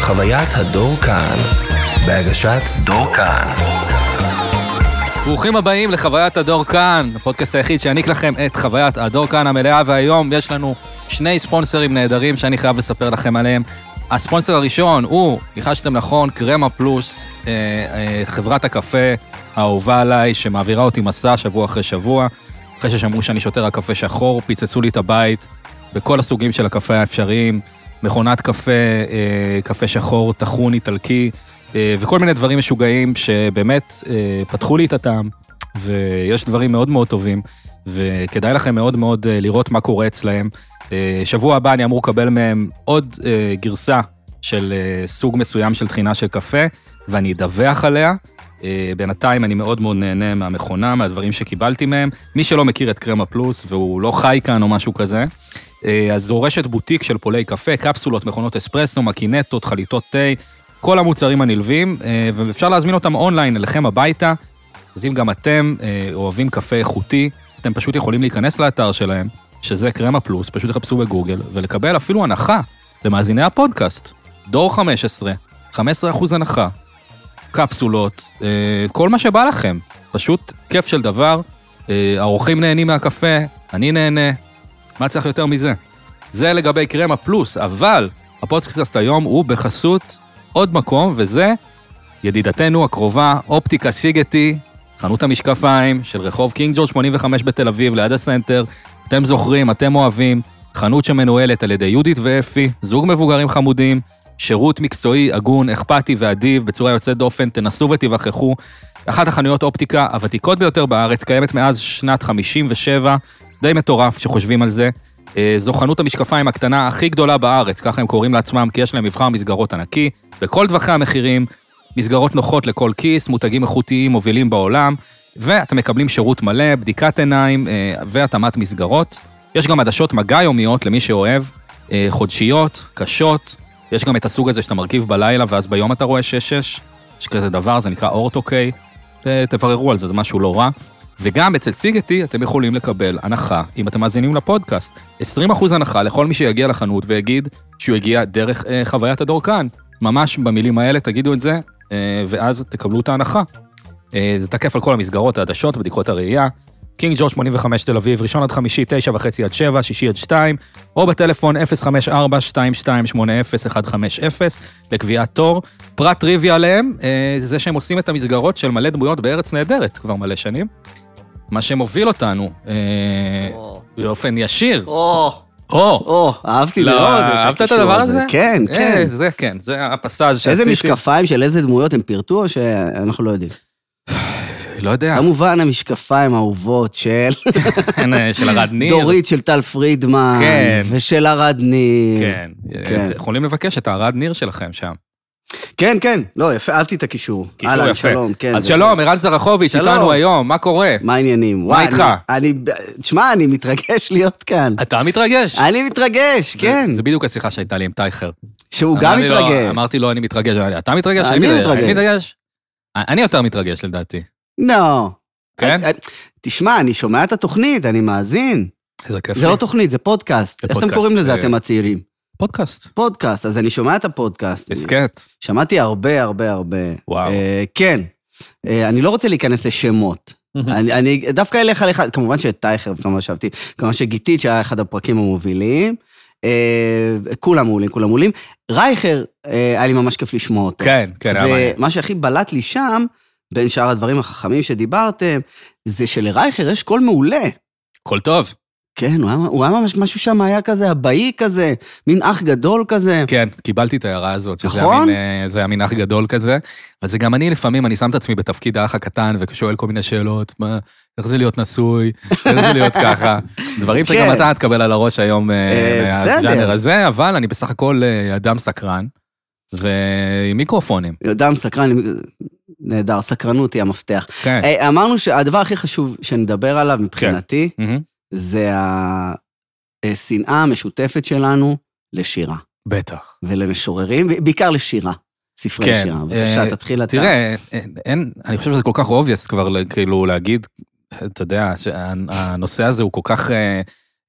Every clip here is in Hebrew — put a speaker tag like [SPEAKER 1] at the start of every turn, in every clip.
[SPEAKER 1] חוויית הדור כאן, בהגשת דור כאן.
[SPEAKER 2] ברוכים הבאים לחוויית הדור כאן, הפודקאסט היחיד שיעניק לכם את חוויית הדור כאן המלאה, והיום יש לנו שני ספונסרים נהדרים שאני חייב לספר לכם עליהם. הספונסר הראשון הוא, ניחשתם נכון, קרמה פלוס, אה, אה, חברת הקפה האהובה עליי, שמעבירה אותי מסע שבוע אחרי שבוע. אחרי ששמעו שאני שותה רק קפה שחור, פיצצו לי את הבית בכל הסוגים של הקפה האפשריים, מכונת קפה, אה, קפה שחור, טחון, איטלקי, אה, וכל מיני דברים משוגעים שבאמת אה, פתחו לי את הטעם, ויש דברים מאוד מאוד טובים, וכדאי לכם מאוד מאוד אה, לראות מה קורה אצלהם. אה, שבוע הבא אני אמור לקבל מהם עוד אה, גרסה של אה, סוג מסוים של טחינה של קפה, ואני אדווח עליה. אה, בינתיים אני מאוד מאוד נהנה מהמכונה, מהדברים שקיבלתי מהם. מי שלא מכיר את קרמה פלוס והוא לא חי כאן או משהו כזה, אה, אז זו רשת בוטיק של פולי קפה, קפסולות, מכונות אספרסו, מקינטות, חליטות תה, כל המוצרים הנלווים, אה, ואפשר להזמין אותם אונליין אליכם הביתה. אז אם גם אתם אה, אוהבים קפה איכותי, אתם פשוט יכולים להיכנס לאתר שלהם, שזה קרמה פלוס, פשוט תחפשו בגוגל, ולקבל אפילו הנחה למאזיני הפודקאסט. דור 15, 15% הנחה, קפסולות, אה, כל מה שבא לכם. פשוט כיף של דבר, אה, האורחים נהנים מהקפה, אני נהנה, מה צריך יותר מזה? זה לגבי קרמה פלוס, אבל הפודקאסט היום הוא בחסות עוד מקום, וזה ידידתנו הקרובה, אופטיקה שיגטי, חנות המשקפיים של רחוב קינג ג'ורג' 85 בתל אביב, ליד הסנטר. אתם זוכרים, אתם אוהבים, חנות שמנוהלת על ידי יהודית ואפי, זוג מבוגרים חמודים, שירות מקצועי, הגון, אכפתי ואדיב, בצורה יוצאת דופן, תנסו ותיווכחו. אחת החנויות אופטיקה הוותיקות ביותר בארץ, קיימת מאז שנת 57, די מטורף שחושבים על זה. אה, זו חנות המשקפיים הקטנה הכי גדולה בארץ, ככה הם קוראים לעצמם, כי יש להם מבחר מסגרות ענקי, בכל טווחי המחירים, מסגרות נוחות לכל כיס, מותגים איכותיים מובילים בעולם, ואתם מקבלים שירות מלא, בדיקת עיניים אה, והתאמת מסגרות. יש גם עדשות מגע יומיות למי שאוהב, אה, חודשיות, קשות. יש גם את הסוג הזה שאתה מרכיב בלילה ואז ביום אתה רואה 6-6, יש כזה דבר, זה נקרא אוקיי. אורטוקיי. ת- תבררו על זה, זה משהו לא רע. וגם אצל סיגטי אתם יכולים לקבל הנחה, אם אתם מאזינים לפודקאסט, 20% הנחה לכל מי שיגיע לחנות ויגיד שהוא הגיע דרך אה, חוויית הדור כאן. ממש במילים האלה תגידו את זה, אה, ואז תקבלו את ההנחה. אה, זה תקף על כל המסגרות, העדשות, בדיקות הראייה. קינג ג'ורג' 85 תל אביב, ראשון עד חמישי, תשע וחצי עד שבע, שישי עד שתיים, או בטלפון 054-2280-150 לקביעת תור. פרט טריוויה עליהם, אה, זה שהם עושים את המסגרות של מלא דמויות בארץ נהדרת כבר מלא שנים. מה שמוביל אותנו אה,
[SPEAKER 3] או,
[SPEAKER 2] באופן ישיר.
[SPEAKER 3] או,
[SPEAKER 2] או,
[SPEAKER 3] או, אהבתי
[SPEAKER 2] לא,
[SPEAKER 3] מאוד.
[SPEAKER 2] אהבת את
[SPEAKER 3] הקישור
[SPEAKER 2] הדבר הזה?
[SPEAKER 3] כן,
[SPEAKER 2] אה,
[SPEAKER 3] כן.
[SPEAKER 2] זה כן, זה הפסאז' שעשיתי.
[SPEAKER 3] איזה משקפיים של איזה דמויות הם פירטו, או שאנחנו לא יודעים.
[SPEAKER 2] אה. לא יודע,
[SPEAKER 3] כמובן, המשקפיים האהובות של
[SPEAKER 2] כן, אה, של ארד ניר.
[SPEAKER 3] דורית של טל פרידמן,
[SPEAKER 2] כן.
[SPEAKER 3] ושל ארד ניר.
[SPEAKER 2] כן,
[SPEAKER 3] כן.
[SPEAKER 2] אתם יכולים לבקש את הארד ניר שלכם שם.
[SPEAKER 3] כן, כן. לא, יפה, אהבתי את הקישור.
[SPEAKER 2] קישור
[SPEAKER 3] אהלן,
[SPEAKER 2] יפה.
[SPEAKER 3] שלום, כן.
[SPEAKER 2] אז
[SPEAKER 3] זה-
[SPEAKER 2] שלום, ערן זרחוביץ'
[SPEAKER 3] שלום.
[SPEAKER 2] איתנו היום, מה קורה?
[SPEAKER 3] מה העניינים? וואי,
[SPEAKER 2] איתך?
[SPEAKER 3] אני, אני- שמע, אני מתרגש להיות כאן.
[SPEAKER 2] אתה מתרגש?
[SPEAKER 3] אני מתרגש, אה, כן.
[SPEAKER 2] זה בדיוק השיחה שהייתה לי עם טייכר.
[SPEAKER 3] שהוא גם
[SPEAKER 2] אמר לי, לא,
[SPEAKER 3] מתרגש.
[SPEAKER 2] אמרתי לו, אני מתרגש, אמר לי, אתה מתרגש?
[SPEAKER 3] אני מתרגש.
[SPEAKER 2] אני מתרגש. אני יותר מתרגש לדעתי.
[SPEAKER 3] לא.
[SPEAKER 2] כן?
[SPEAKER 3] אה, אה, תשמע, אני שומע את התוכנית, אני מאזין.
[SPEAKER 2] איזה כיף.
[SPEAKER 3] זה
[SPEAKER 2] לי.
[SPEAKER 3] לא תוכנית, זה פודקאסט.
[SPEAKER 2] זה
[SPEAKER 3] איך אתם
[SPEAKER 2] פודקאסט,
[SPEAKER 3] קוראים לזה,
[SPEAKER 2] אה,
[SPEAKER 3] אתם הצעירים?
[SPEAKER 2] פודקאסט.
[SPEAKER 3] פודקאסט, אז אני שומע את הפודקאסט.
[SPEAKER 2] הסכת.
[SPEAKER 3] שמעתי הרבה הרבה הרבה.
[SPEAKER 2] כן. וואו.
[SPEAKER 3] אה, כן. אה, אני לא רוצה להיכנס לשמות. אני, אני דווקא אליך לך, כמובן שאת טייכר, כמובן שאהבתי, כמובן שגיתית, שהיה אחד הפרקים המובילים. אה, כולם מעולים, כולם מעולים. רייכר, אה, היה לי ממש כיף לשמוע אותו.
[SPEAKER 2] כן, כן, היה מעניין.
[SPEAKER 3] ומה שהכי בלט לי שם, בין שאר הדברים החכמים שדיברתם, זה שלרייכר יש קול מעולה.
[SPEAKER 2] הכל טוב.
[SPEAKER 3] כן, הוא היה, הוא היה ממש, משהו שם היה כזה, אבאי כזה, מין אח גדול כזה.
[SPEAKER 2] כן, קיבלתי את ההערה הזאת, שזה היה
[SPEAKER 3] נכון?
[SPEAKER 2] מין, אה, זה היה מין אח גדול כזה. אבל זה גם אני לפעמים, אני שם את עצמי בתפקיד האח הקטן ושואל כל מיני שאלות, מה, איך זה להיות נשוי, איך זה להיות ככה. דברים
[SPEAKER 3] כן.
[SPEAKER 2] שגם אתה תקבל על הראש היום אה,
[SPEAKER 3] אה,
[SPEAKER 2] מהז'אנר
[SPEAKER 3] בסדר.
[SPEAKER 2] הזה, אבל אני בסך הכל אה, אדם סקרן, ועם מיקרופונים,
[SPEAKER 3] אדם סקרן, נהדר, סקרנות היא המפתח.
[SPEAKER 2] כן.
[SPEAKER 3] היי, אמרנו שהדבר הכי חשוב שנדבר עליו מבחינתי,
[SPEAKER 2] מהמם.
[SPEAKER 3] זה ה- השנאה המשותפת שלנו לשירה
[SPEAKER 2] בטח.
[SPEAKER 3] ולמשוררים, בעיקר לשירה, ספרי
[SPEAKER 2] כן,
[SPEAKER 3] שירה. בבקשה,
[SPEAKER 2] אה,
[SPEAKER 3] תתחיל אתה.
[SPEAKER 2] תראה, אין- אין, אני חושב שזה כל כך obvious כבר, כאילו, להגיד, אתה יודע, שהנושא הזה הוא כל כך אה,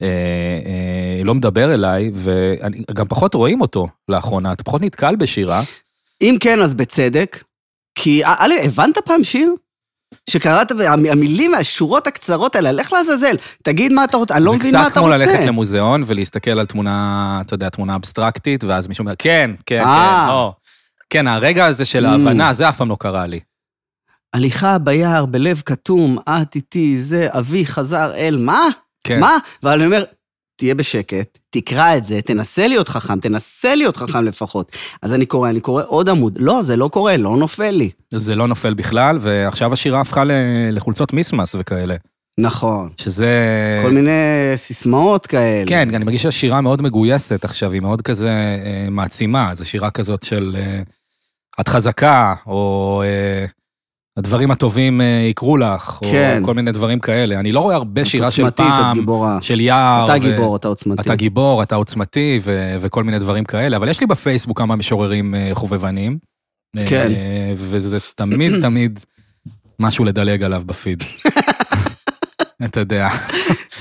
[SPEAKER 2] אה, אה, לא מדבר אליי, וגם פחות רואים אותו לאחרונה, אתה פחות נתקל בשירה.
[SPEAKER 3] אם כן, אז בצדק. כי, א- א', הבנת פעם שיר? שקראת, והמ- המילים והשורות הקצרות האלה, לך לעזאזל, תגיד מה אתה רוצה, אני לא מבין מה אתה רוצה.
[SPEAKER 2] זה קצת כמו ללכת למוזיאון ולהסתכל על תמונה, אתה יודע, תמונה אבסטרקטית, ואז מישהו אומר, כן, כן,
[SPEAKER 3] אה.
[SPEAKER 2] כן, או. כן, הרגע הזה של
[SPEAKER 3] Mm.
[SPEAKER 2] ההבנה, זה אף פעם לא קרה לי.
[SPEAKER 3] הליכה ביער בלב כתום, את איתי, זה, אבי חזר אל, מה?
[SPEAKER 2] כן.
[SPEAKER 3] מה? אבל אני אומר, תהיה בשקט, תקרא את זה, תנסה להיות חכם, תנסה להיות חכם לפחות. אז אני קורא, אני קורא עוד עמוד. לא, זה לא קורה, לא נופל לי.
[SPEAKER 2] זה לא נופל בכלל, ועכשיו השירה הפכה ל- לחולצות מיסמס וכאלה,
[SPEAKER 3] נכון.
[SPEAKER 2] שזה...
[SPEAKER 3] כל מיני סיסמאות כאלה.
[SPEAKER 2] אה, כן, אני מרגיש שהשירה מאוד מגויסת עכשיו, היא מאוד כזה אה, מעצימה, זו שירה כזאת של אה, את חזקה, או אה, הדברים הטובים אה, יקרו לך, או
[SPEAKER 3] כן.
[SPEAKER 2] כל מיני דברים כאלה. אני לא רואה הרבה שירה של
[SPEAKER 3] עוצמתית, את
[SPEAKER 2] פעם,
[SPEAKER 3] גיבורה.
[SPEAKER 2] של יער.
[SPEAKER 3] אתה
[SPEAKER 2] ו-
[SPEAKER 3] גיבור, אתה עוצמתי.
[SPEAKER 2] אה, אתה גיבור, אתה עוצמתי ו- וכל מיני דברים כאלה, אבל יש לי בפייסבוק כמה משוררים אה, חובבנים. אה,
[SPEAKER 3] כן.
[SPEAKER 2] וזה תמיד תמיד משהו לדלג עליו בפיד. אתה יודע.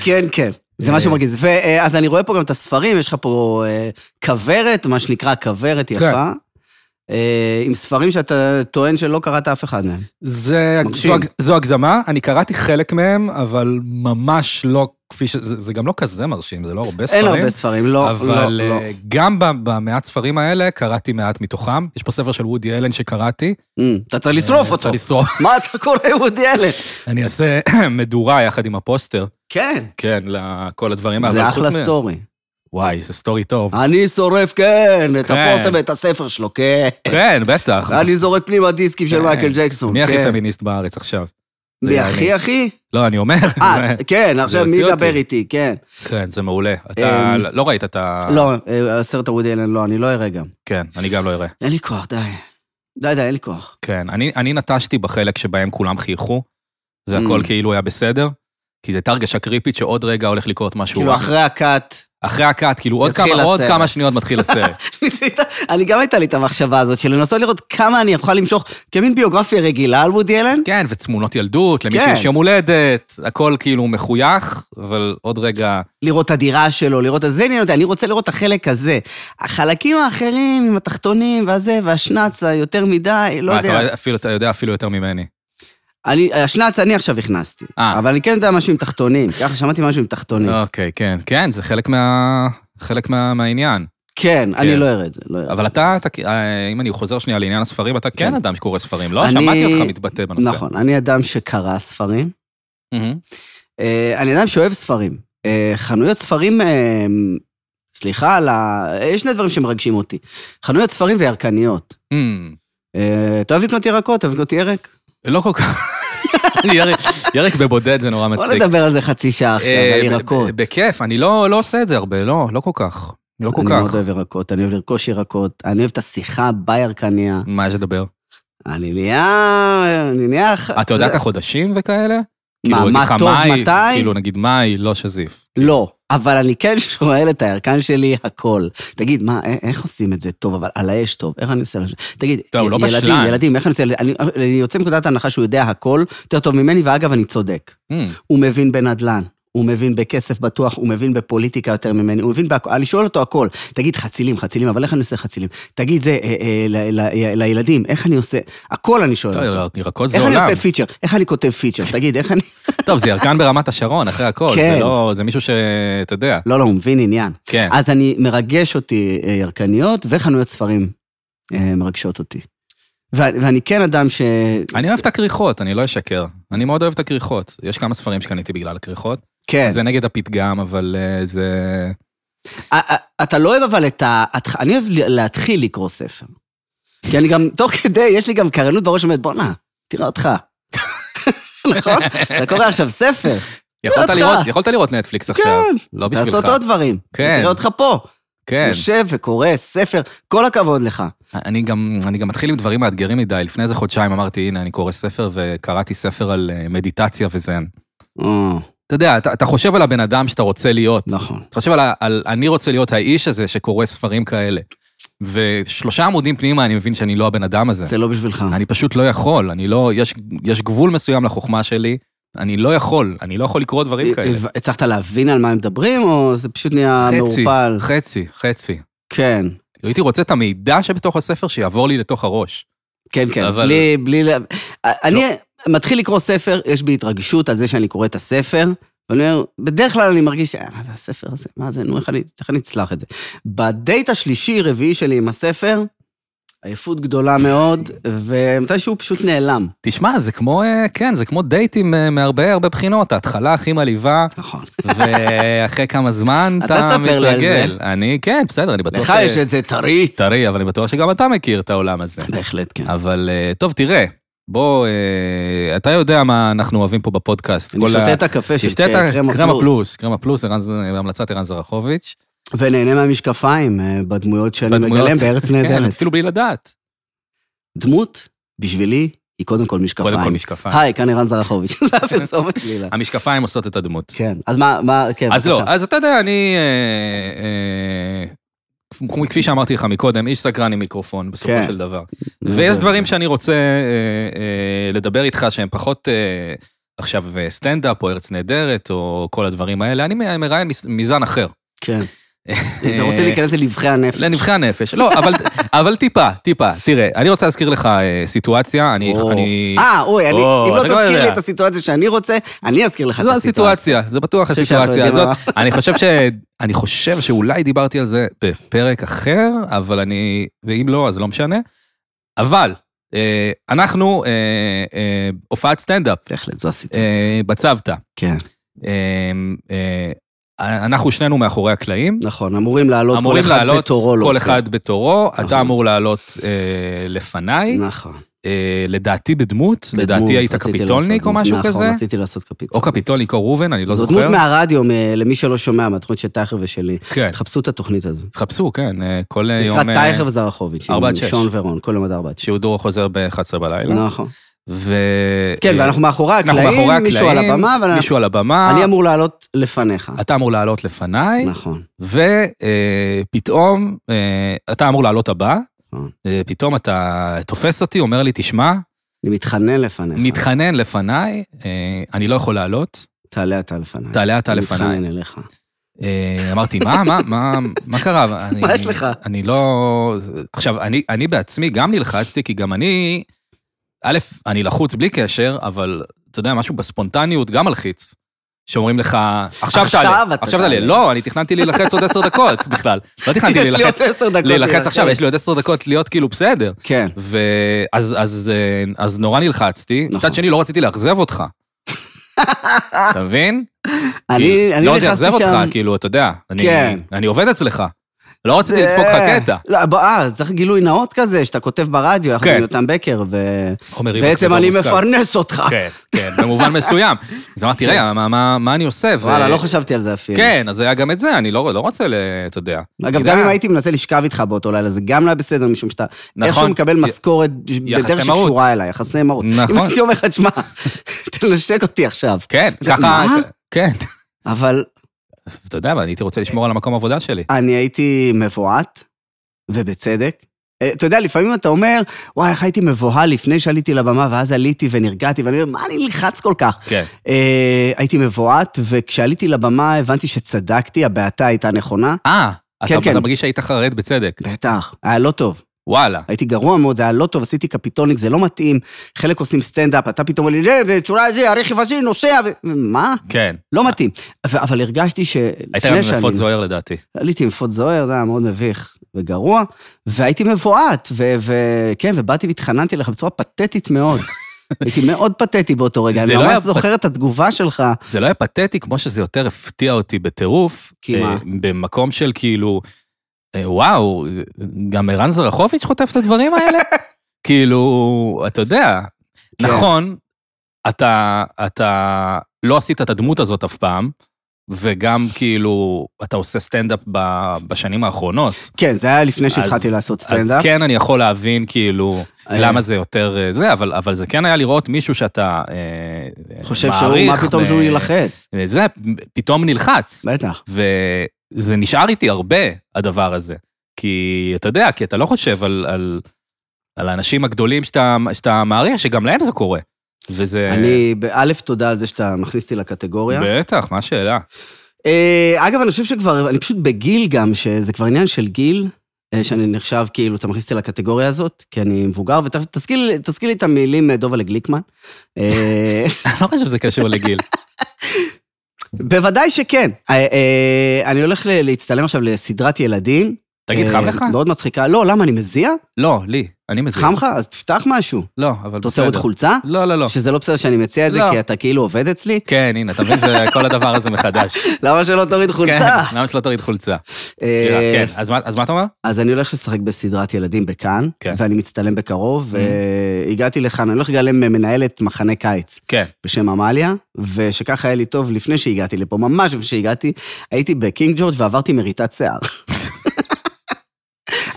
[SPEAKER 3] כן, כן. זה
[SPEAKER 2] אה.
[SPEAKER 3] משהו מרגיז. ואז אני רואה פה גם את הספרים, יש לך פה אה, כוורת, מה שנקרא כוורת יפה.
[SPEAKER 2] כן.
[SPEAKER 3] אה, עם ספרים שאתה טוען שלא קראת אף אחד מהם.
[SPEAKER 2] זה,
[SPEAKER 3] מרשים.
[SPEAKER 2] זו, הג- זו הגזמה, אני קראתי חלק מהם, אבל ממש לא כפי ש... זה, זה גם לא כזה מרשים, זה לא הרבה ספרים.
[SPEAKER 3] אין הרבה ספרים, לא, לא,
[SPEAKER 2] אבל
[SPEAKER 3] לא.
[SPEAKER 2] אה, גם ב- במעט ספרים האלה קראתי מעט מתוכם. יש פה ספר של וודי אלן שקראתי.
[SPEAKER 3] Mm, אתה צריך לשרוף
[SPEAKER 2] אה, צריך
[SPEAKER 3] אותו.
[SPEAKER 2] לשרוף.
[SPEAKER 3] מה אתה קורא וודי אלן?
[SPEAKER 2] אני אעשה מדורה יחד עם הפוסטר.
[SPEAKER 3] כן,
[SPEAKER 2] כן, לכל הדברים
[SPEAKER 3] זה
[SPEAKER 2] אבל חוץ
[SPEAKER 3] אחלה
[SPEAKER 2] מ-
[SPEAKER 3] סטורי.
[SPEAKER 2] וואי, זה סטורי טוב.
[SPEAKER 3] אני שורף, כן, את
[SPEAKER 2] כן.
[SPEAKER 3] הפוסטר ואת הספר שלו, כן.
[SPEAKER 2] כן, בטח.
[SPEAKER 3] אני זורק פנימה דיסקים של
[SPEAKER 2] כן.
[SPEAKER 3] מייקל ג'קסון,
[SPEAKER 2] מי הכי
[SPEAKER 3] כן.
[SPEAKER 2] פמיניסט בארץ עכשיו? זה
[SPEAKER 3] מי
[SPEAKER 2] יעני.
[SPEAKER 3] הכי הכי?
[SPEAKER 2] לא, אני אומר.
[SPEAKER 3] אה, כן, עכשיו מי
[SPEAKER 2] יוציא אותי.
[SPEAKER 3] ידבר איתי, כן.
[SPEAKER 2] כן, זה מעולה. אתה
[SPEAKER 3] אמ,
[SPEAKER 2] לא ראית את ה...
[SPEAKER 3] לא, אה, הסרט הוודי אלן, לא, אני לא אראה גם.
[SPEAKER 2] כן, אני גם לא אראה.
[SPEAKER 3] אין לי כוח, די. די, די, אין לי כוח.
[SPEAKER 2] כן, אני, אני נטשתי בחלק שבהם כולם חייכו, זה
[SPEAKER 3] Mm.
[SPEAKER 2] הכל כאילו היה בסדר, כי זו הייתה הרגשה קריפית שעוד רגע הולך לקרות משהו.
[SPEAKER 3] כאילו, אחרי הקאט,
[SPEAKER 2] אחרי הקאט, כאילו עוד
[SPEAKER 3] יתחיל
[SPEAKER 2] כמה, עוד
[SPEAKER 3] הסרט.
[SPEAKER 2] כמה שניות מתחיל הסרט.
[SPEAKER 3] ניסית, אני גם הייתה לי את המחשבה הזאת של לנסות לראות כמה אני אוכל למשוך כמין ביוגרפיה רגילה על וודי אלן.
[SPEAKER 2] כן, ותמונות ילדות, למישהו
[SPEAKER 3] כן.
[SPEAKER 2] יש יום הולדת, הכל כאילו מחוייך, אבל עוד רגע...
[SPEAKER 3] לראות את הדירה שלו, לראות את זה, עניין אותי, אני רוצה לראות את החלק הזה. החלקים האחרים עם התחתונים והזה, והשנץ היותר מדי, לא
[SPEAKER 2] אה,
[SPEAKER 3] יודע.
[SPEAKER 2] אתה, אפילו, אתה יודע אפילו יותר ממני.
[SPEAKER 3] אני, השנץ אני עכשיו הכנסתי.
[SPEAKER 2] אה.
[SPEAKER 3] אבל אני כן יודע משהו עם תחתונים, ככה שמעתי משהו עם תחתונים.
[SPEAKER 2] אוקיי, כן, כן, זה חלק מה... חלק מה, מהעניין.
[SPEAKER 3] כן, אני
[SPEAKER 2] כן.
[SPEAKER 3] לא אראה את זה, לא אראה.
[SPEAKER 2] אבל אתה, אתה, כ- אה, אם אני חוזר שנייה לעניין הספרים, אתה כן
[SPEAKER 3] כן.
[SPEAKER 2] אדם שקורא ספרים, לא?
[SPEAKER 3] אני-
[SPEAKER 2] שמעתי אותך מתבטא בנושא.
[SPEAKER 3] נכון, אני אדם שקרא ספרים.
[SPEAKER 2] מהמם.
[SPEAKER 3] אה, אני אדם שאוהב ספרים. אה, חנויות ספרים, אה, סליחה על ה... אה, יש שני דברים שמרגשים אותי. חנויות ספרים וירקניות.
[SPEAKER 2] מהמם.
[SPEAKER 3] אה, אתה אוהב לקנות ירקות? אתה אוהב לקנות ירק?
[SPEAKER 2] לא כל כך. ירק, ירק בבודד זה נורא
[SPEAKER 3] בוא
[SPEAKER 2] מצחיק.
[SPEAKER 3] נדבר על זה חצי שעה עכשיו,
[SPEAKER 2] אה,
[SPEAKER 3] על
[SPEAKER 2] ב-
[SPEAKER 3] ירקות.
[SPEAKER 2] ב- בכיף, אני לא לא עושה את זה הרבה, לא, לא כל כך. לא כל
[SPEAKER 3] אני מאוד
[SPEAKER 2] כך.
[SPEAKER 3] אוהב ירקות, אני אוהב לרכוש ירקות, אני אוהב את השיחה בירקניה.
[SPEAKER 2] מה יש לדבר?
[SPEAKER 3] אני נהיה... אני נהיה... אח-
[SPEAKER 2] אתה יודע Mm. את החודשים וכאלה? כאילו,
[SPEAKER 3] אה, מה,
[SPEAKER 2] אגיד
[SPEAKER 3] מה
[SPEAKER 2] לך
[SPEAKER 3] טוב,
[SPEAKER 2] מאי,
[SPEAKER 3] מתי?
[SPEAKER 2] כאילו, נגיד מאי, לא שזיף.
[SPEAKER 3] לא, אבל אני כן שואל את הירקן שלי הכל. תגיד, מה, א- איך עושים את זה טוב, אבל על האש טוב, איך אני עושה על האש? תגיד,
[SPEAKER 2] טוב, הוא לא
[SPEAKER 3] ילדים,
[SPEAKER 2] בשלן.
[SPEAKER 3] ילדים, איך אני עושה... אני, אני יוצא מנקודת ההנחה שהוא יודע הכל יותר טוב ממני, ואגב, אני צודק.
[SPEAKER 2] אמ,
[SPEAKER 3] הוא מבין בנדל"ן. הוא מבין בכסף בטוח, הוא מבין בפוליטיקה יותר ממני, הוא מבין בהכל, אני שואל אותו הכל. תגיד חצילים, חצילים, אבל איך אני עושה חצילים? תגיד זה אה, אה, ל- ל- לילדים, איך אני עושה? הכל אני שואל.
[SPEAKER 2] טוב,
[SPEAKER 3] אותו.
[SPEAKER 2] ירקות זה
[SPEAKER 3] לא, איך אני
[SPEAKER 2] עולם.
[SPEAKER 3] עושה פיצ'ר? איך אני כותב פיצ'ר? תגיד, איך אני...
[SPEAKER 2] טוב, זה ירקן ברמת השרון, אחרי הכל.
[SPEAKER 3] כן.
[SPEAKER 2] זה לא, זה מישהו שאתה יודע.
[SPEAKER 3] לא, לא, הוא מבין עניין.
[SPEAKER 2] כן.
[SPEAKER 3] אז אני, מרגש אותי אה, ירקניות וחנויות ספרים אה, מרגשות אותי. ו- ואני כן אדם ש...
[SPEAKER 2] אני אוהב את הכריכות, אני לא אשקר. אני מאוד אוהב את הכריכות. יש כמה ספרים שקניתי בגלל הכריכות.
[SPEAKER 3] כן.
[SPEAKER 2] זה נגד הפתגם, אבל אה, זה...
[SPEAKER 3] א- א- אתה לא אוהב אבל את ה... את- אני אוהב ל- להתחיל לקרוא ספר. כי אני גם, תוך כדי, יש לי גם קרנות בראש שאומרת, בואנה, תראה אותך. נכון? אתה קורא עכשיו ספר,
[SPEAKER 2] יכולת
[SPEAKER 3] אותך.
[SPEAKER 2] לראות, יכולת לראות נטפליקס עכשיו.
[SPEAKER 3] כן.
[SPEAKER 2] לא בשבילך.
[SPEAKER 3] לעשות עוד דברים.
[SPEAKER 2] כן.
[SPEAKER 3] תראה אותך פה,
[SPEAKER 2] כן.
[SPEAKER 3] יושב וקורא ספר, כל הכבוד לך.
[SPEAKER 2] אני גם, אני גם מתחיל עם דברים מאתגרים מדי. לפני איזה חודשיים אמרתי, הנה, אני קורא ספר, וקראתי ספר על אה, מדיטציה וזן.
[SPEAKER 3] אה,
[SPEAKER 2] אתה יודע, אתה, אתה חושב על הבן אדם שאתה רוצה להיות.
[SPEAKER 3] נכון.
[SPEAKER 2] אתה חושב על, ה- על אני רוצה להיות האיש הזה שקורא ספרים כאלה. ושלושה עמודים פנימה אני מבין שאני לא הבן אדם הזה.
[SPEAKER 3] זה לא בשבילך.
[SPEAKER 2] אני פשוט לא יכול, אני לא, יש, יש גבול מסוים לחוכמה שלי, אני לא יכול, אני לא יכול לקרוא דברים כאלה.
[SPEAKER 3] אה, הצלחת להבין על מה הם מדברים, או זה פשוט נהיה
[SPEAKER 2] חצי,
[SPEAKER 3] מעורפל?
[SPEAKER 2] חצי, חצי.
[SPEAKER 3] כן,
[SPEAKER 2] הייתי רוצה את המידע שבתוך הספר שיעבור לי לתוך הראש.
[SPEAKER 3] כן, כן.
[SPEAKER 2] אבל- לא.
[SPEAKER 3] בלי, בלי... לה- אה, אני מתחיל לקרוא ספר, יש בי התרגשות על זה שאני קורא את הספר, ואני אומר, בדרך כלל אני מרגיש, "אה, מה זה הספר הזה? מה זה? נו, איך אני, איך אני אצלח את זה? בדייט השלישי-רביעי שלי עם הספר, עייפות גדולה מאוד, ומתישהו פשוט נעלם.
[SPEAKER 2] תשמע, זה כמו, אה, כן, זה כמו דייטים אה, מהרבה הרבה בחינות, ההתחלה הכי מלאיבה,
[SPEAKER 3] נכון.
[SPEAKER 2] ואחרי כמה זמן
[SPEAKER 3] אתה
[SPEAKER 2] אתה
[SPEAKER 3] תספר לי על
[SPEAKER 2] מתרגל. אני, כן, בסדר, אני בטוח...
[SPEAKER 3] לך יש את זה טרי.
[SPEAKER 2] טרי, אבל אני בטוח שגם אתה מכיר את העולם הזה.
[SPEAKER 3] בהחלט, כן.
[SPEAKER 2] אבל אה, טוב, תראה, בוא, אה, אתה יודע מה אנחנו אוהבים פה בפודקאסט.
[SPEAKER 3] אני
[SPEAKER 2] כל
[SPEAKER 3] שותה
[SPEAKER 2] ה-
[SPEAKER 3] את הקפה של
[SPEAKER 2] תשתה את
[SPEAKER 3] קרם
[SPEAKER 2] הקרם
[SPEAKER 3] הפלוס.
[SPEAKER 2] הפלוס, קרם הפלוס, ערן ז- בהמלצת ערן זרחוביץ'.
[SPEAKER 3] ונהנה מהמשקפיים אה, בדמויות שאני
[SPEAKER 2] בדמויות-
[SPEAKER 3] מגלם בארץ
[SPEAKER 2] כן,
[SPEAKER 3] נהדרת.
[SPEAKER 2] אפילו בלי לדעת.
[SPEAKER 3] דמות, בשבילי, היא קודם כל משקפיים.
[SPEAKER 2] קודם כל משקפיים.
[SPEAKER 3] היי, כאן ערן זרחוביץ', זה הפרסומת שלי. לה.
[SPEAKER 2] המשקפיים עושות את הדמות.
[SPEAKER 3] כן, אז מה, מה, כן,
[SPEAKER 2] אז
[SPEAKER 3] בבקשה.
[SPEAKER 2] לא, אז אתה יודע, אני... אה, אה, כמו- כפי שאמרתי לך מקודם, איש סקרן עם מיקרופון, בסופו
[SPEAKER 3] כן.
[SPEAKER 2] של דבר.
[SPEAKER 3] נו,
[SPEAKER 2] ויש
[SPEAKER 3] ו-
[SPEAKER 2] דברים שאני רוצה אה, אה, לדבר איתך שהם פחות אה, עכשיו אה, סטנדאפ או ארץ נהדרת או כל הדברים האלה, אני מ- מראיין מס- מזן אחר.
[SPEAKER 3] כן. אתה רוצה להיכנס לנבחי הנפש?
[SPEAKER 2] לנבחי הנפש. לא, אבל, אבל טיפה, טיפה. תראה, אני רוצה להזכיר לך אה, סיטואציה, אני...
[SPEAKER 3] או.
[SPEAKER 2] אני...
[SPEAKER 3] אה, אוי, אני-
[SPEAKER 2] או,
[SPEAKER 3] אם לא
[SPEAKER 2] אתה כבר
[SPEAKER 3] תזכיר לי
[SPEAKER 2] יודע.
[SPEAKER 3] את הסיטואציה שאני רוצה, אני אזכיר לך את
[SPEAKER 2] זו
[SPEAKER 3] הסיטואציה. לא,
[SPEAKER 2] הסיטואציה, זה בטוח
[SPEAKER 3] חושב שאנחנו
[SPEAKER 2] הסיטואציה
[SPEAKER 3] יודעים
[SPEAKER 2] הזאת. אני חושב ש... אני חושב שאולי דיברתי על זה בפרק אחר, אבל אני... ואם לא, אז לא משנה. אבל, אה, אנחנו, אה, אה, הופעת סטנדאפ
[SPEAKER 3] בהחלט, זו הסיטואציה.
[SPEAKER 2] אה, בצוותא.
[SPEAKER 3] כן,
[SPEAKER 2] אה, אה, אנחנו שנינו מאחורי הקלעים.
[SPEAKER 3] נכון, אמורים לעלות כל
[SPEAKER 2] אמורים
[SPEAKER 3] אחד
[SPEAKER 2] לעלות,
[SPEAKER 3] בתורו. לא
[SPEAKER 2] כל
[SPEAKER 3] להופיע.
[SPEAKER 2] אחד בתורו, אתה
[SPEAKER 3] נכון.
[SPEAKER 2] אמור לעלות אה, לפניי,
[SPEAKER 3] נכון.
[SPEAKER 2] אה, לדעתי בדמות,
[SPEAKER 3] בדמות,
[SPEAKER 2] לדעתי היית
[SPEAKER 3] רציתי
[SPEAKER 2] קפיטולניק
[SPEAKER 3] לעשות
[SPEAKER 2] או
[SPEAKER 3] דמות.
[SPEAKER 2] משהו
[SPEAKER 3] נכון,
[SPEAKER 2] כזה,
[SPEAKER 3] רציתי לעשות קפיטולניק.
[SPEAKER 2] או קפיטולניק או ראובן, אני לא
[SPEAKER 3] זו
[SPEAKER 2] זוכר.
[SPEAKER 3] דמות מהרדיו, מ- למי שלא שומע, מהתוכנית של טייכר ושלי.
[SPEAKER 2] כן,
[SPEAKER 3] תחפשו את התוכנית הזו.
[SPEAKER 2] תחפשו, כן, אה, כל אה,
[SPEAKER 3] נקרא
[SPEAKER 2] יום... אה,
[SPEAKER 3] טייכר וזרחוביץ'.
[SPEAKER 2] ארבע עד
[SPEAKER 3] עם
[SPEAKER 2] שש.
[SPEAKER 3] שון ורון, כל יום עד ארבע עד שש.
[SPEAKER 2] שיהודור חוזר ב-11 בלילה.
[SPEAKER 3] נכון.
[SPEAKER 2] ו...
[SPEAKER 3] כן,
[SPEAKER 2] אה,
[SPEAKER 3] ואנחנו מאחורי
[SPEAKER 2] אנחנו מאחורי
[SPEAKER 3] הקלעים, מישהו על
[SPEAKER 2] הקלעים,
[SPEAKER 3] הבמה, אבל
[SPEAKER 2] מישהו אה. על הבמה,
[SPEAKER 3] אני אמור לעלות לפניך.
[SPEAKER 2] אתה אמור לעלות לפניי,
[SPEAKER 3] נכון.
[SPEAKER 2] ופתאום אה, אתה אמור לעלות הבא,
[SPEAKER 3] נכון.
[SPEAKER 2] אה, פתאום אתה תופס אותי, אומר לי, תשמע,
[SPEAKER 3] אה. אני מתחנן לפניך.
[SPEAKER 2] מתחנן לפניי, אה, אני לא יכול לעלות,
[SPEAKER 3] תעלה אתה לפניי.
[SPEAKER 2] תעלה אתה
[SPEAKER 3] אני
[SPEAKER 2] לפניי.
[SPEAKER 3] מתחנן אליך.
[SPEAKER 2] אה, אמרתי, מה, מה, מה, מה קרה? אני-
[SPEAKER 3] מה יש לך?
[SPEAKER 2] אני לא... עכשיו, אני, אני בעצמי גם נלחצתי, כי גם אני, א', אני לחוץ בלי קשר, אבל אתה יודע, משהו בספונטניות גם מלחיץ. שאומרים לך, עכשיו
[SPEAKER 3] עכשיו
[SPEAKER 2] תעלה,
[SPEAKER 3] אתה
[SPEAKER 2] עכשיו תעלה.
[SPEAKER 3] תעלה.
[SPEAKER 2] לא, אני תכננתי להילחץ עוד עשר דקות בכלל. לא תכננתי
[SPEAKER 3] יש לי עוד
[SPEAKER 2] להילחץ,
[SPEAKER 3] עשר דקות.
[SPEAKER 2] להילחץ עכשיו, יש לי עוד עשר דקות להיות כאילו בסדר.
[SPEAKER 3] כן.
[SPEAKER 2] ואז אז, אה, אז נורא נלחצתי,
[SPEAKER 3] נכון.
[SPEAKER 2] מצד שני לא רציתי לאכזב אותך. אתה מבין?
[SPEAKER 3] אני
[SPEAKER 2] כאילו,
[SPEAKER 3] אני
[SPEAKER 2] לא רציתי
[SPEAKER 3] נכנסתי
[SPEAKER 2] לאכזב
[SPEAKER 3] שם...
[SPEAKER 2] אותך, כאילו, אתה יודע, אני-
[SPEAKER 3] כן.
[SPEAKER 2] אני עובד אצלך. לא רציתי לדפוק לך
[SPEAKER 3] אה,
[SPEAKER 2] קטע.
[SPEAKER 3] לא, בוא, אה, צריך גילוי נאות כזה, שאתה כותב ברדיו, יחד
[SPEAKER 2] כן.
[SPEAKER 3] עם יותם בקר, ובעצם
[SPEAKER 2] עומר ריבק זה
[SPEAKER 3] אני
[SPEAKER 2] לא מושכל.
[SPEAKER 3] מפרנס אותך.
[SPEAKER 2] כן, כן, במובן מסוים. אז אמרתי, רגע, מה- מה מה אני עושה? ו-
[SPEAKER 3] וואלה, לא חשבתי על זה אפילו.
[SPEAKER 2] כן, אז היה גם את זה, אני לא לא רוצה, ל- אתה יודע.
[SPEAKER 3] אגב,
[SPEAKER 2] תדע,
[SPEAKER 3] גם אם הייתי מנסה לשכב איתך באותו לילה, זה גם לא היה בסדר, משום שאתה
[SPEAKER 2] נכון.
[SPEAKER 3] איכשהו מקבל
[SPEAKER 2] י-
[SPEAKER 3] משכורת בדרך
[SPEAKER 2] יחסי מרות.
[SPEAKER 3] שקשורה אליי, יחסי מרות.
[SPEAKER 2] נכון.
[SPEAKER 3] אם הייתי אומר לך, תשמע, תנשק אותי עכשיו.
[SPEAKER 2] כן,
[SPEAKER 3] אתה-
[SPEAKER 2] ככה...
[SPEAKER 3] מה?
[SPEAKER 2] כן.
[SPEAKER 3] אבל
[SPEAKER 2] אתה יודע, אבל אני הייתי רוצה לשמור על המקום עבודה שלי.
[SPEAKER 3] אני הייתי מבועת, ובצדק. אה, אתה יודע, לפעמים אתה אומר, וואי, איך הייתי מבוהל לפני שעליתי לבמה, ואז עליתי ונרגעתי, ואני אומר, מה אני נלחץ כל כך?
[SPEAKER 2] כן.
[SPEAKER 3] אה, הייתי מבועת, וכשעליתי לבמה הבנתי שצדקתי, הבעתה הייתה נכונה.
[SPEAKER 2] אה, אתה-
[SPEAKER 3] כן, כן.
[SPEAKER 2] אתה מרגיש שהיית חרד בצדק.
[SPEAKER 3] בטח, היה לא טוב.
[SPEAKER 2] וואלה.
[SPEAKER 3] הייתי גרוע מאוד, זה היה לא טוב, עשיתי קפיטוניק, זה לא מתאים. חלק עושים סטנדאפ, אתה פתאום אומר לי, "לא, וצורה זה, הרכב הזה נוסע, ו... מה?
[SPEAKER 2] כן.
[SPEAKER 3] לא מתאים. ו- אבל הרגשתי
[SPEAKER 2] היית גם
[SPEAKER 3] שלפני
[SPEAKER 2] עם
[SPEAKER 3] שאני...
[SPEAKER 2] נפות זוהר לדעתי.
[SPEAKER 3] עליתי עם אפוד זוהר, זה היה מאוד מביך וגרוע, והייתי מבועת, וכן, ו- כן, ובאתי והתחננתי לך בצורה פתטית מאוד. הייתי מאוד פתטי באותו רגע,
[SPEAKER 2] זה
[SPEAKER 3] אני
[SPEAKER 2] לא
[SPEAKER 3] ממש
[SPEAKER 2] היה
[SPEAKER 3] זוכר את התגובה שלך.
[SPEAKER 2] זה לא היה פתטי כמו שזה יותר הפתיע אותי בטירוף.
[SPEAKER 3] כי
[SPEAKER 2] אה,
[SPEAKER 3] מה?
[SPEAKER 2] במקום של כאילו, אה, וואו, גם ערן זרחוביץ' חוטף את הדברים האלה? כאילו, אתה יודע,
[SPEAKER 3] כן.
[SPEAKER 2] נכון, אתה, אתה לא עשית את הדמות הזאת אף פעם, וגם כאילו, אתה עושה סטנדאפ ב- בשנים האחרונות.
[SPEAKER 3] כן, זה היה לפני
[SPEAKER 2] אז-
[SPEAKER 3] שהתחלתי לעשות
[SPEAKER 2] אז
[SPEAKER 3] סטנדאפ.
[SPEAKER 2] כן, אני יכול להבין כאילו למה זה יותר אה, זה, אבל, אבל זה כן היה לראות מישהו שאתה אה, מעריך.
[SPEAKER 3] חושב שהוא, מה פתאום שהוא
[SPEAKER 2] ב-
[SPEAKER 3] יילחץ?
[SPEAKER 2] זה פתאום נלחץ,
[SPEAKER 3] בטח.
[SPEAKER 2] וזה נשאר איתי הרבה, הדבר הזה. כי אתה יודע, כי אתה לא חושב על, על, על האנשים הגדולים שאתה, שאתה מעריך, שגם להם זה קורה. וזה...
[SPEAKER 3] אני, באלף, תודה על זה שאתה מכניס אותי לקטגוריה.
[SPEAKER 2] בטח, מה השאלה?
[SPEAKER 3] אה, אגב, אני חושב שכבר, אני פשוט בגיל גם, שזה כבר עניין של גיל, אה, שאני נחשב כאילו, אתה מכניס אותי לקטגוריה הזאת, כי אני מבוגר, ותזכיר לי את המילים אה, דובלה גליקמן. אה,
[SPEAKER 2] אני לא חושב שזה קשור לגיל.
[SPEAKER 3] בוודאי שכן. אה, אה, אני הולך ל- להצטלם עכשיו לסדרת ילדים.
[SPEAKER 2] תגיד,
[SPEAKER 3] אה,
[SPEAKER 2] חם לך?
[SPEAKER 3] מאוד מצחיקה. לא, למה, אני מזיע?
[SPEAKER 2] לא, לי. אני מזיע.
[SPEAKER 3] חם לך? אז תפתח משהו.
[SPEAKER 2] לא, אבל בסדר.
[SPEAKER 3] אתה רוצה עוד חולצה?
[SPEAKER 2] לא, לא, לא.
[SPEAKER 3] שזה לא בסדר שאני מציע את זה,
[SPEAKER 2] לא.
[SPEAKER 3] כי אתה כאילו עובד אצלי?
[SPEAKER 2] כן, הנה, אתה מבין שכל הדבר הזה מחדש.
[SPEAKER 3] למה שלא תוריד חולצה?
[SPEAKER 2] כן, למה שלא תוריד חולצה?
[SPEAKER 3] אה,
[SPEAKER 2] סליחה, כן. אז מה- אז מה אתה אומר?
[SPEAKER 3] אז אני הולך לשחק בסדרת ילדים בכאן,
[SPEAKER 2] כן.
[SPEAKER 3] ואני מצטלם בקרוב, והגעתי לכאן, אני הולך לגלם מנהלת מחנה קיץ
[SPEAKER 2] כן.
[SPEAKER 3] בשם עמליה, ושככה היה לי טוב לפני שהגעתי לפה, ממש לפני שהגעתי, הייתי בקינג ג'ורג' ועברתי מריטת שיער.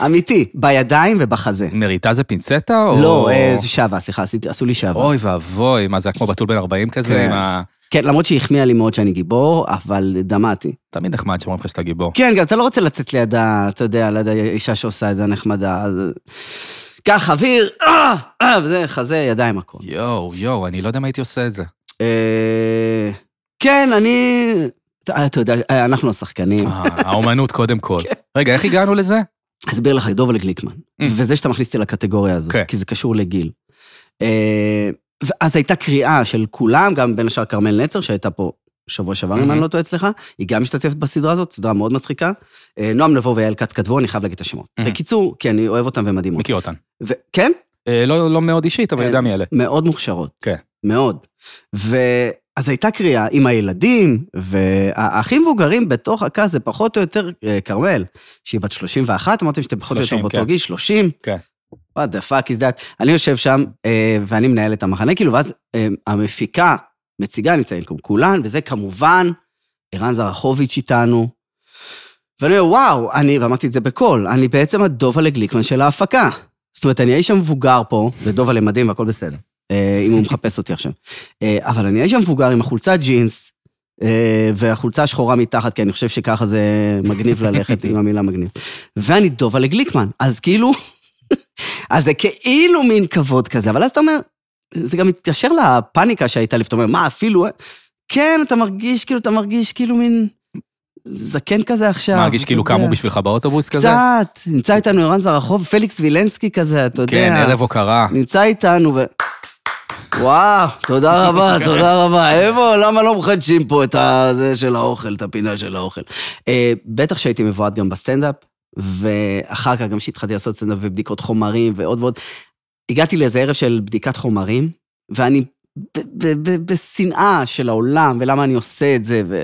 [SPEAKER 3] אמיתי, בידיים ובחזה.
[SPEAKER 2] מריטה זה פינצטה או...
[SPEAKER 3] לא, אה, זה שעבה, סליחה, עשיתי- עשו לי שעבה.
[SPEAKER 2] אוי ואבוי, מה זה היה כמו בתול בן 40 כזה
[SPEAKER 3] כן.
[SPEAKER 2] עם ה...
[SPEAKER 3] כן, למרות שהיא החמיאה לי מאוד שאני גיבור, אבל דמעתי.
[SPEAKER 2] תמיד נחמד שאומרים לך שאתה גיבור.
[SPEAKER 3] כן, גם אתה לא רוצה לצאת ליד ה... אתה יודע, ליד האישה שעושה את זה הנחמדה. אז... קח אוויר, אה, אה, וזה, חזה, ידיים, הכול.
[SPEAKER 2] יואו, יואו, אני לא יודע אם הייתי עושה את זה.
[SPEAKER 3] אה, כן, אני... אתה אתה יודע, אה, אנחנו השחקנים.
[SPEAKER 2] אה, האומנות קודם כל.
[SPEAKER 3] כן.
[SPEAKER 2] רגע, איך הגענו לזה?
[SPEAKER 3] אסביר לך, דובל גליקמן.
[SPEAKER 2] Mm.
[SPEAKER 3] וזה שאתה מכניס אותי לקטגוריה הזאת,
[SPEAKER 2] כן.
[SPEAKER 3] כי זה קשור לגיל. אה, ואז הייתה קריאה של כולם, גם בין השאר כרמל נצר, שהייתה פה שבוע שעבר, אם
[SPEAKER 2] Mhm.
[SPEAKER 3] אני לא טועה אצלך, היא גם משתתפת בסדרה הזאת, סדרה מאוד מצחיקה. אה, נועם נבו ויעל כץ כתבו, אני חייב להגיד את השמות.
[SPEAKER 2] Mhm.
[SPEAKER 3] בקיצור, כי אני אוהב אותם ומדהים אותם.
[SPEAKER 2] מכיר אותן.
[SPEAKER 3] כן,
[SPEAKER 2] אה, לא לא מאוד אישית, אבל
[SPEAKER 3] אה,
[SPEAKER 2] יודע מי אלה.
[SPEAKER 3] מאוד מוכשרות.
[SPEAKER 2] כן.
[SPEAKER 3] מאוד. ואז הייתה קריאה עם הילדים, והאחים מבוגרים בתוך הכעס זה פחות או יותר אה, כרמל, שהיא בת 31, אמרתם שאתם פחות או
[SPEAKER 2] 30,
[SPEAKER 3] יותר באותו
[SPEAKER 2] כן.
[SPEAKER 3] גיל, 30.
[SPEAKER 2] כן.
[SPEAKER 3] וואט דה פאק איז דאט. אני יושב שם, אה, ואני מנהל את המחנה, כאילו, ואז אה, המפיקה מציגה, נמצאים כאן כולן, וזה כמובן ערן זרחוביץ' איתנו. ואני אומר, וואו, אני, ואמרתי את זה בקול, אני בעצם הדובלה גליקמן של ההפקה. זאת אומרת, אני האיש המבוגר פה, ודובלה מדהים והכל בסדר, אה, אם הוא מחפש אותי עכשיו. אה, אבל אני האיש המבוגר עם החולצה ג'ינס, אה, והחולצה השחורה מתחת, כי אני חושב שככה זה מגניב ללכת עם המילה מגניב. ואני דובלה גליקמן, אז כאילו, אז זה כאילו מין כבוד כזה, אבל אז אתה אומר, זה גם מתקשר לפאניקה שהייתה לפתאום, אתה אומר, מה, אפילו... כן, אתה מרגיש כאילו, אתה מרגיש כאילו מין זקן כזה עכשיו.
[SPEAKER 2] מרגיש
[SPEAKER 3] אתה
[SPEAKER 2] כאילו
[SPEAKER 3] יודע.
[SPEAKER 2] קמו בשבילך באוטובוס כזה?
[SPEAKER 3] קצת, נמצא איתנו ערן זרחוב, פליקס וילנסקי כזה, אתה יודע.
[SPEAKER 2] כן, ערב הוקרה.
[SPEAKER 3] נמצא איתנו ו... וואו, תודה רבה, תודה רבה. איפה, למה לא מחדשים פה את הזה של האוכל, את הפינה של האוכל? אה, בטח שהייתי מבועד גם בסטנדאפ, ואחר כך גם כשהתחלתי לעשות סטנדאפ ובדיקות חומרים ועוד ועוד, הגעתי לאיזה ערב של בדיקת חומרים, ואני ב- ב- ב- בשנאה של העולם, ולמה אני עושה את זה, ו...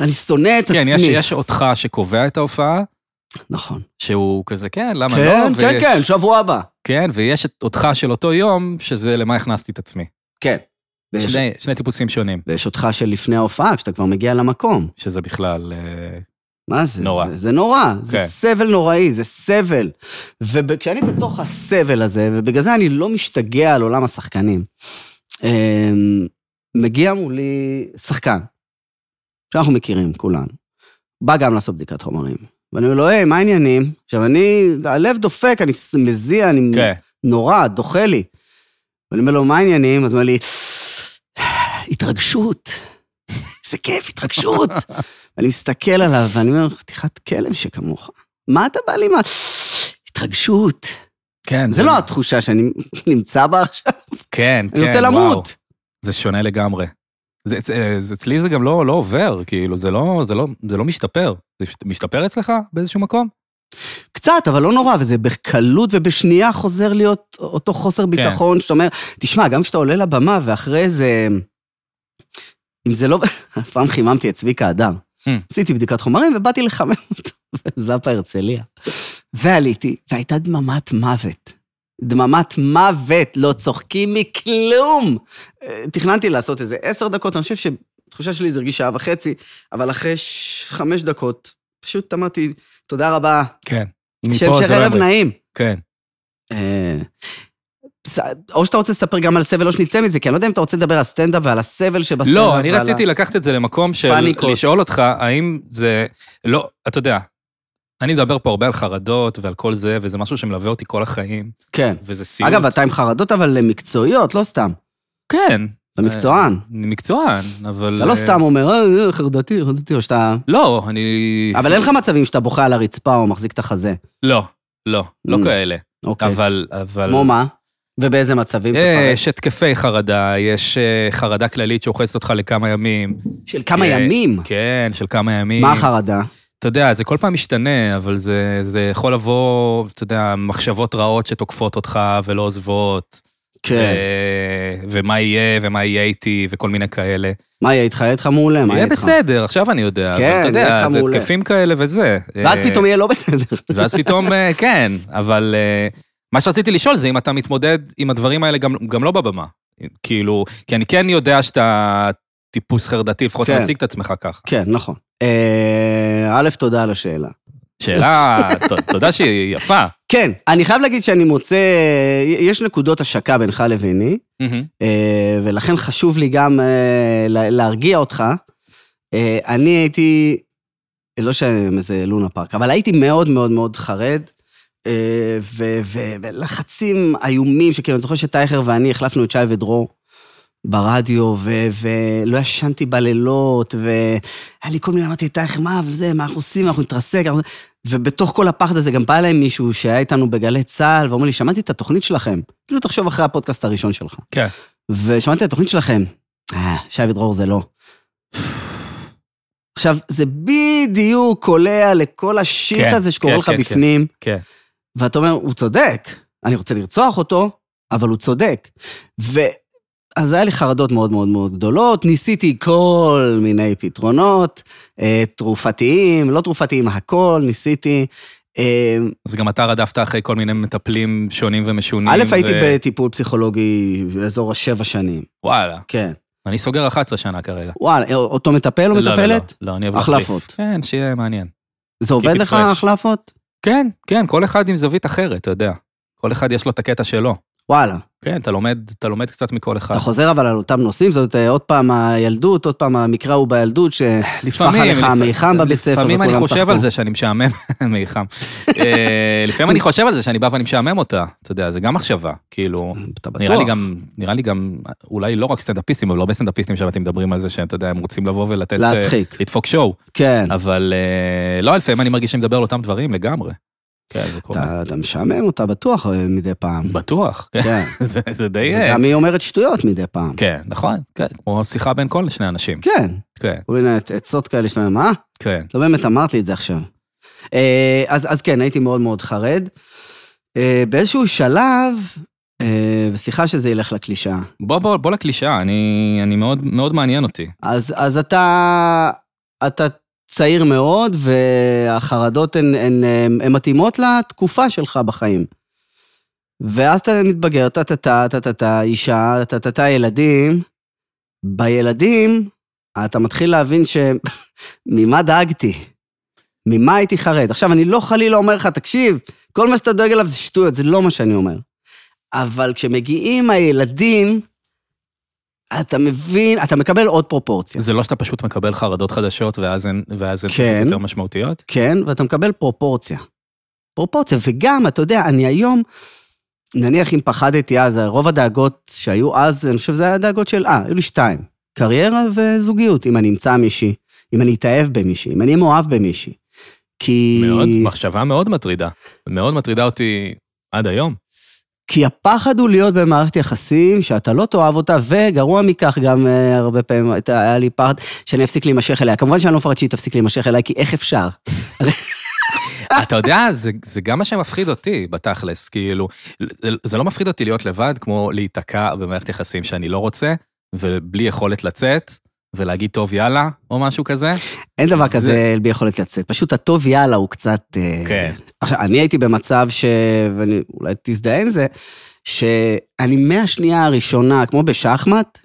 [SPEAKER 3] אני שונא את
[SPEAKER 2] כן,
[SPEAKER 3] עצמי.
[SPEAKER 2] יש- יש אותך שקובע את ההופעה,
[SPEAKER 3] נכון.
[SPEAKER 2] שהוא כזה, כן, למה לא?
[SPEAKER 3] כן, כן,
[SPEAKER 2] ויש-
[SPEAKER 3] כן, שבוע הבא.
[SPEAKER 2] כן, ויש את אותך של אותו יום, שזה למה הכנסתי את עצמי.
[SPEAKER 3] כן. ויש-
[SPEAKER 2] שני- שני טיפוסים שונים,
[SPEAKER 3] ויש אותך של לפני ההופעה, כשאתה כבר מגיע למקום.
[SPEAKER 2] שזה בכלל... אה,
[SPEAKER 3] מה זה?
[SPEAKER 2] נורא.
[SPEAKER 3] זה, זה נורא, זה
[SPEAKER 2] כן.
[SPEAKER 3] סבל נוראי, זה סבל. וכשאני בתוך הסבל הזה, ובגלל זה אני לא משתגע על עולם השחקנים, אמ, מגיע מולי שחקן, שאנחנו מכירים כולנו, בא גם לעשות בדיקת חומרים. ואני אומר לו, היי, מה העניינים? עכשיו, אני, הלב דופק, אני ס- מזיע, אני
[SPEAKER 2] כן.
[SPEAKER 3] נורא, דוחה לי. ואני אומר לו, מה העניינים? אז הוא אומר לי, התרגשות. איזה כיף, התרגשות. ואני מסתכל עליו, ואני אומר, חתיכת כלב שכמוך. מה אתה בא לי מה? התרגשות.
[SPEAKER 2] כן.
[SPEAKER 3] זה לא התחושה שאני נמצא בה עכשיו,
[SPEAKER 2] כן, כן,
[SPEAKER 3] אני רוצה
[SPEAKER 2] וואו.
[SPEAKER 3] למות.
[SPEAKER 2] זה שונה לגמרי. זה, זה, זה, אצלי זה גם לא, לא עובר, כאילו, זה לא, זה, לא, זה לא משתפר. זה מש- משתפר אצלך באיזשהו מקום?
[SPEAKER 3] קצת, אבל לא נורא, וזה בקלות ובשנייה חוזר להיות אותו חוסר ביטחון, שאתה אומר, תשמע, גם כשאתה עולה לבמה ואחרי זה... אם זה לא... פעם חיממתי את צביקה אדם.
[SPEAKER 2] Mm.
[SPEAKER 3] עשיתי בדיקת חומרים ובאתי לחמם אותו בזאפה הרצליה. ועליתי, והייתה דממת מוות. דממת מוות, לא צוחקים מכלום. אה, תכננתי לעשות איזה עשר דקות, אני חושב שהתחושה שלי זה הרגיש שעה וחצי, אבל אחרי ש- חמש דקות, פשוט אמרתי, תודה רבה,
[SPEAKER 2] כן.
[SPEAKER 3] שהמשך ערב נעים.
[SPEAKER 2] כן.
[SPEAKER 3] אה, ס- או שאתה רוצה לספר גם על סבל, או שנצא מזה, כי אני לא יודע אם אתה רוצה לדבר על סטנדאפ ועל הסבל שבסטנדאפ.
[SPEAKER 2] לא, אני
[SPEAKER 3] ועל ה-
[SPEAKER 2] רציתי לקחת את זה למקום של
[SPEAKER 3] פאניקות.
[SPEAKER 2] לשאול אותך, האם זה... לא, אתה יודע, אני מדבר פה הרבה על חרדות ועל כל זה, וזה משהו שמלווה אותי כל החיים,
[SPEAKER 3] כן.
[SPEAKER 2] וזה סיוט.
[SPEAKER 3] אגב, אתה עם חרדות אבל מקצועיות, לא סתם.
[SPEAKER 2] כן.
[SPEAKER 3] אתה מקצוען.
[SPEAKER 2] אני מקצוען, אבל...
[SPEAKER 3] אתה לא סתם אומר, "אה, אה, חרדתי, חרדתי, או שאתה...
[SPEAKER 2] לא, אני...
[SPEAKER 3] אבל אין לך מצבים שאתה בוכה על הרצפה או מחזיק את החזה.
[SPEAKER 2] לא, לא, לא
[SPEAKER 3] Mm.
[SPEAKER 2] כאלה.
[SPEAKER 3] אוקיי.
[SPEAKER 2] אבל, אבל...
[SPEAKER 3] כמו מה? ובאיזה מצבים?
[SPEAKER 2] אה,
[SPEAKER 3] תפרט.
[SPEAKER 2] יש התקפי חרדה, יש אה, חרדה כללית שאוחזת אותך לכמה ימים.
[SPEAKER 3] של כמה
[SPEAKER 2] אה,
[SPEAKER 3] ימים.
[SPEAKER 2] כן, של כמה ימים.
[SPEAKER 3] מה החרדה?
[SPEAKER 2] אתה יודע, זה כל פעם משתנה, אבל זה, זה יכול לבוא, אתה יודע, מחשבות רעות שתוקפות אותך ולא עוזבות. אה,
[SPEAKER 3] כן.
[SPEAKER 2] ו- ומה יהיה, ומה יהיה איתי, וכל מיני כאלה.
[SPEAKER 3] מה יהיה איתך? יהיה איתך מעולה, מה יהיה
[SPEAKER 2] יהיה
[SPEAKER 3] איתך?
[SPEAKER 2] בסדר, עכשיו אני יודע. אבל
[SPEAKER 3] כן,
[SPEAKER 2] אתה
[SPEAKER 3] יהיה
[SPEAKER 2] יודע,
[SPEAKER 3] לך
[SPEAKER 2] זה
[SPEAKER 3] מעולה.
[SPEAKER 2] התקפים כאלה וזה.
[SPEAKER 3] ואז
[SPEAKER 2] אה,
[SPEAKER 3] פתאום יהיה לא בסדר.
[SPEAKER 2] ואז פתאום, אה, כן, אבל אה, מה שרציתי לשאול זה אם אתה מתמודד עם הדברים האלה גם, גם לא בבמה. כאילו, כי אני כן יודע שאתה טיפוס חרדתי, לפחות
[SPEAKER 3] כן.
[SPEAKER 2] כן. מציג את עצמך ככה.
[SPEAKER 3] כן, נכון. אה, א', תודה על השאלה.
[SPEAKER 2] שאלה, ת- תודה שהיא יפה.
[SPEAKER 3] כן, אני חייב להגיד שאני מוצא, יש נקודות השקה בינך לביני, אה, ולכן חשוב לי גם אה, לה- להרגיע אותך. אה, אני הייתי, לא שאני איזה לונה פארק, אבל הייתי מאוד מאוד מאוד חרד, אה, ו- ו- ולחצים איומים, שכאילו, אני זוכר שטייכר ואני החלפנו את שי ודרור. ברדיו, ו- ולא ישנתי בלילות, והיה לי כל מיני, אמרתי, טייכר, מה זה, מה אנחנו עושים, אנחנו נתרסק, אנחנו... ובתוך כל הפחד הזה גם בא אליי מישהו שהיה איתנו בגלי צה"ל, ואומר לי, שמעתי את התוכנית שלכם. כאילו, תחשוב אחרי הפודקאסט הראשון שלך.
[SPEAKER 2] כן.
[SPEAKER 3] ושמעתי את התוכנית שלכם. אה, שי ודרור זה לא. עכשיו, זה בדיוק קולע לכל השיט
[SPEAKER 2] כן,
[SPEAKER 3] הזה שקורה
[SPEAKER 2] כן,
[SPEAKER 3] לך
[SPEAKER 2] כן, כן.
[SPEAKER 3] בפנים.
[SPEAKER 2] כן.
[SPEAKER 3] ואתה אומר, הוא צודק, אני רוצה לרצוח אותו, אבל הוא צודק. ו... אז היה לי חרדות מאוד מאוד מאוד גדולות, ניסיתי כל מיני פתרונות, אה, תרופתיים, לא תרופתיים, הכל, ניסיתי. אה,
[SPEAKER 2] אז גם אתה רדפת אחרי כל מיני מטפלים שונים ומשונים.
[SPEAKER 3] א', הייתי
[SPEAKER 2] ו-
[SPEAKER 3] בטיפול פסיכולוגי באזור השבע שנים,
[SPEAKER 2] וואלה,
[SPEAKER 3] כן.
[SPEAKER 2] אני סוגר 11 שנה כרגע.
[SPEAKER 3] וואלה, אה, אותו מטפל או
[SPEAKER 2] לא, לא,
[SPEAKER 3] מטפלת?
[SPEAKER 2] לא, לא, אני אוהב
[SPEAKER 3] החלפות.
[SPEAKER 2] להחליף. כן, שיהיה מעניין.
[SPEAKER 3] זה עובד
[SPEAKER 2] it
[SPEAKER 3] לך,
[SPEAKER 2] fresh.
[SPEAKER 3] החלפות?
[SPEAKER 2] כן, כן, כל אחד עם זווית אחרת, אתה יודע. כל אחד יש לו את הקטע שלו.
[SPEAKER 3] וואלה.
[SPEAKER 2] כן, אתה לומד, אתה לומד קצת מכל אחד.
[SPEAKER 3] אתה חוזר אבל על אותם נושאים, זאת אה, עוד פעם הילדות, עוד פעם המקרא הוא בילדות, ש...
[SPEAKER 2] לפעמים,
[SPEAKER 3] עליך
[SPEAKER 2] לפ-
[SPEAKER 3] המיחם בבית ספר
[SPEAKER 2] לפעמים אני
[SPEAKER 3] וכולם
[SPEAKER 2] חושב
[SPEAKER 3] צחקו.
[SPEAKER 2] על זה שאני משעמם, מיחם. אה, לפעמים אני חושב על זה שאני בא ואני משעמם אותה, אתה יודע, זה גם מחשבה, כאילו,
[SPEAKER 3] אתה בטוח.
[SPEAKER 2] נראה לי גם, נראה לי גם, אולי לא רק סטנדאפיסטים, אבל הרבה סטנדאפיסטים שאתם מדברים על זה, שאתה יודע, הם רוצים לבוא ולתת, אה,
[SPEAKER 3] להצחיק.
[SPEAKER 2] לדפוק שואו,
[SPEAKER 3] כן.
[SPEAKER 2] אבל אה, לא, לפעמים אני מרגיש שאני מדבר על אותם דברים לגמרי. כן, זה קורה.
[SPEAKER 3] אתה אתה משעמם אותה בטוח אה, מדי פעם.
[SPEAKER 2] בטוח, כן,
[SPEAKER 3] כן.
[SPEAKER 2] זה- זה די... אה,
[SPEAKER 3] גם היא אומרת שטויות מדי פעם.
[SPEAKER 2] כן, נכון, כן, כמו שיחה בין כל שני אנשים.
[SPEAKER 3] כן.
[SPEAKER 2] כן,
[SPEAKER 3] כל מיני עצות כאלה שאתה אומר, מה?
[SPEAKER 2] כן.
[SPEAKER 3] לא באמת אמרת לי את זה עכשיו. אה, אז, אז כן, הייתי מאוד מאוד חרד. אה, באיזשהו שלב, אה, וסליחה שזה ילך לקלישאה,
[SPEAKER 2] בוא, בוא, בוא לקלישאה, אני, אני מאוד, מאוד מעניין אותי.
[SPEAKER 3] אז, אז אתה, אתה צעיר מאוד, והחרדות הן, הן, הן, הן מתאימות לתקופה שלך בחיים. ואז אתה מתבגר, טה-טה-טה, טה-טה-טה, אישה, טה-טה-טה, ילדים. בילדים, אתה מתחיל להבין ש... ממה דאגתי? ממה הייתי חרד? עכשיו, אני לא חלילה אומר לך, תקשיב, כל מה שאתה דואג אליו זה שטויות, זה לא מה שאני אומר. אבל כשמגיעים הילדים, אתה מבין, אתה מקבל עוד פרופורציה.
[SPEAKER 2] זה לא שאתה פשוט מקבל חרדות חדשות ואז הן ואז הן
[SPEAKER 3] כן.
[SPEAKER 2] פשוט יותר משמעותיות?
[SPEAKER 3] כן, ואתה מקבל פרופורציה. פרופורציה, וגם, אתה יודע, אני היום, נניח אם פחדתי אז, רוב הדאגות שהיו אז, אני חושב שזה היה דאגות של, אה, היו לי שתיים, קריירה וזוגיות, אם אני אמצא מישהי, אם אני אתאהב במישהי, אם אני אהיה מאוהב במישהי. כי...
[SPEAKER 2] מאוד, מחשבה מאוד מטרידה. מאוד מטרידה אותי עד היום.
[SPEAKER 3] כי הפחד הוא להיות במערכת יחסים שאתה לא תאהב אותה, וגרוע מכך גם אה, הרבה פעמים הייתה- היה לי פחד שאני אפסיק להימשך אליה. כמובן שאני לא מפרט שהיא תפסיק להימשך אליי, כי איך אפשר? אה!
[SPEAKER 2] אתה יודע, זה, זה גם מה שמפחיד אותי בתכלס, כאילו, זה, זה לא מפחיד אותי להיות לבד, כמו להיתקע במערכת יחסים שאני לא רוצה, ובלי יכולת לצאת, ולהגיד טוב יאללה, או משהו כזה.
[SPEAKER 3] אין דבר
[SPEAKER 2] זה-
[SPEAKER 3] כזה בלי יכולת לצאת. פשוט הטוב יאללה הוא קצת... אה,
[SPEAKER 2] כן.
[SPEAKER 3] עכשיו, אני הייתי במצב ש... ואני אולי תזדהה עם זה, שאני מהשנייה הראשונה, כמו בשחמט,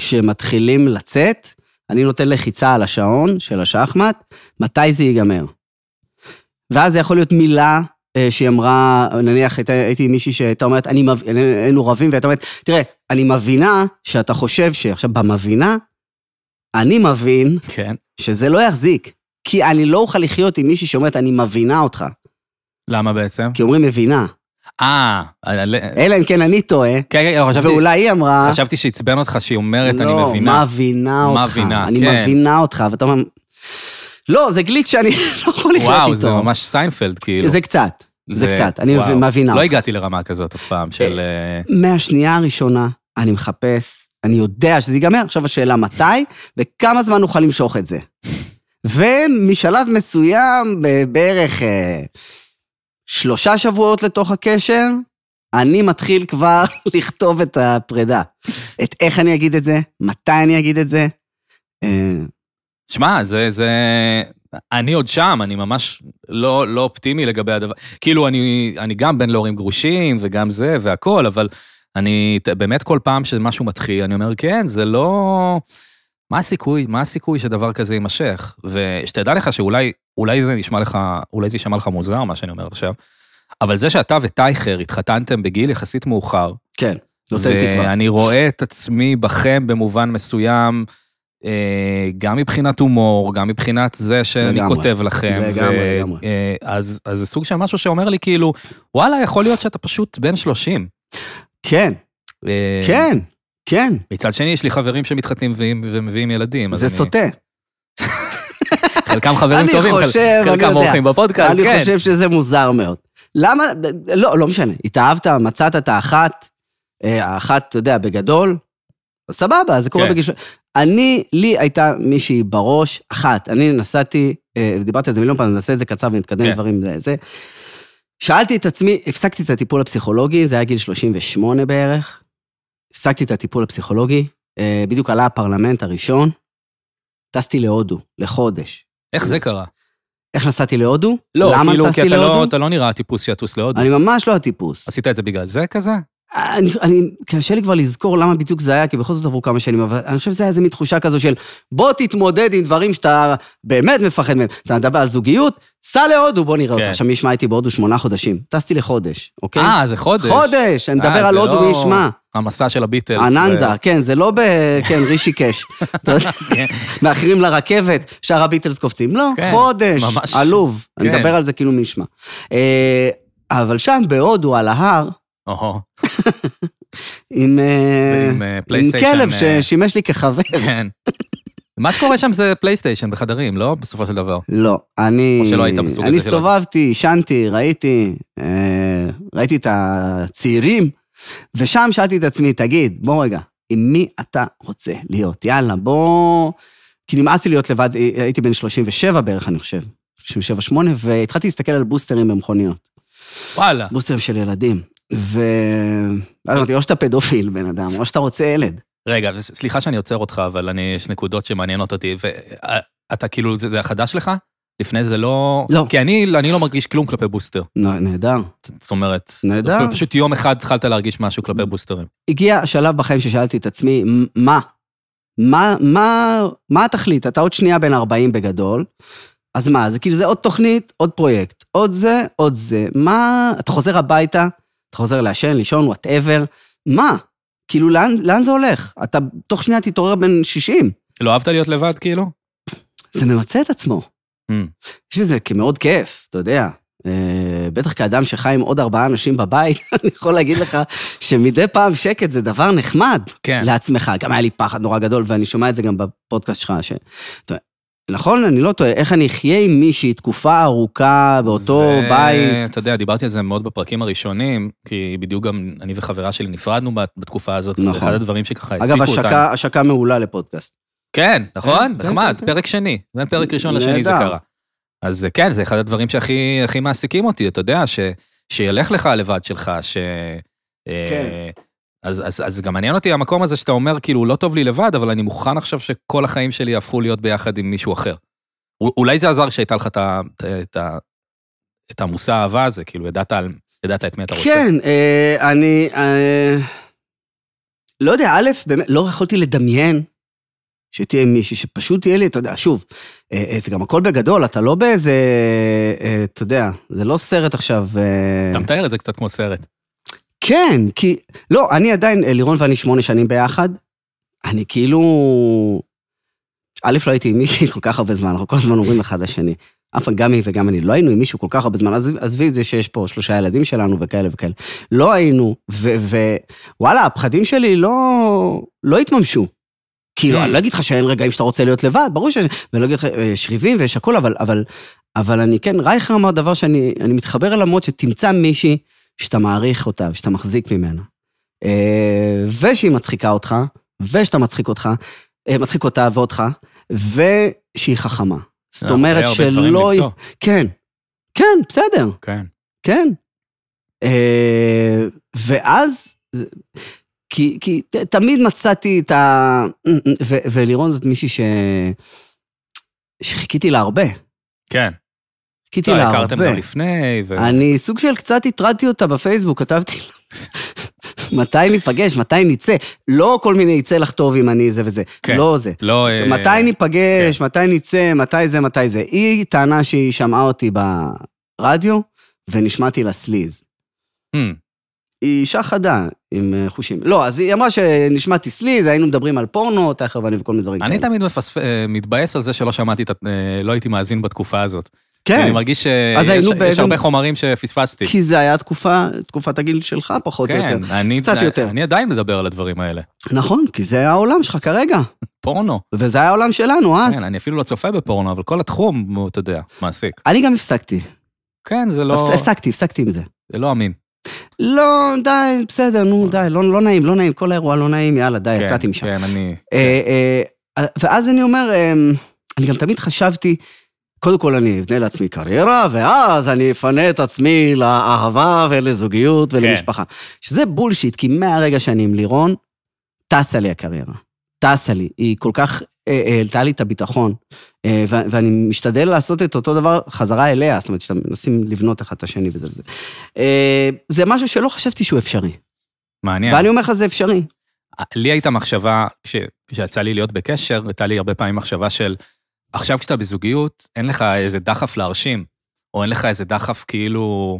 [SPEAKER 3] כשמתחילים לצאת, אני נותן לחיצה על השעון של השחמט, מתי זה ייגמר. ואז זה יכול להיות מילה אה, שהיא אמרה, נניח הייתה, הייתי עם מישהי שהייתה אומרת, אני מב... היינו רבים, והייתה אומרת, תראה, אני מבינה שאתה חושב ש... עכשיו, במבינה, אני מבין
[SPEAKER 2] כן.
[SPEAKER 3] שזה לא יחזיק. כי אני לא אוכל לחיות עם מישהי שאומרת, אני מבינה אותך.
[SPEAKER 2] למה בעצם?
[SPEAKER 3] כי אומרים מבינה.
[SPEAKER 2] אה, על-
[SPEAKER 3] אלא אם כן אני טועה,
[SPEAKER 2] כן, כן, לא, חשבתי-
[SPEAKER 3] ואולי היא אמרה...
[SPEAKER 2] חשבתי שעצבן אותך שהיא אומרת, אני
[SPEAKER 3] לא,
[SPEAKER 2] מבינה.
[SPEAKER 3] מבינה
[SPEAKER 2] מה
[SPEAKER 3] אותך.
[SPEAKER 2] מבינה,
[SPEAKER 3] אני
[SPEAKER 2] כן.
[SPEAKER 3] מבינה אותך, ואתה אומר... לא, זה גליץ' שאני לא יכול לחיות איתו.
[SPEAKER 2] וואו, זה ממש סיינפלד, כאילו.
[SPEAKER 3] זה קצת, זה קצת, אני
[SPEAKER 2] וואו.
[SPEAKER 3] מבינה
[SPEAKER 2] לא
[SPEAKER 3] אותך.
[SPEAKER 2] הגעתי לרמה כזאת אף פעם, של... אה,
[SPEAKER 3] מהשנייה הראשונה אני מחפש, אני יודע שזה ייגמר, עכשיו השאלה מתי, וכמה זמן נוכל למשוך את זה. ומשלב מסוים, ב- בערך אה, שלושה שבועות לתוך הקשר, אני מתחיל כבר לכתוב את הפרידה. את איך אני אגיד את זה, מתי אני אגיד את זה. אה,
[SPEAKER 2] שמע, זה, זה... אני עוד שם, אני ממש לא, לא אופטימי לגבי הדבר. כאילו, אני, אני גם בן להורים גרושים, וגם זה, והכול, אבל אני ת- באמת כל פעם שמשהו מתחיל, אני אומר, כן, זה לא... מה הסיכוי, מה הסיכוי שדבר כזה יימשך? ושתדע לך שאולי אולי זה נשמע לך, אולי זה יישמע לך מוזר, מה שאני אומר עכשיו, אבל זה שאתה וטייכר התחתנתם בגיל יחסית מאוחר,
[SPEAKER 3] כן, נותן תקווה.
[SPEAKER 2] ואני רואה את עצמי בכם במובן מסוים, אה, גם מבחינת הומור, גם מבחינת זה שאני
[SPEAKER 3] לגמרי.
[SPEAKER 2] כותב לכם.
[SPEAKER 3] לגמרי, לגמרי.
[SPEAKER 2] אה, אז, אז זה סוג של משהו שאומר לי כאילו, וואלה, יכול להיות שאתה פשוט בן 30.
[SPEAKER 3] כן,
[SPEAKER 2] אה,
[SPEAKER 3] כן, כן,
[SPEAKER 2] מצד שני, יש לי חברים שמתחתנים ומביאים- ומביאים ילדים. אז
[SPEAKER 3] זה
[SPEAKER 2] אני-
[SPEAKER 3] סוטה.
[SPEAKER 2] חלקם חברים
[SPEAKER 3] אני
[SPEAKER 2] טובים, חל-
[SPEAKER 3] חושב, אני
[SPEAKER 2] חלקם
[SPEAKER 3] יודע.
[SPEAKER 2] אורחים בפודקאסט,
[SPEAKER 3] אני
[SPEAKER 2] כן.
[SPEAKER 3] חושב שזה מוזר מאוד. למה? לא, לא משנה. התאהבת, מצאת את האחת, אה, האחת, אתה יודע, בגדול, אז סבבה, זה קורה
[SPEAKER 2] כן.
[SPEAKER 3] בגיל של... אני, לי הייתה מישהי בראש, אחת. אני נסעתי, אה, דיברתי על זה מיליון פעם, אז נעשה את זה קצר ונתקדם
[SPEAKER 2] כן.
[SPEAKER 3] לדברים זה. שאלתי את עצמי, הפסקתי את הטיפול הפסיכולוגי, זה היה גיל 38 בערך. הפסקתי את הטיפול הפסיכולוגי, אה, בדיוק עלה הפרלמנט הראשון, טסתי להודו, לחודש.
[SPEAKER 2] איך זה קרה?
[SPEAKER 3] איך נסעתי להודו?
[SPEAKER 2] לא,
[SPEAKER 3] למה
[SPEAKER 2] כאילו,
[SPEAKER 3] טסתי
[SPEAKER 2] כי אתה
[SPEAKER 3] להודו?
[SPEAKER 2] לא- אתה לא נראה הטיפוס שיטוס להודו.
[SPEAKER 3] אני ממש לא הטיפוס.
[SPEAKER 2] עשית את זה בגלל זה כזה?
[SPEAKER 3] אני, אני, קשה לי כבר לזכור למה בדיוק זה היה, כי בכל זאת עברו כמה שנים, אבל אני חושב שזה היה איזה מין תחושה כזו של בוא תתמודד עם דברים שאתה באמת מפחד מהם. אתה מדבר על זוגיות, סע להודו, בוא נראה
[SPEAKER 2] כן.
[SPEAKER 3] אותך. עכשיו, מי ישמע הייתי בהודו שמונה חודשים. טסתי לחודש, אוקיי?
[SPEAKER 2] אה, זה חודש.
[SPEAKER 3] חודש, אני
[SPEAKER 2] אה,
[SPEAKER 3] מדבר על
[SPEAKER 2] זה
[SPEAKER 3] הודו,
[SPEAKER 2] לא
[SPEAKER 3] מי ישמע?
[SPEAKER 2] המסע של הביטלס.
[SPEAKER 3] אננדה, כן, זה לא ב... כן, רישי קאש. אתה יודע,
[SPEAKER 2] כן.
[SPEAKER 3] מאחרים לרכבת, שאר הביטלס קופצים. לא,
[SPEAKER 2] כן,
[SPEAKER 3] חודש,
[SPEAKER 2] ממש.
[SPEAKER 3] עלוב. אני
[SPEAKER 2] כן.
[SPEAKER 3] מדבר על זה כאילו מי ישמע. אה, אבל שם, בהודו, על ההר,
[SPEAKER 2] אוהו,
[SPEAKER 3] עם, אה,
[SPEAKER 2] עם, אה,
[SPEAKER 3] עם
[SPEAKER 2] פלייסטיישן,
[SPEAKER 3] כלב
[SPEAKER 2] אה,
[SPEAKER 3] ששימש לי כחבר.
[SPEAKER 2] כן. מה שקורה שם זה פלייסטיישן בחדרים, לא? בסופו של דבר.
[SPEAKER 3] לא, אני...
[SPEAKER 2] או שלא היית לא. בסוג
[SPEAKER 3] אני
[SPEAKER 2] הזה של
[SPEAKER 3] הסתובבתי, עישנתי, ראיתי, אה, ראיתי את הצעירים, ושם שאלתי את עצמי, תגיד, בוא רגע, עם מי אתה רוצה להיות? יאללה, בוא... כי נמאס לי להיות לבד, אה, הייתי בן 37 בערך, אני חושב. 37-8, והתחלתי להסתכל על בוסטרים במכוניות.
[SPEAKER 2] וואלה.
[SPEAKER 3] בוסטרים של ילדים. ו... ואז אמרתי, או שאתה פדופיל, בן אדם, או שאתה רוצה ילד.
[SPEAKER 2] רגע, ס- סליחה שאני עוצר אותך, אבל אני, יש נקודות שמעניינות אותי, ואתה כאילו, זה זה החדש לך? לפני זה לא...
[SPEAKER 3] לא.
[SPEAKER 2] כי אני אני לא מרגיש כלום כלפי בוסטר.
[SPEAKER 3] נו, נהדר.
[SPEAKER 2] זאת אומרת...
[SPEAKER 3] נהדר.
[SPEAKER 2] פשוט יום אחד התחלת להרגיש משהו כלפי בוסטרים.
[SPEAKER 3] הגיע השלב בחיים ששאלתי את עצמי, "מ- מה? מה, מה, מה התכלית? אתה עוד שנייה בן 40 בגדול, אז מה, זה כאילו זה עוד תוכנית, עוד פרויקט, עוד זה, עוד זה. מה, אתה חוזר הביתה, אתה חוזר לעשן, לישון, וואטאבר, מה? כאילו, לאן, לאן זה הולך? אתה תוך שנייה תתעורר בן 60.
[SPEAKER 2] לא אהבת להיות לבד, כאילו?
[SPEAKER 3] זה ממצה את עצמו.
[SPEAKER 2] Mm.
[SPEAKER 3] יש בזה כמאוד כיף, אתה יודע. אה, בטח כאדם שחי עם עוד ארבעה אנשים בבית, אני יכול להגיד לך שמדי פעם שקט זה דבר נחמד.
[SPEAKER 2] כן.
[SPEAKER 3] לעצמך. גם היה לי פחד נורא גדול, ואני שומע את זה גם בפודקאסט שלך. ש... אתה- נכון, אני לא טועה, איך אני אחיה עם מישהי תקופה ארוכה באותו
[SPEAKER 2] זה-
[SPEAKER 3] בית?
[SPEAKER 2] אתה יודע, דיברתי על זה מאוד בפרקים הראשונים, כי בדיוק גם אני וחברה שלי נפרדנו בת- בתקופה הזאת,
[SPEAKER 3] נכון.
[SPEAKER 2] נכון. אחד הדברים שככה העסיקו
[SPEAKER 3] אגב,
[SPEAKER 2] אותנו.
[SPEAKER 3] השקה, השקה מעולה לפודקאסט.
[SPEAKER 2] כן, נכון,
[SPEAKER 3] כן,
[SPEAKER 2] נחמד,
[SPEAKER 3] כן, כן.
[SPEAKER 2] פרק שני, בין פרק ראשון לשני זה
[SPEAKER 3] נהדר.
[SPEAKER 2] קרה. אז זה כן, זה אחד הדברים שהכי הכי מעסיקים אותי, אתה יודע, ש, שילך לך הלבד שלך, ש... אה,
[SPEAKER 3] כן.
[SPEAKER 2] אז, אז, אז גם מעניין אותי המקום הזה שאתה אומר, כאילו, לא טוב לי לבד, אבל אני מוכן עכשיו שכל החיים שלי יהפכו להיות ביחד עם מישהו אחר. א- אולי זה עזר שהייתה לך את, ה- את, ה- את, ה- את המושא האהבה הזה, כאילו, ידעת, על, ידעת את מי אתה רוצה.
[SPEAKER 3] כן, אה, אני... אה, לא יודע, א', באמת, לא יכולתי לדמיין שתהיה מישהי שפשוט תהיה לי, אתה יודע, שוב, אה, אה, זה גם הכל בגדול, אתה לא באיזה, אה, אתה יודע, זה לא סרט עכשיו... אה,
[SPEAKER 2] אתה מתאר את זה קצת כמו סרט.
[SPEAKER 3] כן, כי... לא, אני עדיין, אה, לירון ואני שמונה שנים ביחד. אני כאילו... א', לא הייתי עם מישהי כל כך הרבה זמן, אנחנו כל הזמן אומרים אחד לשני. אף גם היא וגם אני לא היינו עם מישהו כל כך הרבה זמן, אז עזבי את זה שיש פה שלושה ילדים שלנו וכאלה וכאלה. לא היינו, ווואלה, הפחדים שלי לא, לא התממשו. כאילו,
[SPEAKER 2] Mm.
[SPEAKER 3] אני לא אגיד לך שאין רגעים שאתה רוצה להיות לבד, ברור ש... ואני לא אגיד לך, אה, יש ריבים ויש הכול, אבל, אבל, אבל אני כן, רייכר אמר דבר שאני אני מתחבר אליו מאוד, שתמצא מישהי שאתה מעריך אותה ושאתה מחזיק ממנה. אה, ושהיא מצחיקה אותך, ושאתה מצחיק אותך, אה, מצחיק אותה ואותך, ושהיא חכמה. זאת אומרת
[SPEAKER 2] אה, הרבה דברים
[SPEAKER 3] שלא...
[SPEAKER 2] למצוא.
[SPEAKER 3] כן. כן, בסדר,
[SPEAKER 2] כן.
[SPEAKER 3] כן. אה, ואז, אה, כי, כי ת, תמיד מצאתי את ה... אה, ו, ולירון זאת מישהי ש... שחיכיתי לה הרבה.
[SPEAKER 2] כן.
[SPEAKER 3] חיכיתי
[SPEAKER 2] לא,
[SPEAKER 3] לה הרבה.
[SPEAKER 2] הכרתם גם לפני, ו...
[SPEAKER 3] אני סוג של קצת הטרדתי אותה בפייסבוק, כתבתי לה, מתי ניפגש, מתי נצא. לא כל מיני יצא לך טוב אם אני זה וזה.
[SPEAKER 2] כן.
[SPEAKER 3] לא זה.
[SPEAKER 2] לא... אה,
[SPEAKER 3] מתי ניפגש, מתי נצא, מתי זה, מתי זה. היא טענה שהיא שמעה אותי ברדיו, ונשמעתי לה סליז.
[SPEAKER 2] אמ,
[SPEAKER 3] היא אישה חדה עם אה, חושים. לא, אז היא אמרה שנשמעתי סליז, היינו מדברים על פורנו, תכף אני וכל מיני דברים.
[SPEAKER 2] אני
[SPEAKER 3] כאלה.
[SPEAKER 2] תמיד מפספ- אה, מתבאס על זה שלא שמעתי את... ה- אה, לא הייתי מאזין בתקופה הזאת. אני
[SPEAKER 3] כן,
[SPEAKER 2] מרגיש
[SPEAKER 3] אז
[SPEAKER 2] שיש
[SPEAKER 3] היינו
[SPEAKER 2] יש
[SPEAKER 3] באיזה-
[SPEAKER 2] הרבה חומרים שפספסתי.
[SPEAKER 3] כי זה היה תקופה, תקופת הגיל שלך פחות או
[SPEAKER 2] כן,
[SPEAKER 3] יותר.
[SPEAKER 2] אני...
[SPEAKER 3] קצת יותר.
[SPEAKER 2] אני עדיין מדבר על הדברים האלה.
[SPEAKER 3] נכון, כי זה העולם שלך כרגע,
[SPEAKER 2] פורנו.
[SPEAKER 3] וזה היה העולם שלנו אז.
[SPEAKER 2] כן, אני אפילו לא צופה בפורנו, אבל כל התחום, הוא, אתה יודע, מעסיק.
[SPEAKER 3] אני גם הפסקתי.
[SPEAKER 2] כן, זה לא...
[SPEAKER 3] הפס- הפסקתי, הפסקתי עם זה.
[SPEAKER 2] זה לא אמין.
[SPEAKER 3] לא, די, בסדר, נו, די, לא לא נעים, לא נעים, כל האירוע לא נעים, יאללה, די,
[SPEAKER 2] אה. כן,
[SPEAKER 3] יצאתי משם.
[SPEAKER 2] כן, אני...
[SPEAKER 3] אה, אה, ואז אני אומר, אה, אני גם תמיד חשבתי, קודם כל אני אבנה לעצמי קריירה, ואז אני אפנה את עצמי לאהבה ולזוגיות ולמשפחה. שזה בולשיט, כי מהרגע שאני עם לירון, טסה לי הקריירה. טסה לי. היא כל כך אה, אה, העלתה לי את הביטחון, אה, ו- ואני משתדל לעשות את אותו דבר חזרה אליה, זאת אומרת, שאתם מנסים לבנות אחד את השני וזה וזה. אה, זה משהו שלא חשבתי שהוא אפשרי.
[SPEAKER 2] מעניין.
[SPEAKER 3] ואני אומר לך, זה אפשרי.
[SPEAKER 2] לי הייתה מחשבה, כש- כשיצא לי להיות בקשר, הייתה לי הרבה פעמים מחשבה של, עכשיו כשאתה בזוגיות, אין לך איזה דחף להרשים, או אין לך איזה דחף כאילו...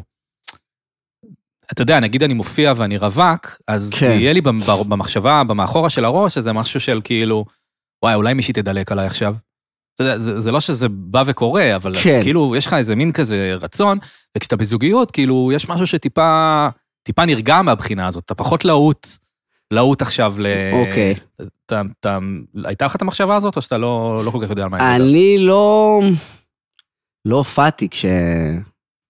[SPEAKER 2] אתה יודע, נגיד אני מופיע ואני רווק, אז
[SPEAKER 3] כן.
[SPEAKER 2] כן. יהיה לי במ- בר- במחשבה, במאחורה של הראש, איזה משהו של כאילו, וואי, אולי מישהי תדלק עליי עכשיו. אתה יודע, זה, זה לא שזה בא וקורה, אבל
[SPEAKER 3] כן.
[SPEAKER 2] כן. כאילו, יש לך איזה מין כזה רצון, וכשאתה בזוגיות, כאילו, יש משהו שטיפה טיפה נרגע מהבחינה הזאת, אתה פחות להוט, להוט עכשיו ל...
[SPEAKER 3] אוקיי.
[SPEAKER 2] אתה, אתה, הייתה לך את המחשבה הזאת, או שאתה לא, לא כל כך יודע על מה היא מדברת?
[SPEAKER 3] אני לא... לא הופעתי כש...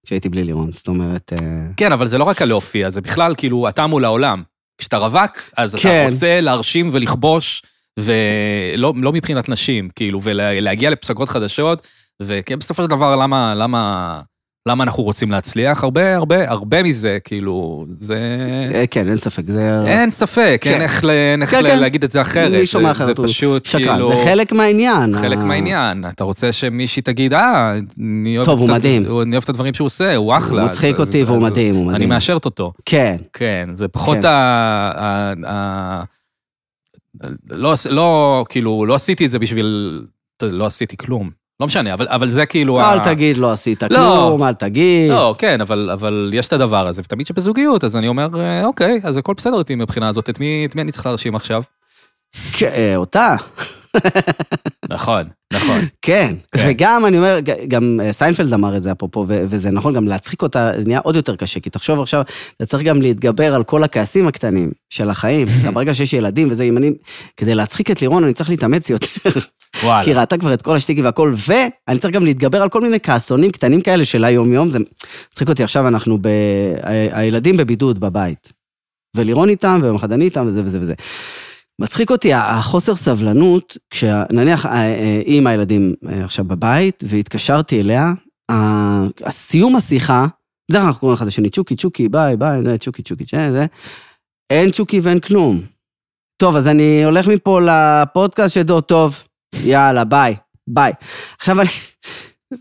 [SPEAKER 3] כשהייתי בלי לירון, זאת אומרת... אה,
[SPEAKER 2] כן, אבל זה לא רק הלהופיע, זה בכלל, כאילו, אתה מול העולם. כשאתה רווק, אז
[SPEAKER 3] כן.
[SPEAKER 2] אתה רוצה להרשים ולכבוש, ולא לא מבחינת נשים, כאילו, ולהגיע לפסגות חדשות, ובסופו של דבר, למה, למה, למה אנחנו רוצים להצליח? הרבה, הרבה, הרבה מזה, כאילו, זה...
[SPEAKER 3] אה, כן, אין ספק, זה...
[SPEAKER 2] אין ספק,
[SPEAKER 3] כן.
[SPEAKER 2] אין איך, ל- אין איך
[SPEAKER 3] כן,
[SPEAKER 2] ל-
[SPEAKER 3] כן.
[SPEAKER 2] להגיד את זה אחרת.
[SPEAKER 3] מישהו
[SPEAKER 2] זה-
[SPEAKER 3] מאחר
[SPEAKER 2] זה
[SPEAKER 3] הוא
[SPEAKER 2] פשוט
[SPEAKER 3] שקרן,
[SPEAKER 2] כאילו...
[SPEAKER 3] זה חלק מהעניין.
[SPEAKER 2] חלק
[SPEAKER 3] ה-
[SPEAKER 2] מהעניין. אתה רוצה שמישהי תגיד, אה, אני אוהב,
[SPEAKER 3] טוב,
[SPEAKER 2] את
[SPEAKER 3] הוא
[SPEAKER 2] הד-
[SPEAKER 3] מדהים.
[SPEAKER 2] אני אוהב את הדברים שהוא עושה, הוא אחלה.
[SPEAKER 3] הוא מצחיק
[SPEAKER 2] אז-
[SPEAKER 3] אותי
[SPEAKER 2] אז-
[SPEAKER 3] והוא
[SPEAKER 2] אז
[SPEAKER 3] מדהים, הוא
[SPEAKER 2] אני
[SPEAKER 3] מדהים.
[SPEAKER 2] מאשרת אותו.
[SPEAKER 3] כן,
[SPEAKER 2] כן, זה פחות
[SPEAKER 3] כן.
[SPEAKER 2] ה... ה- ה- לא, עש- לא, כאילו, לא עשיתי את זה בשביל... אתה יודע, לא עשיתי כלום. לא משנה, אבל, אבל זה כאילו... ה-
[SPEAKER 3] אל תגיד לא עשית כלום, אל תגיד.
[SPEAKER 2] לא, כן, אבל, אבל יש את הדבר הזה, ותמיד שבזוגיות, אז אני אומר, "אה, אוקיי, אז הכל בסדר איתי מבחינה הזאת, את מי, את מי אני צריך להרשים עכשיו?
[SPEAKER 3] כן, אה, אותה,
[SPEAKER 2] נכון, נכון.
[SPEAKER 3] כן.
[SPEAKER 2] כן.
[SPEAKER 3] וגם, אני אומר, ג- גם אה, סיינפלד אמר את זה אפרופו, ו- וזה נכון, גם להצחיק אותה זה נהיה עוד יותר קשה, כי תחשוב עכשיו, אתה צריך גם להתגבר על כל הכעסים הקטנים של החיים. גם ברגע שיש ילדים וזה, אם אני... כדי להצחיק את לירון, אני צריך להתאמץ יותר.
[SPEAKER 2] וואלה.
[SPEAKER 3] כי היא ראתה כבר את כל השטיקים והכל, ואני צריך גם להתגבר על כל מיני כעסונים קטנים כאלה של היום-יום. זה מצחיק אותי, עכשיו אנחנו ב... ה- הילדים בבידוד בבית. ולירון איתם, ומחדני איתם, וזה וזה וזה. מצחיק אותי החוסר סבלנות, כשנניח אה, אה, היא עם הילדים אה, עכשיו בבית, והתקשרתי אליה, ה- הסיום השיחה, בדרך כלל אנחנו קוראים אחד לשני, צ'וקי, צ'וקי, ביי, ביי, זה, צ'וקי, צ'וקי, זה, זה. אין צ'וקי ואין כלום. טוב, אז אני הולך מפה לפודקאסט שדו, טוב, יאללה, ביי, ביי. עכשיו אני...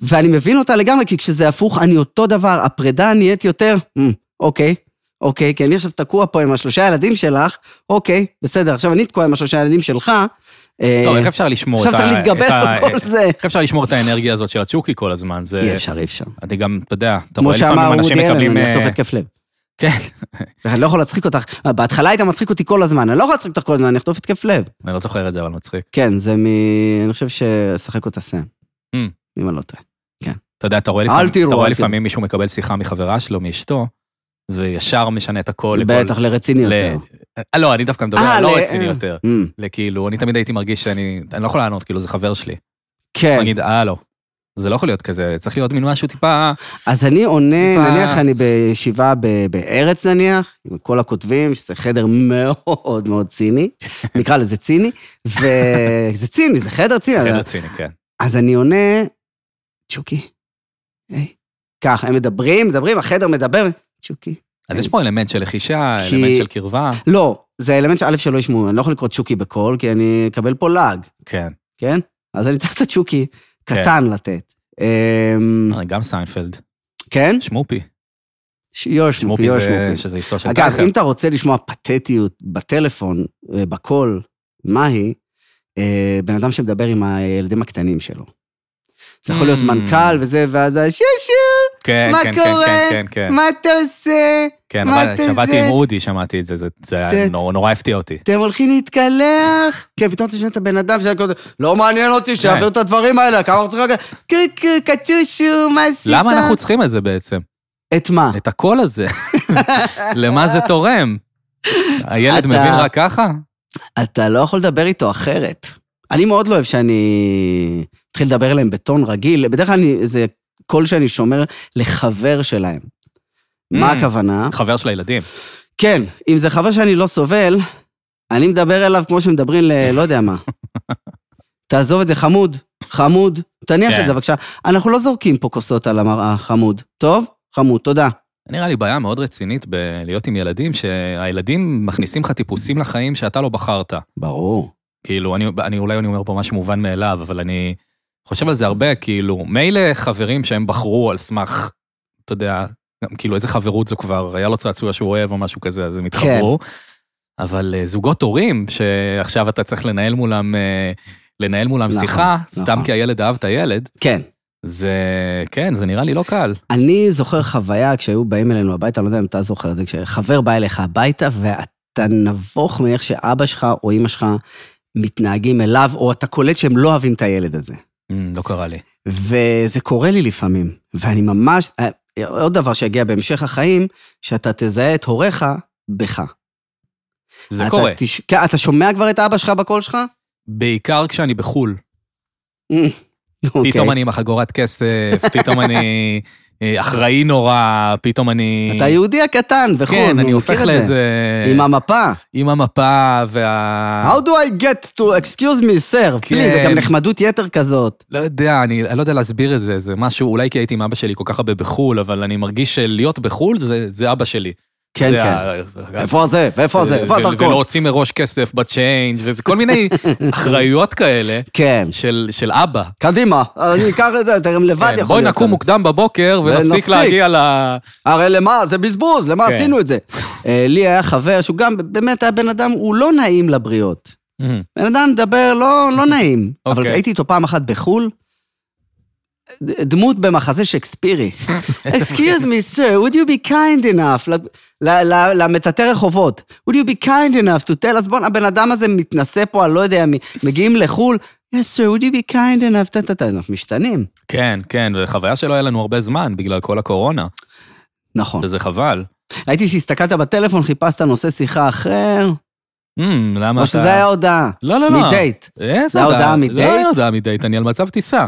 [SPEAKER 3] ואני מבין אותה לגמרי, כי כשזה הפוך, אני אותו דבר, הפרידה נהיית יותר, "מ, אוקיי, אוקיי, כי אני עכשיו תקוע פה עם השלושה ילדים שלך, אוקיי, בסדר, עכשיו אני תקוע עם השלושה ילדים שלך. אה,
[SPEAKER 2] טוב, איך אפשר לשמור את
[SPEAKER 3] עכשיו
[SPEAKER 2] ה...
[SPEAKER 3] צריך להתגבר
[SPEAKER 2] את ה-
[SPEAKER 3] על כל זה.
[SPEAKER 2] איך אפשר לשמור את האנרגיה הזאת של הצ'וקי כל הזמן? זה...
[SPEAKER 3] אי אפשר, אי אפשר.
[SPEAKER 2] אני גם, אתה יודע, אתה
[SPEAKER 3] כמו
[SPEAKER 2] רואה
[SPEAKER 3] שאמר
[SPEAKER 2] לפעמים אנשים
[SPEAKER 3] וודי אלן,
[SPEAKER 2] מקבלים...
[SPEAKER 3] אני
[SPEAKER 2] אה,
[SPEAKER 3] אכתוב התקף לב.
[SPEAKER 2] כן,
[SPEAKER 3] אני לא יכול להצחיק אותך, בהתחלה היית מצחיק אותי כל הזמן, אני לא יכול להצחיק אותך כל הזמן, אני אחטוף התקף לב.
[SPEAKER 2] אני לא זוכר את זה, אבל מצחיק.
[SPEAKER 3] כן, זה מ... אני חושב ששחק אותה סם,
[SPEAKER 2] Mm.
[SPEAKER 3] אם אני לא טועה.
[SPEAKER 2] אתה יודע, אתה רואה
[SPEAKER 3] אל
[SPEAKER 2] לפעמים,
[SPEAKER 3] תראו,
[SPEAKER 2] אתה
[SPEAKER 3] אל
[SPEAKER 2] רואה
[SPEAKER 3] תראו.
[SPEAKER 2] לפעמים מישהו מקבל שיחה מחברה שלו, מאשתו, וישר משנה את הכל. לכל-
[SPEAKER 3] בטח, לרציני
[SPEAKER 2] ל-
[SPEAKER 3] יותר.
[SPEAKER 2] אה, לא, אני דווקא מדבר
[SPEAKER 3] אה,
[SPEAKER 2] על לא
[SPEAKER 3] ל-
[SPEAKER 2] רציני
[SPEAKER 3] אה.
[SPEAKER 2] יותר.
[SPEAKER 3] אמ,
[SPEAKER 2] לכאילו, אני תמיד הייתי מרגיש שאני, אני לא יכול לענות, כאילו, זה חבר שלי.
[SPEAKER 3] כן.
[SPEAKER 2] נגיד, אה, לא. זה לא יכול להיות כזה, צריך להיות מין משהו טיפה...
[SPEAKER 3] אז אני עונה,
[SPEAKER 2] טיפה-
[SPEAKER 3] נניח אני בישיבה ב- בארץ נניח, עם כל הכותבים, שזה חדר מאוד מאוד ציני, נקרא לזה ציני, וזה ציני, זה חדר ציני.
[SPEAKER 2] חדר
[SPEAKER 3] אז-
[SPEAKER 2] ציני, כן.
[SPEAKER 3] אז אני עונה, צ'וקי, היי. כך, הם מדברים, מדברים, החדר מדבר, צ'וקי.
[SPEAKER 2] אז יש פה אלמנט של לחישה,
[SPEAKER 3] אה. כי-
[SPEAKER 2] אלמנט של קרבה.
[SPEAKER 3] לא, זה אלמנט שא' שלא ישמעו, אני לא יכול לקרוא צ'וקי בקול, כי אני אקבל פה לעג,
[SPEAKER 2] כן.
[SPEAKER 3] כן? אז אני צריך את הצ'וקי
[SPEAKER 2] כן.
[SPEAKER 3] קטן לתת. אמ,
[SPEAKER 2] אה, גם סיינפלד.
[SPEAKER 3] כן?
[SPEAKER 2] שמופי.
[SPEAKER 3] יו שמופי,
[SPEAKER 2] שמופי
[SPEAKER 3] יו
[SPEAKER 2] זה,
[SPEAKER 3] שמופי.
[SPEAKER 2] שזה אשתו של
[SPEAKER 3] אגב,
[SPEAKER 2] טייכר.
[SPEAKER 3] אם אתה רוצה לשמוע פתטיות בטלפון, אה, בקול, מהי, אה, בן אדם שמדבר עם הילדים הקטנים שלו. זה יכול להיות
[SPEAKER 2] Mm.
[SPEAKER 3] מנכ"ל וזה, ואז ה- שושו,
[SPEAKER 2] כן,
[SPEAKER 3] מה
[SPEAKER 2] כן, כן,
[SPEAKER 3] קורה?
[SPEAKER 2] כן, כן, כן.
[SPEAKER 3] מה אתה עושה?
[SPEAKER 2] כן,
[SPEAKER 3] מה
[SPEAKER 2] אבל
[SPEAKER 3] אתה
[SPEAKER 2] כשעבדתי
[SPEAKER 3] זה?
[SPEAKER 2] עם אודי, שמעתי את זה, זה- זה
[SPEAKER 3] ת-
[SPEAKER 2] נורא נורא הפתיע אותי.
[SPEAKER 3] אתם הולכים להתקלח? כן, פתאום אתה שומע את הבן אדם שהיה קודם, לא מעניין אותי,
[SPEAKER 2] כן.
[SPEAKER 3] שיעביר את הדברים האלה, כמה אנחנו צריכים... רק- קוקו, קצ'ושו, מה עשית?
[SPEAKER 2] למה אנחנו צריכים את זה בעצם?
[SPEAKER 3] את מה?
[SPEAKER 2] את הקול הזה. למה זה תורם? הילד
[SPEAKER 3] אתה-
[SPEAKER 2] מבין רק ככה?
[SPEAKER 3] אתה לא יכול לדבר איתו אחרת. אני מאוד לא אוהב שאני מתחיל לדבר אליהם בטון רגיל, בדרך כלל אני, זה קול שאני שומר לחבר שלהם. מה
[SPEAKER 2] Mm.
[SPEAKER 3] הכוונה?
[SPEAKER 2] חבר של הילדים.
[SPEAKER 3] כן, אם זה חבר שאני לא סובל, אני מדבר אליו כמו שמדברים ל... לא יודע מה. תעזוב את זה, חמוד, חמוד, תניח
[SPEAKER 2] כן.
[SPEAKER 3] את זה בבקשה. אנחנו לא זורקים פה כוסות על המראה, חמוד. טוב? חמוד, תודה.
[SPEAKER 2] נראה לי בעיה מאוד רצינית בלהיות עם ילדים, שהילדים מכניסים לך טיפוסים לחיים שאתה לא בחרת.
[SPEAKER 3] ברור.
[SPEAKER 2] כאילו, אני, אני אולי אני אומר פה משהו מובן מאליו, אבל אני חושב על זה הרבה, כאילו, מילא חברים שהם בחרו על סמך, אתה יודע, גם, כאילו איזה חברות זו כבר, היה לו צעצוע שהוא אוהב או משהו כזה, אז הם
[SPEAKER 3] כן.
[SPEAKER 2] התחברו. אבל אה, זוגות הורים, שעכשיו אתה צריך לנהל מולם, אה, לנהל מולם
[SPEAKER 3] נכון,
[SPEAKER 2] שיחה, סתם
[SPEAKER 3] נכון.
[SPEAKER 2] כי הילד אהב את הילד,
[SPEAKER 3] כן.
[SPEAKER 2] זה, כן, זה נראה לי לא קל.
[SPEAKER 3] אני זוכר חוויה כשהיו באים אלינו הביתה, אני לא יודע אם אתה זוכר את זה, כשחבר בא אליך הביתה ואתה נבוך מאיך שאבא שלך או אימא שלך מתנהגים אליו, או אתה קולט שהם לא אוהבים את הילד הזה.
[SPEAKER 2] אמ, לא קרה לי.
[SPEAKER 3] וזה קורה לי לפעמים, ואני ממש... אה, עוד דבר שיגיע בהמשך החיים, שאתה תזהה את הוריך בך.
[SPEAKER 2] זה
[SPEAKER 3] אתה
[SPEAKER 2] קורה.
[SPEAKER 3] תש... כן, אתה שומע כבר את אבא שלך בקול שלך?
[SPEAKER 2] בעיקר כשאני בחו"ל.
[SPEAKER 3] אוקיי.
[SPEAKER 2] פתאום אני עם החגורת כסף, פתאום אני אה, אחראי נורא, פתאום אני...
[SPEAKER 3] אתה יהודי הקטן וכו',
[SPEAKER 2] כן,
[SPEAKER 3] נו,
[SPEAKER 2] אני
[SPEAKER 3] מכיר
[SPEAKER 2] הופך
[SPEAKER 3] את זה.
[SPEAKER 2] לאיזה...
[SPEAKER 3] עם המפה.
[SPEAKER 2] עם המפה וה...
[SPEAKER 3] How do I get to excuse me, sir?
[SPEAKER 2] אה. כן.
[SPEAKER 3] כן. זה גם נחמדות יתר כזאת.
[SPEAKER 2] לא יודע, אני אני לא יודע להסביר את זה, זה משהו, אולי כי הייתי עם אבא שלי כל כך הרבה בחו"ל, אבל אני מרגיש שלהיות בחו"ל זה- זה אבא שלי.
[SPEAKER 3] כן,
[SPEAKER 2] זה
[SPEAKER 3] כן.
[SPEAKER 2] ה-
[SPEAKER 3] איפה זה? ואיפה זה? איפה
[SPEAKER 2] ו-
[SPEAKER 3] הדרכון?
[SPEAKER 2] ולהוציא מראש כסף בצ'יינג' וזה כל מיני אחריויות כאלה
[SPEAKER 3] כן.
[SPEAKER 2] של של אבא.
[SPEAKER 3] קדימה, אני אקח את זה, אתם לבד
[SPEAKER 2] כן,
[SPEAKER 3] יכול
[SPEAKER 2] בואי
[SPEAKER 3] להיות.
[SPEAKER 2] נקום מוקדם בבוקר ונספיק
[SPEAKER 3] ונספיק.
[SPEAKER 2] להגיע ל...
[SPEAKER 3] הרי למה? זה בזבוז, למה
[SPEAKER 2] כן.
[SPEAKER 3] עשינו את זה? אה, לי היה חבר שהוא גם, באמת היה בן אדם, הוא לא נעים לבריות.
[SPEAKER 2] Mm,
[SPEAKER 3] בן אדם מדבר לא, לא נעים. אבל
[SPEAKER 2] אוקיי.
[SPEAKER 3] הייתי איתו פעם אחת בחו"ל, ד- דמות במחזה שקספירי. Excuse me, sir, would you be kind enough, ל- ל- ל- למטאטא רחובות, would you be kind enough to tell us, בוא'נה, הבן אדם הזה מתנשא פה, אני לא יודע, מי, מגיעים לחו"ל, yes, sir, would you be kind enough, טה טה טה, אנחנו משתנים.
[SPEAKER 2] כן, כן, וחוויה שלא היה לנו הרבה זמן בגלל כל הקורונה,
[SPEAKER 3] נכון.
[SPEAKER 2] וזה חבל.
[SPEAKER 3] ראיתי שהסתכלת בטלפון, חיפשת נושא שיחה אחר,
[SPEAKER 2] אמ, למה
[SPEAKER 3] או
[SPEAKER 2] אתה...
[SPEAKER 3] שזה היה הודעה.
[SPEAKER 2] לא, לא, לא.
[SPEAKER 3] מדייט.
[SPEAKER 2] איזה
[SPEAKER 3] זה היה הודעה מדייט?
[SPEAKER 2] לא היה הודעה מדייט, אני על מצב טיסה.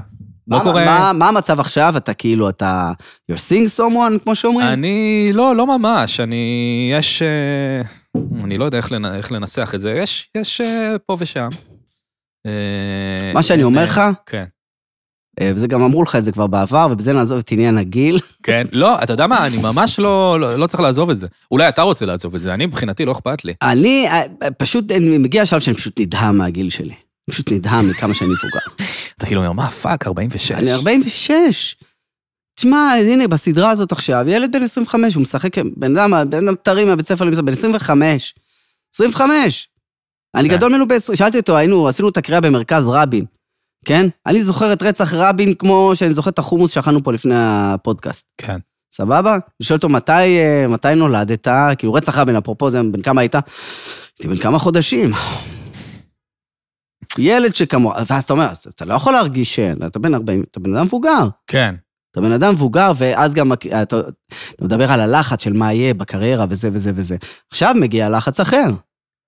[SPEAKER 2] לא
[SPEAKER 3] מה-
[SPEAKER 2] קורה...
[SPEAKER 3] מה- מה המצב עכשיו? אתה כאילו, אתה... You're seeing someone, כמו שאומרים?
[SPEAKER 2] אני... לא, לא ממש. אני... יש... אה, אני לא יודע איך לנ- איך לנסח את זה. יש יש אה, פה ושם. אה,
[SPEAKER 3] מה שאני אומר
[SPEAKER 2] אה,
[SPEAKER 3] לך?
[SPEAKER 2] כן.
[SPEAKER 3] אה, וזה גם אמרו לך את זה כבר בעבר, ובזה נעזוב את עניין הגיל.
[SPEAKER 2] כן. לא, אתה יודע מה, אני ממש לא לא- לא צריך לעזוב את זה. אולי אתה רוצה לעזוב את זה, אני מבחינתי לא אכפת לי.
[SPEAKER 3] אני אה, אה, פשוט, אני מגיע לשלב שאני פשוט נדהם מהגיל שלי. אני פשוט נדהם מכמה שאני מבוגר.
[SPEAKER 2] אתה כאילו אומר, מה, פאק, 46.
[SPEAKER 3] אני 46. תשמע, הנה, בסדרה הזאת עכשיו, ילד בן 25, הוא משחק, בן אדם, בן אדם טרי מהבית ספר, למשחק, בן 25. 25! אני
[SPEAKER 2] כן.
[SPEAKER 3] גדול ממנו ב-20, שאלתי אותו, היינו, עשינו את הקריאה במרכז רבין, כן? אני זוכר את רצח רבין כמו שאני זוכר את החומוס שאכלנו פה לפני הפודקאסט.
[SPEAKER 2] כן.
[SPEAKER 3] סבבה? אני שואל אותו, מתי, אה, מתי נולדת? כאילו, רצח רבין, אפרופו, זה בן כמה היית? הייתי בן כמה חודשים. ילד שכמוך, ואז אתה אומר, אז אתה לא יכול להרגיש שאין, אתה בן 40, אתה בן אדם מבוגר.
[SPEAKER 2] כן.
[SPEAKER 3] אתה אתה בן אדם מבוגר, ואז גם הכ- אתה, אתה מדבר על הלחץ של מה יהיה בקריירה וזה וזה וזה. עכשיו מגיע לחץ אחר.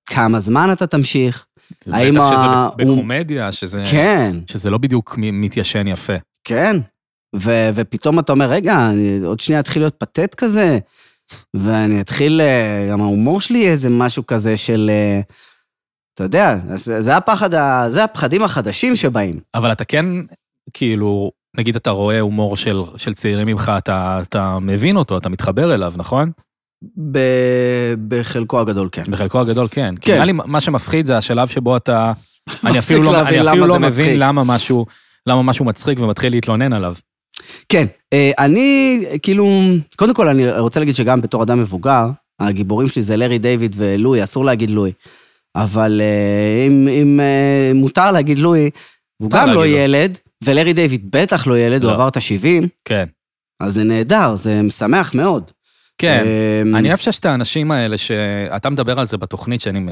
[SPEAKER 3] כמה זמן אתה תמשיך? האם
[SPEAKER 2] בטח שזה
[SPEAKER 3] ה-
[SPEAKER 2] ב- בקומדיה, שזה...
[SPEAKER 3] כן,
[SPEAKER 2] שזה לא בדיוק מ- מתיישן יפה.
[SPEAKER 3] כן. ו- ופתאום אתה אומר, רגע, אני עוד שנייה אתחיל להיות פתט כזה, ואני אתחיל, אה, גם ההומור שלי יהיה איזה משהו כזה של... אה, אתה יודע, זה, זה הפחד, ה- זה הפחדים החדשים שבאים.
[SPEAKER 2] אבל אתה כן, כאילו, נגיד אתה רואה הומור של, של צעירים ממך, אתה, אתה מבין אותו, אתה מתחבר אליו, נכון?
[SPEAKER 3] ב... בחלקו הגדול כן.
[SPEAKER 2] בחלקו הגדול כן. כי
[SPEAKER 3] כן.
[SPEAKER 2] נראה לי מה שמפחיד זה השלב שבו אתה... אני
[SPEAKER 3] מפסיק
[SPEAKER 2] אפילו לא,
[SPEAKER 3] להבין
[SPEAKER 2] אני
[SPEAKER 3] למה
[SPEAKER 2] אפילו
[SPEAKER 3] זה
[SPEAKER 2] לא מבין
[SPEAKER 3] מצחיק.
[SPEAKER 2] למה משהו, למה משהו מצחיק ומתחיל להתלונן עליו.
[SPEAKER 3] כן, אה, אני אה, כאילו, קודם כל אני רוצה להגיד שגם בתור אדם מבוגר, הגיבורים שלי זה לארי דיוויד ולואי, אסור להגיד לואי. אבל אה, אם, אם אה, מותר להגיד לואי, הוא
[SPEAKER 2] מותר
[SPEAKER 3] גם לא
[SPEAKER 2] להגיד לו.
[SPEAKER 3] ילד, ולארי דיוויד בטח לא ילד, הוא
[SPEAKER 2] לא.
[SPEAKER 3] עבר את ה-70,
[SPEAKER 2] כן.
[SPEAKER 3] אז זה נהדר, זה משמח מאוד.
[SPEAKER 2] כן.
[SPEAKER 3] אה,
[SPEAKER 2] אני אוהב שיש את האנשים האלה שאתה מדבר על זה בתוכנית, שאני...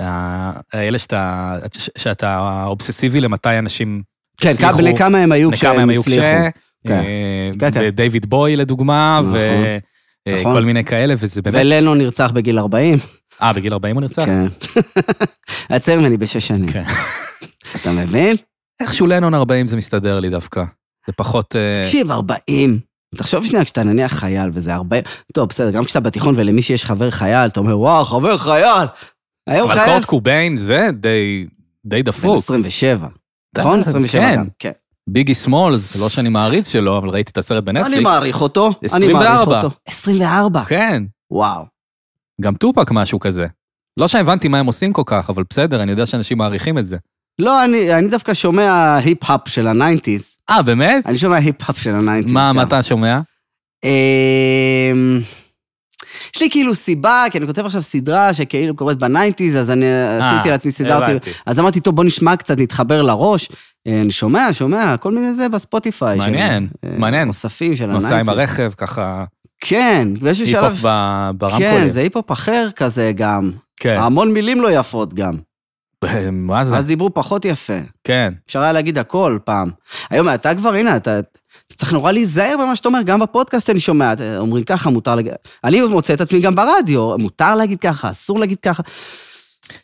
[SPEAKER 2] אה, ה- האלה שאתה, ש- שאתה אובססיבי למתי אנשים
[SPEAKER 3] כן,
[SPEAKER 2] הצליחו-
[SPEAKER 3] בני כמה הם היו
[SPEAKER 2] כמה
[SPEAKER 3] כשהם
[SPEAKER 2] הם היו
[SPEAKER 3] הצליחו.
[SPEAKER 2] כשה,
[SPEAKER 3] כן.
[SPEAKER 2] אה,
[SPEAKER 3] כן, כן.
[SPEAKER 2] ודייוויד בוי לדוגמה,
[SPEAKER 3] נכון, נכון.
[SPEAKER 2] וכל מיני כאלה, וזה באמת...
[SPEAKER 3] ולנון נרצח בגיל 40.
[SPEAKER 2] אה, בגיל 40 הוא נרצח?
[SPEAKER 3] כן. היה צעיר ממני בשש שנים.
[SPEAKER 2] כן.
[SPEAKER 3] אתה מבין?
[SPEAKER 2] איכשהו לנון 40 זה מסתדר לי דווקא. זה פחות... אה,
[SPEAKER 3] תקשיב, 40. תחשוב שנייה, כשאתה נניח חייל וזה 40... טוב, בסדר, גם כשאתה בתיכון ולמישהי יש חבר חייל, אתה אומר, וואו, חבר חייל! היום
[SPEAKER 2] אבל
[SPEAKER 3] חייל...
[SPEAKER 2] קורט קוביין זה די... די
[SPEAKER 3] בן
[SPEAKER 2] דפוק.
[SPEAKER 3] 27.
[SPEAKER 2] אתה-
[SPEAKER 3] נכון? 27
[SPEAKER 2] כן.
[SPEAKER 3] גם. כן.
[SPEAKER 2] ביגי סמולס, לא שאני מעריץ שלו, אבל ראיתי את הסרט בנטפליקס.
[SPEAKER 3] אני מעריך אותו. אני
[SPEAKER 2] 24.
[SPEAKER 3] מעריך אותו. 24.
[SPEAKER 2] כן,
[SPEAKER 3] וואו.
[SPEAKER 2] גם טופק משהו כזה. לא שהבנתי מה הם עושים כל כך, אבל בסדר, אני יודע שאנשים מעריכים את זה.
[SPEAKER 3] לא, אני אני דווקא שומע היפ-האפ של הניינטיז.
[SPEAKER 2] אה, באמת?
[SPEAKER 3] אני שומע היפ-האפ של הניינטיז.
[SPEAKER 2] מה,
[SPEAKER 3] גם.
[SPEAKER 2] מה אתה שומע?
[SPEAKER 3] אמ, יש לי כאילו סיבה, כי אני כותב עכשיו סדרה שכאילו קורית בניינטיז, אז אני עשיתי לעצמי, סידרתי.
[SPEAKER 2] אה,
[SPEAKER 3] אה,
[SPEAKER 2] הבנתי.
[SPEAKER 3] אז אמרתי, טוב, בוא נשמע קצת, נתחבר לראש. אה, אני שומע, שומע, כל מיני זה בספוטיפיי. של-
[SPEAKER 2] מעניין,
[SPEAKER 3] אה,
[SPEAKER 2] מעניין.
[SPEAKER 3] מוספים של הניינטיז.
[SPEAKER 2] נוסע עם הרכב, ככה,
[SPEAKER 3] כן, באיזשהו
[SPEAKER 2] היפ-הופ
[SPEAKER 3] שלב...
[SPEAKER 2] ב-
[SPEAKER 3] כן,
[SPEAKER 2] ברמקולים.
[SPEAKER 3] זה היפ-הופ אחר כזה גם.
[SPEAKER 2] כן,
[SPEAKER 3] המון מילים לא יפות גם.
[SPEAKER 2] מה זה?
[SPEAKER 3] אז דיברו פחות יפה.
[SPEAKER 2] כן.
[SPEAKER 3] אפשר היה להגיד הכל פעם. היום אתה כבר, הנה, אתה, אתה צריך נורא להיזהר במה שאתה אומר, גם בפודקאסט אני שומע, אתה- אומרים ככה, מותר להגיד... אני מוצא את עצמי גם ברדיו, מותר להגיד ככה, אסור להגיד ככה.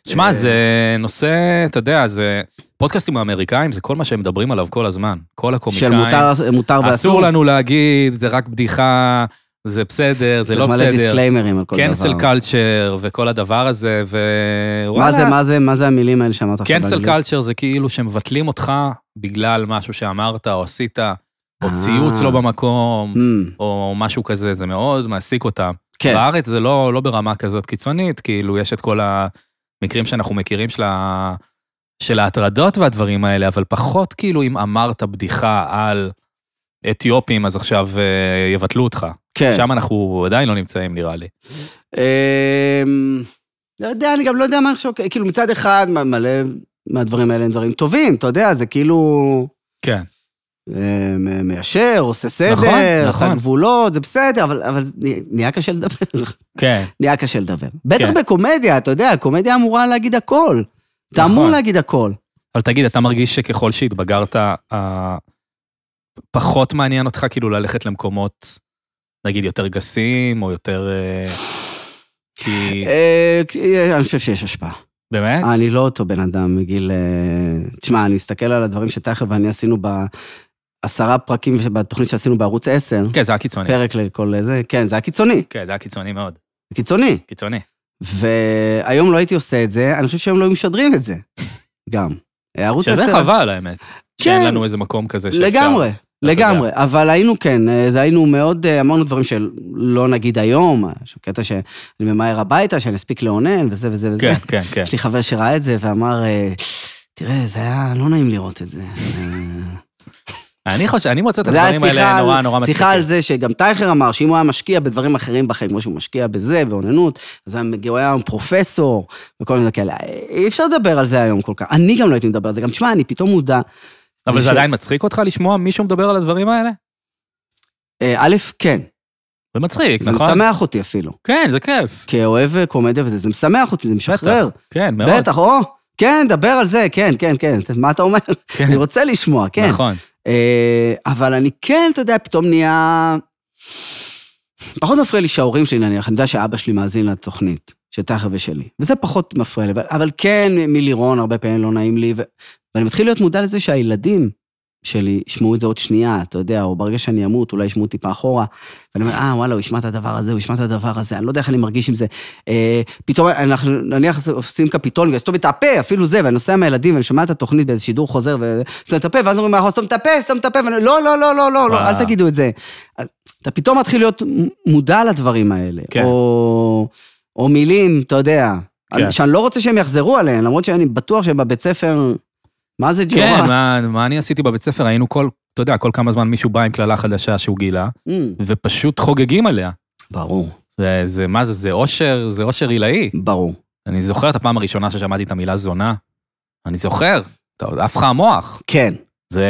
[SPEAKER 2] שמע,
[SPEAKER 3] אה,
[SPEAKER 2] זה נושא, אתה יודע, זה... פודקאסטים האמריקאים, זה כל מה שהם מדברים עליו כל הזמן. כל
[SPEAKER 3] של
[SPEAKER 2] הקומיקאים.
[SPEAKER 3] מותר, מותר ואסור.
[SPEAKER 2] אסור לנו להגיד, זה רק בדיחה, זה בסדר, זה לא
[SPEAKER 3] צריך מלא
[SPEAKER 2] בסדר. כן,
[SPEAKER 3] דיסקליימרים על כל דבר.
[SPEAKER 2] קנסל קלצ'ר וכל הדבר הזה,
[SPEAKER 3] מה זה,
[SPEAKER 2] ווואלה.
[SPEAKER 3] מה זה, מה זה המילים האלה שאמרת עכשיו?
[SPEAKER 2] קנסל
[SPEAKER 3] באנגלית?
[SPEAKER 2] קלצ'ר זה כאילו שמבטלים אותך בגלל משהו שאמרת או עשית, או
[SPEAKER 3] אה.
[SPEAKER 2] ציוץ לא במקום,
[SPEAKER 3] Hmm,
[SPEAKER 2] או משהו כזה, זה מאוד מעסיק אותם.
[SPEAKER 3] כן,
[SPEAKER 2] בארץ זה לא, לא ברמה כזאת קיצונית, כאילו יש את כל המקרים שאנחנו מכירים של, ה... של ההטרדות והדברים האלה, אבל פחות כאילו אם אמרת בדיחה על אתיופים, אז עכשיו אה, יבטלו אותך.
[SPEAKER 3] כן.
[SPEAKER 2] שם אנחנו עדיין לא נמצאים, נראה לי.
[SPEAKER 3] אמ, לא יודע, אני גם לא יודע מה אני חושב, כאילו מצד אחד, מ- מלא מהדברים האלה הם דברים טובים, אתה יודע, זה כאילו...
[SPEAKER 2] כן.
[SPEAKER 3] אה, מ- מיישר, עושה סדר,
[SPEAKER 2] נכון,
[SPEAKER 3] עושה
[SPEAKER 2] נכון.
[SPEAKER 3] גבולות, זה בסדר, אבל, אבל זה נה- נהיה קשה לדבר.
[SPEAKER 2] כן.
[SPEAKER 3] נהיה קשה לדבר. בטח
[SPEAKER 2] כן.
[SPEAKER 3] בקומדיה, אתה יודע, קומדיה אמורה להגיד הכל. אתה
[SPEAKER 2] נכון.
[SPEAKER 3] אמור להגיד הכל.
[SPEAKER 2] אבל תגיד, אתה מרגיש שככל שהתבגרת, אה, פחות מעניין אותך כאילו ללכת למקומות, נגיד, יותר גסים, או יותר... אה, כי...
[SPEAKER 3] אה, אה, אני חושב שיש השפעה.
[SPEAKER 2] באמת?
[SPEAKER 3] אני לא אותו בן אדם מגיל... אה, תשמע, אני מסתכל על הדברים שתכף ואני עשינו בעשרה פרקים בתוכנית שעשינו בערוץ 10,
[SPEAKER 2] כן, זה היה קיצוני.
[SPEAKER 3] פרק לכל זה, כן, זה היה קיצוני,
[SPEAKER 2] כן, זה היה קיצוני מאוד.
[SPEAKER 3] קיצוני.
[SPEAKER 2] קיצוני.
[SPEAKER 3] והיום לא הייתי עושה את זה, אני חושב שהיום לא היו משדרים את זה, גם. ערוץ 10...
[SPEAKER 2] שזה חבל, האמת. שאין לנו איזה מקום כזה שאפשר.
[SPEAKER 3] כן. לגמרי,
[SPEAKER 2] יודע.
[SPEAKER 3] לגמרי. אבל היינו כן, אה, זה היינו מאוד, אה, אמרנו דברים שלא נגיד היום, אה, יש קטע שאני ממהר הביתה, שאני אספיק לאונן וזה וזה וזה.
[SPEAKER 2] כן, כן, כן.
[SPEAKER 3] יש לי חבר שראה את זה ואמר, אה, תראה, זה היה לא נעים לראות את זה.
[SPEAKER 2] אני חושב, אני מוצא את
[SPEAKER 3] זה היה
[SPEAKER 2] הדברים
[SPEAKER 3] שיחה
[SPEAKER 2] האלה נורא נורא
[SPEAKER 3] על,
[SPEAKER 2] מצחיקים.
[SPEAKER 3] שיחה על זה שגם טייכר אמר שאם הוא היה משקיע בדברים אחרים בחיים, כמו שהוא משקיע בזה, באוננות, אז הוא היה מגיע- הוא היה פרופסור וכל מיני כאלה. אי אפשר לדבר על זה היום כל כך. אני גם לא הייתי מדבר על זה. גם תשמע, אני פתאום מודע.
[SPEAKER 2] אבל זה
[SPEAKER 3] ש-
[SPEAKER 2] עדיין מצחיק אותך לשמוע מישהו מדבר על הדברים האלה?
[SPEAKER 3] אה, א', כן.
[SPEAKER 2] זה מצחיק,
[SPEAKER 3] זה
[SPEAKER 2] נכון?
[SPEAKER 3] משמח אותי אפילו.
[SPEAKER 2] כן, זה כיף.
[SPEAKER 3] כאוהב אה, קומדיה וזה, זה משמח אותי, זה משחרר.
[SPEAKER 2] כן, מאוד.
[SPEAKER 3] בטח, או, כן, דבר על זה, כן, כן, כן. מה אתה אומר?
[SPEAKER 2] כן,
[SPEAKER 3] אני רוצה לשמוע, כן.
[SPEAKER 2] נכון.
[SPEAKER 3] אה, אבל אני כן, אתה יודע, פתאום נהיה... פחות מפריע לי שההורים שלי, נניח, אני יודע שאבא שלי מאזין לתוכנית, של טייכר ושלי, וזה פחות מפריע לי, אבל, אבל כן, מלירון הרבה פעמים לא נעים לי, ו... ואני מתחיל להיות מודע לזה שהילדים שלי ישמעו את זה עוד שנייה, אתה יודע, או ברגע שאני אמות, אולי ישמעו טיפה אחורה. ואני אומר, אה, וואלה, הוא ישמע את הדבר הזה, הוא ישמע את הדבר הזה, אני לא יודע איך אני מרגיש עם זה. אה, פתאום, אנחנו נניח עושים קפיטול, אז סתום את הפה, אפילו זה, ואני נוסע עם הילדים, ואני שומע את התוכנית באיזה שידור חוזר, וסתום את הפה, ואז אומרים, "אה, סתום את הפה, סתום את הפה, ואני, לא, לא, לא, לא, לא, לא,
[SPEAKER 2] וואו.
[SPEAKER 3] אל תגידו את זה. אז אתה פתאום מתחיל להיות מ- מודע לדברים האלה.
[SPEAKER 2] כן.
[SPEAKER 3] או, או מילים, אתה יודע,
[SPEAKER 2] כן.
[SPEAKER 3] שאני לא רוצה שהם יחזרו עליהן, למרות שאני בטוח שבבית ספר, מה זה ג'ורה?
[SPEAKER 2] כן, מה, מה אני עשיתי בבית ספר, היינו כל, אתה יודע, כל כמה זמן מישהו בא עם קללה חדשה שהוא גילה,
[SPEAKER 3] אמ,
[SPEAKER 2] ופשוט חוגגים עליה.
[SPEAKER 3] ברור.
[SPEAKER 2] זה, זה מה זה, זה אושר, זה אושר עילאי.
[SPEAKER 3] ברור.
[SPEAKER 2] אני זוכר את הפעם הראשונה ששמעתי את המילה זונה. אני זוכר, אתה עוד עף לך המוח.
[SPEAKER 3] כן.
[SPEAKER 2] זה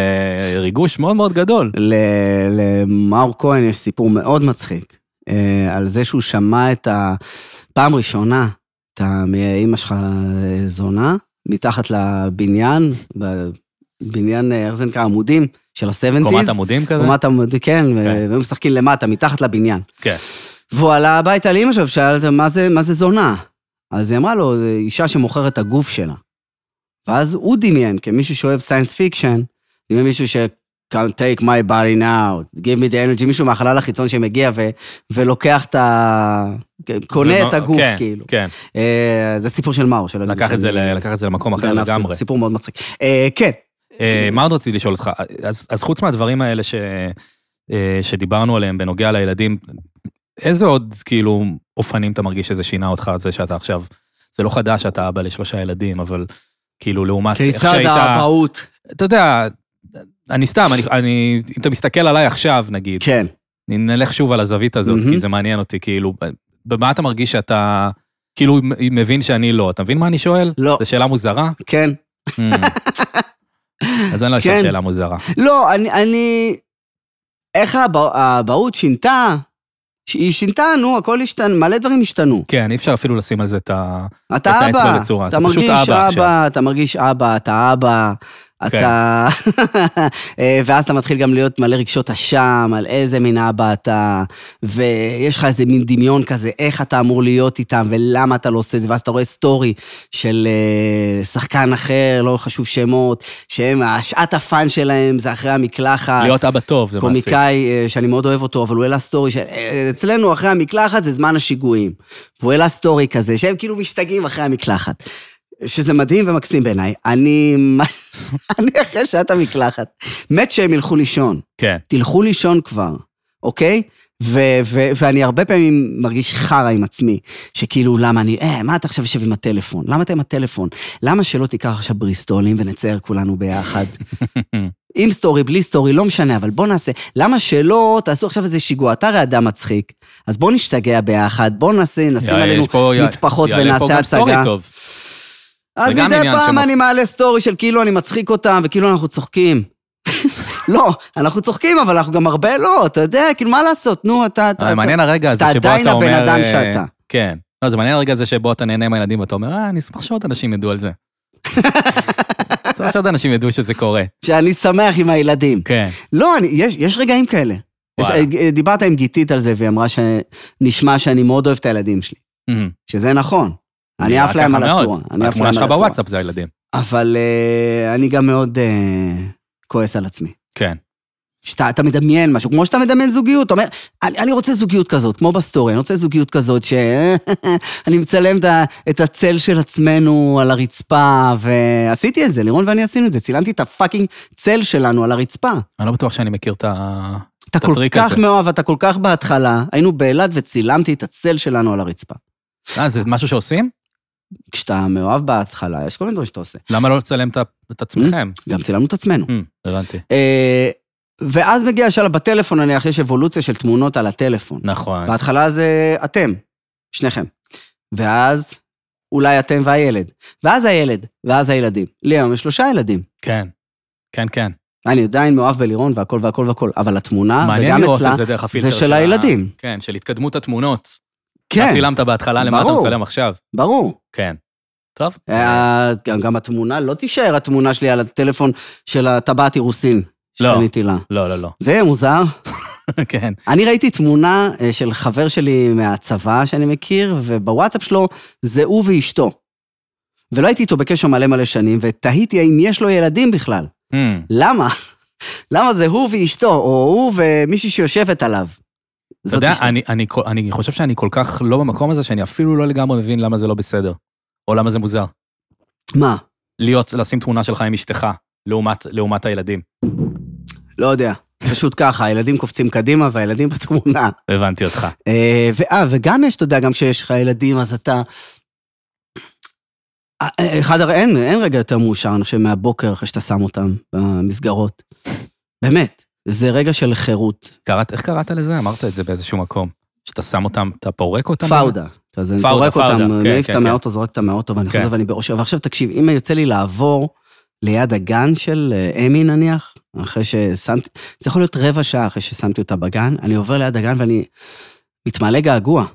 [SPEAKER 2] ריגוש מאוד מאוד גדול.
[SPEAKER 3] ל- למאור כהן יש סיפור מאוד מצחיק, אה, על זה שהוא שמע את ה... פעם ראשונה, את האימא שלך אה, זונה, מתחת לבניין, בבניין, אה, איך זה נקרא, עמודים של
[SPEAKER 2] קומת
[SPEAKER 3] ה-70's.
[SPEAKER 2] עמודים כזה?
[SPEAKER 3] קומת עמודים, כן,
[SPEAKER 2] כן.
[SPEAKER 3] והם משחקים למטה, מתחת לבניין.
[SPEAKER 2] כן.
[SPEAKER 3] והוא עלה הביתה לאמא שלו ושאל אותה, מה זה, מה זה זונה? אז היא אמרה לו, זה אישה שמוכרת את הגוף שלה. ואז הוא דמיין, כמישהו שאוהב סיינס פיקשן, דמיין מישהו ש... come take my body now, give me the energy, מישהו מהחלל החיצון שמגיע ו... ולוקח את ה... קונה
[SPEAKER 2] זה
[SPEAKER 3] את
[SPEAKER 2] לא-
[SPEAKER 3] הגוף,
[SPEAKER 2] כן,
[SPEAKER 3] כאילו.
[SPEAKER 2] כן,
[SPEAKER 3] אה, זה סיפור של מאור, של...
[SPEAKER 2] לקח את זה ל- לקח את זה למקום אחר
[SPEAKER 3] גנבתי,
[SPEAKER 2] לגמרי.
[SPEAKER 3] סיפור מאוד מצחיק. אה, כן,
[SPEAKER 2] אה, מה עוד רציתי לשאול אותך? אז, אז חוץ מהדברים האלה ש, אה, שדיברנו עליהם בנוגע לילדים, איזה עוד כאילו אופנים אתה מרגיש שזה שינה אותך, זה שאתה עכשיו, זה לא חדש שאתה אבא לשלושה ילדים, אבל כאילו לעומת איך
[SPEAKER 3] כיצד
[SPEAKER 2] שהיית,
[SPEAKER 3] האבהות.
[SPEAKER 2] אתה יודע, אני סתם, אני, אני, אם אתה מסתכל עליי עכשיו נגיד,
[SPEAKER 3] כן.
[SPEAKER 2] אני נלך שוב על הזווית הזאת,
[SPEAKER 3] מהמם.
[SPEAKER 2] כי זה מעניין אותי, כאילו, במה אתה מרגיש שאתה, כאילו מבין שאני לא, אתה מבין מה אני שואל?
[SPEAKER 3] לא.
[SPEAKER 2] זו שאלה מוזרה?
[SPEAKER 3] כן.
[SPEAKER 2] Mm. אז אני לא אשאל
[SPEAKER 3] כן.
[SPEAKER 2] שאלה מוזרה.
[SPEAKER 3] לא, אני... אני... איך האבא- האבהות שינתה? ש- היא שינתה, נו, הכל השתנה, מלא דברים השתנו.
[SPEAKER 2] כן, אי אפשר אפילו לשים על זה את ה...
[SPEAKER 3] אתה
[SPEAKER 2] את האצבע
[SPEAKER 3] אבא,
[SPEAKER 2] בצורה,
[SPEAKER 3] אתה
[SPEAKER 2] אתה פשוט
[SPEAKER 3] מרגיש
[SPEAKER 2] אבא
[SPEAKER 3] אבא,
[SPEAKER 2] עכשיו. כן.
[SPEAKER 3] אתה מרגיש אבא, אתה אבא, אתה... אה, ואז אתה מתחיל גם להיות מלא רגשות אשם, על איזה מין אבא אתה, ויש לך איזה מין דמיון כזה, איך אתה אמור להיות איתם ולמה אתה לא עושה את זה, ואז אתה רואה סטורי של אה, שחקן אחר, לא חשוב שמות, שהם, השעת הפאן שלהם זה אחרי המקלחת.
[SPEAKER 2] להיות אבא טוב זה מעסיק.
[SPEAKER 3] קומיקאי אה, שאני מאוד אוהב אותו, אבל הוא העלה סטורי, ש- אה, אצלנו אחרי המקלחת זה זמן השיגועים. והוא העלה סטורי כזה, שהם כאילו משתגעים אחרי המקלחת. שזה מדהים ומקסים בעיניי. אני, אני אחרי שעת המקלחת. מת שהם ילכו לישון.
[SPEAKER 2] כן,
[SPEAKER 3] תלכו לישון כבר, אוקיי? ו- ו- ואני הרבה פעמים מרגיש חרא עם עצמי, שכאילו, למה אני, אה, מה אתה עכשיו יושב עם הטלפון? למה אתה עם הטלפון? למה שלא תיקח עכשיו בריסטולים ונצייר כולנו ביחד? עם סטורי, בלי סטורי, לא משנה, אבל בוא נעשה. למה שלא תעשו עכשיו איזה שיגוע? אתה הרי אדם מצחיק, אז בוא נשתגע ביחד, בוא נעשה, נשים
[SPEAKER 2] יאללה,
[SPEAKER 3] עלינו
[SPEAKER 2] אה, יש פה- יאללה,
[SPEAKER 3] מטפחות
[SPEAKER 2] יעלה פה
[SPEAKER 3] ונעשה
[SPEAKER 2] גם סטורי
[SPEAKER 3] הצגה.
[SPEAKER 2] טוב.
[SPEAKER 3] אז
[SPEAKER 2] זה גם
[SPEAKER 3] מדי
[SPEAKER 2] עניין
[SPEAKER 3] פעם
[SPEAKER 2] שמוצ-
[SPEAKER 3] אני מעלה סטורי של כאילו אני מצחיק אותם וכאילו אנחנו צוחקים. לא, אנחנו צוחקים, אבל אנחנו גם הרבה לא, אתה יודע, כאילו, מה לעשות? נו, אתה... אתה-
[SPEAKER 2] אה, מעניין הרגע הזה
[SPEAKER 3] אתה
[SPEAKER 2] שבו
[SPEAKER 3] עדיין
[SPEAKER 2] אתה אומר...
[SPEAKER 3] הבן אדם
[SPEAKER 2] אה,
[SPEAKER 3] שאתה.
[SPEAKER 2] כן. לא, זה מעניין הרגע הזה שבו אתה נהנה מהילדים ואתה אומר, אה, אני אשמח שעוד אנשים ידעו על זה. צריך שעוד אנשים ידעו שזה קורה.
[SPEAKER 3] שאני שמח עם הילדים.
[SPEAKER 2] כן.
[SPEAKER 3] לא, אני, יש, יש רגעים כאלה. יש, אה,
[SPEAKER 2] וואלה.
[SPEAKER 3] דיברת עם גיתית על זה, והיא אמרה שנשמע שאני מאוד אוהב את הילדים שלי,
[SPEAKER 2] אמ,
[SPEAKER 3] שזה נכון. אני
[SPEAKER 2] נראה
[SPEAKER 3] עף להם
[SPEAKER 2] ככה
[SPEAKER 3] על
[SPEAKER 2] מאוד.
[SPEAKER 3] הצורה. אני עף
[SPEAKER 2] התמונה
[SPEAKER 3] להם
[SPEAKER 2] שלך
[SPEAKER 3] על הצורה.
[SPEAKER 2] בוואטסאפ זה הילדים.
[SPEAKER 3] אבל אה, אני גם מאוד אה, כועס על עצמי.
[SPEAKER 2] כן.
[SPEAKER 3] שאתה אתה מדמיין משהו, כמו שאתה מדמיין זוגיות, אתה אומר, אני, אני רוצה זוגיות כזאת, כמו בסטורי, אני רוצה זוגיות כזאת ש... אני מצלם את, ה- את הצל של עצמנו על הרצפה, ועשיתי את זה, לירון ואני עשינו את זה, צילמתי את הפאקינג צל שלנו על הרצפה.
[SPEAKER 2] אני לא בטוח שאני מכיר את ה...
[SPEAKER 3] אתה כל
[SPEAKER 2] הטריק
[SPEAKER 3] כך
[SPEAKER 2] הזה.
[SPEAKER 3] מאוהב, אתה כל כך בהתחלה, היינו באילת וצילמתי את הצל שלנו על הרצפה.
[SPEAKER 2] אה, זה משהו שעושים?
[SPEAKER 3] כשאתה מאוהב בהתחלה, יש כל מיני דברים שאתה עושה.
[SPEAKER 2] למה לא לצלם את ה- את עצמכם?
[SPEAKER 3] גם צילמנו את עצמנו.
[SPEAKER 2] אמ, הבנתי.
[SPEAKER 3] אה, ואז מגיע השלב בטלפון, נניח, יש אבולוציה של תמונות על הטלפון.
[SPEAKER 2] נכון.
[SPEAKER 3] בהתחלה זה אתם, שניכם. ואז אולי אתם והילד. ואז הילד, ואז הילדים. לי היום יש שלושה ילדים.
[SPEAKER 2] כן. כן, כן.
[SPEAKER 3] אני עדיין מאוהב בלירון והכל והכל והכל, אבל התמונה,
[SPEAKER 2] מעניין
[SPEAKER 3] אה, וגם
[SPEAKER 2] לראות
[SPEAKER 3] אצלה,
[SPEAKER 2] את זה דרך הפילטר
[SPEAKER 3] זה של
[SPEAKER 2] ה-
[SPEAKER 3] הילדים.
[SPEAKER 2] כן, של התקדמות התמונות. אתה
[SPEAKER 3] כן,
[SPEAKER 2] צילמת בהתחלה, למה אתה
[SPEAKER 3] ברור. אה.
[SPEAKER 2] מצלם עכשיו?
[SPEAKER 3] ברור.
[SPEAKER 2] כן. טוב.
[SPEAKER 3] אה, גם- גם התמונה, לא תישאר התמונה שלי על הטלפון של הטבעת אירוסין
[SPEAKER 2] לא.
[SPEAKER 3] שקניתי לה.
[SPEAKER 2] לא, לא, לא.
[SPEAKER 3] זה יהיה מוזר.
[SPEAKER 2] כן.
[SPEAKER 3] אני ראיתי תמונה אה, של חבר שלי מהצבא שאני מכיר, ובוואטסאפ שלו זה הוא ואשתו. ולא הייתי איתו בקשר מלא מלא שנים, ותהיתי האם יש לו ילדים בכלל.
[SPEAKER 2] Hmm.
[SPEAKER 3] למה? למה זה הוא ואשתו, או הוא ומישהי שיושבת עליו?
[SPEAKER 2] אתה יודע, אני, אני, כל- אני חושב שאני כל כך לא במקום הזה, שאני אפילו לא לגמרי מבין למה זה לא בסדר, או למה זה מוזר.
[SPEAKER 3] מה?
[SPEAKER 2] להיות, לשים תמונה שלך עם אשתך, לעומת, לעומת הילדים.
[SPEAKER 3] לא יודע. פשוט ככה, הילדים קופצים קדימה והילדים בתמונה.
[SPEAKER 2] הבנתי אותך.
[SPEAKER 3] אה, ואה, וגם יש, אתה יודע, גם כשיש לך ילדים, אז אתה... אה, אה, אחד, הרי אין, אין רגע יותר מאושר, אני חושב, מהבוקר אחרי שאתה שם אותם במסגרות. באמת, זה רגע של חירות.
[SPEAKER 2] קראת, איך קראת לזה? אמרת את זה באיזשהו מקום. שאתה שם אותם, אתה פורק אותם?
[SPEAKER 3] פאודה. כזה, אני
[SPEAKER 2] פאודה,
[SPEAKER 3] זורק
[SPEAKER 2] פאודה,
[SPEAKER 3] אותם, אה,
[SPEAKER 2] כן,
[SPEAKER 3] מעיף
[SPEAKER 2] כן,
[SPEAKER 3] אותם
[SPEAKER 2] כן.
[SPEAKER 3] מהאוטו, זורק אותם מהאוטו, ואני
[SPEAKER 2] כן.
[SPEAKER 3] חוזר ואני באושר. ועכשיו, תקשיב, אם יוצא לי לעבור ליד הגן של אה, אמי, נניח, אחרי ששמתי, זה יכול להיות רבע שעה אחרי ששמתי אותה בגן, אני עובר ליד הגן ואני מתמלא געגוע.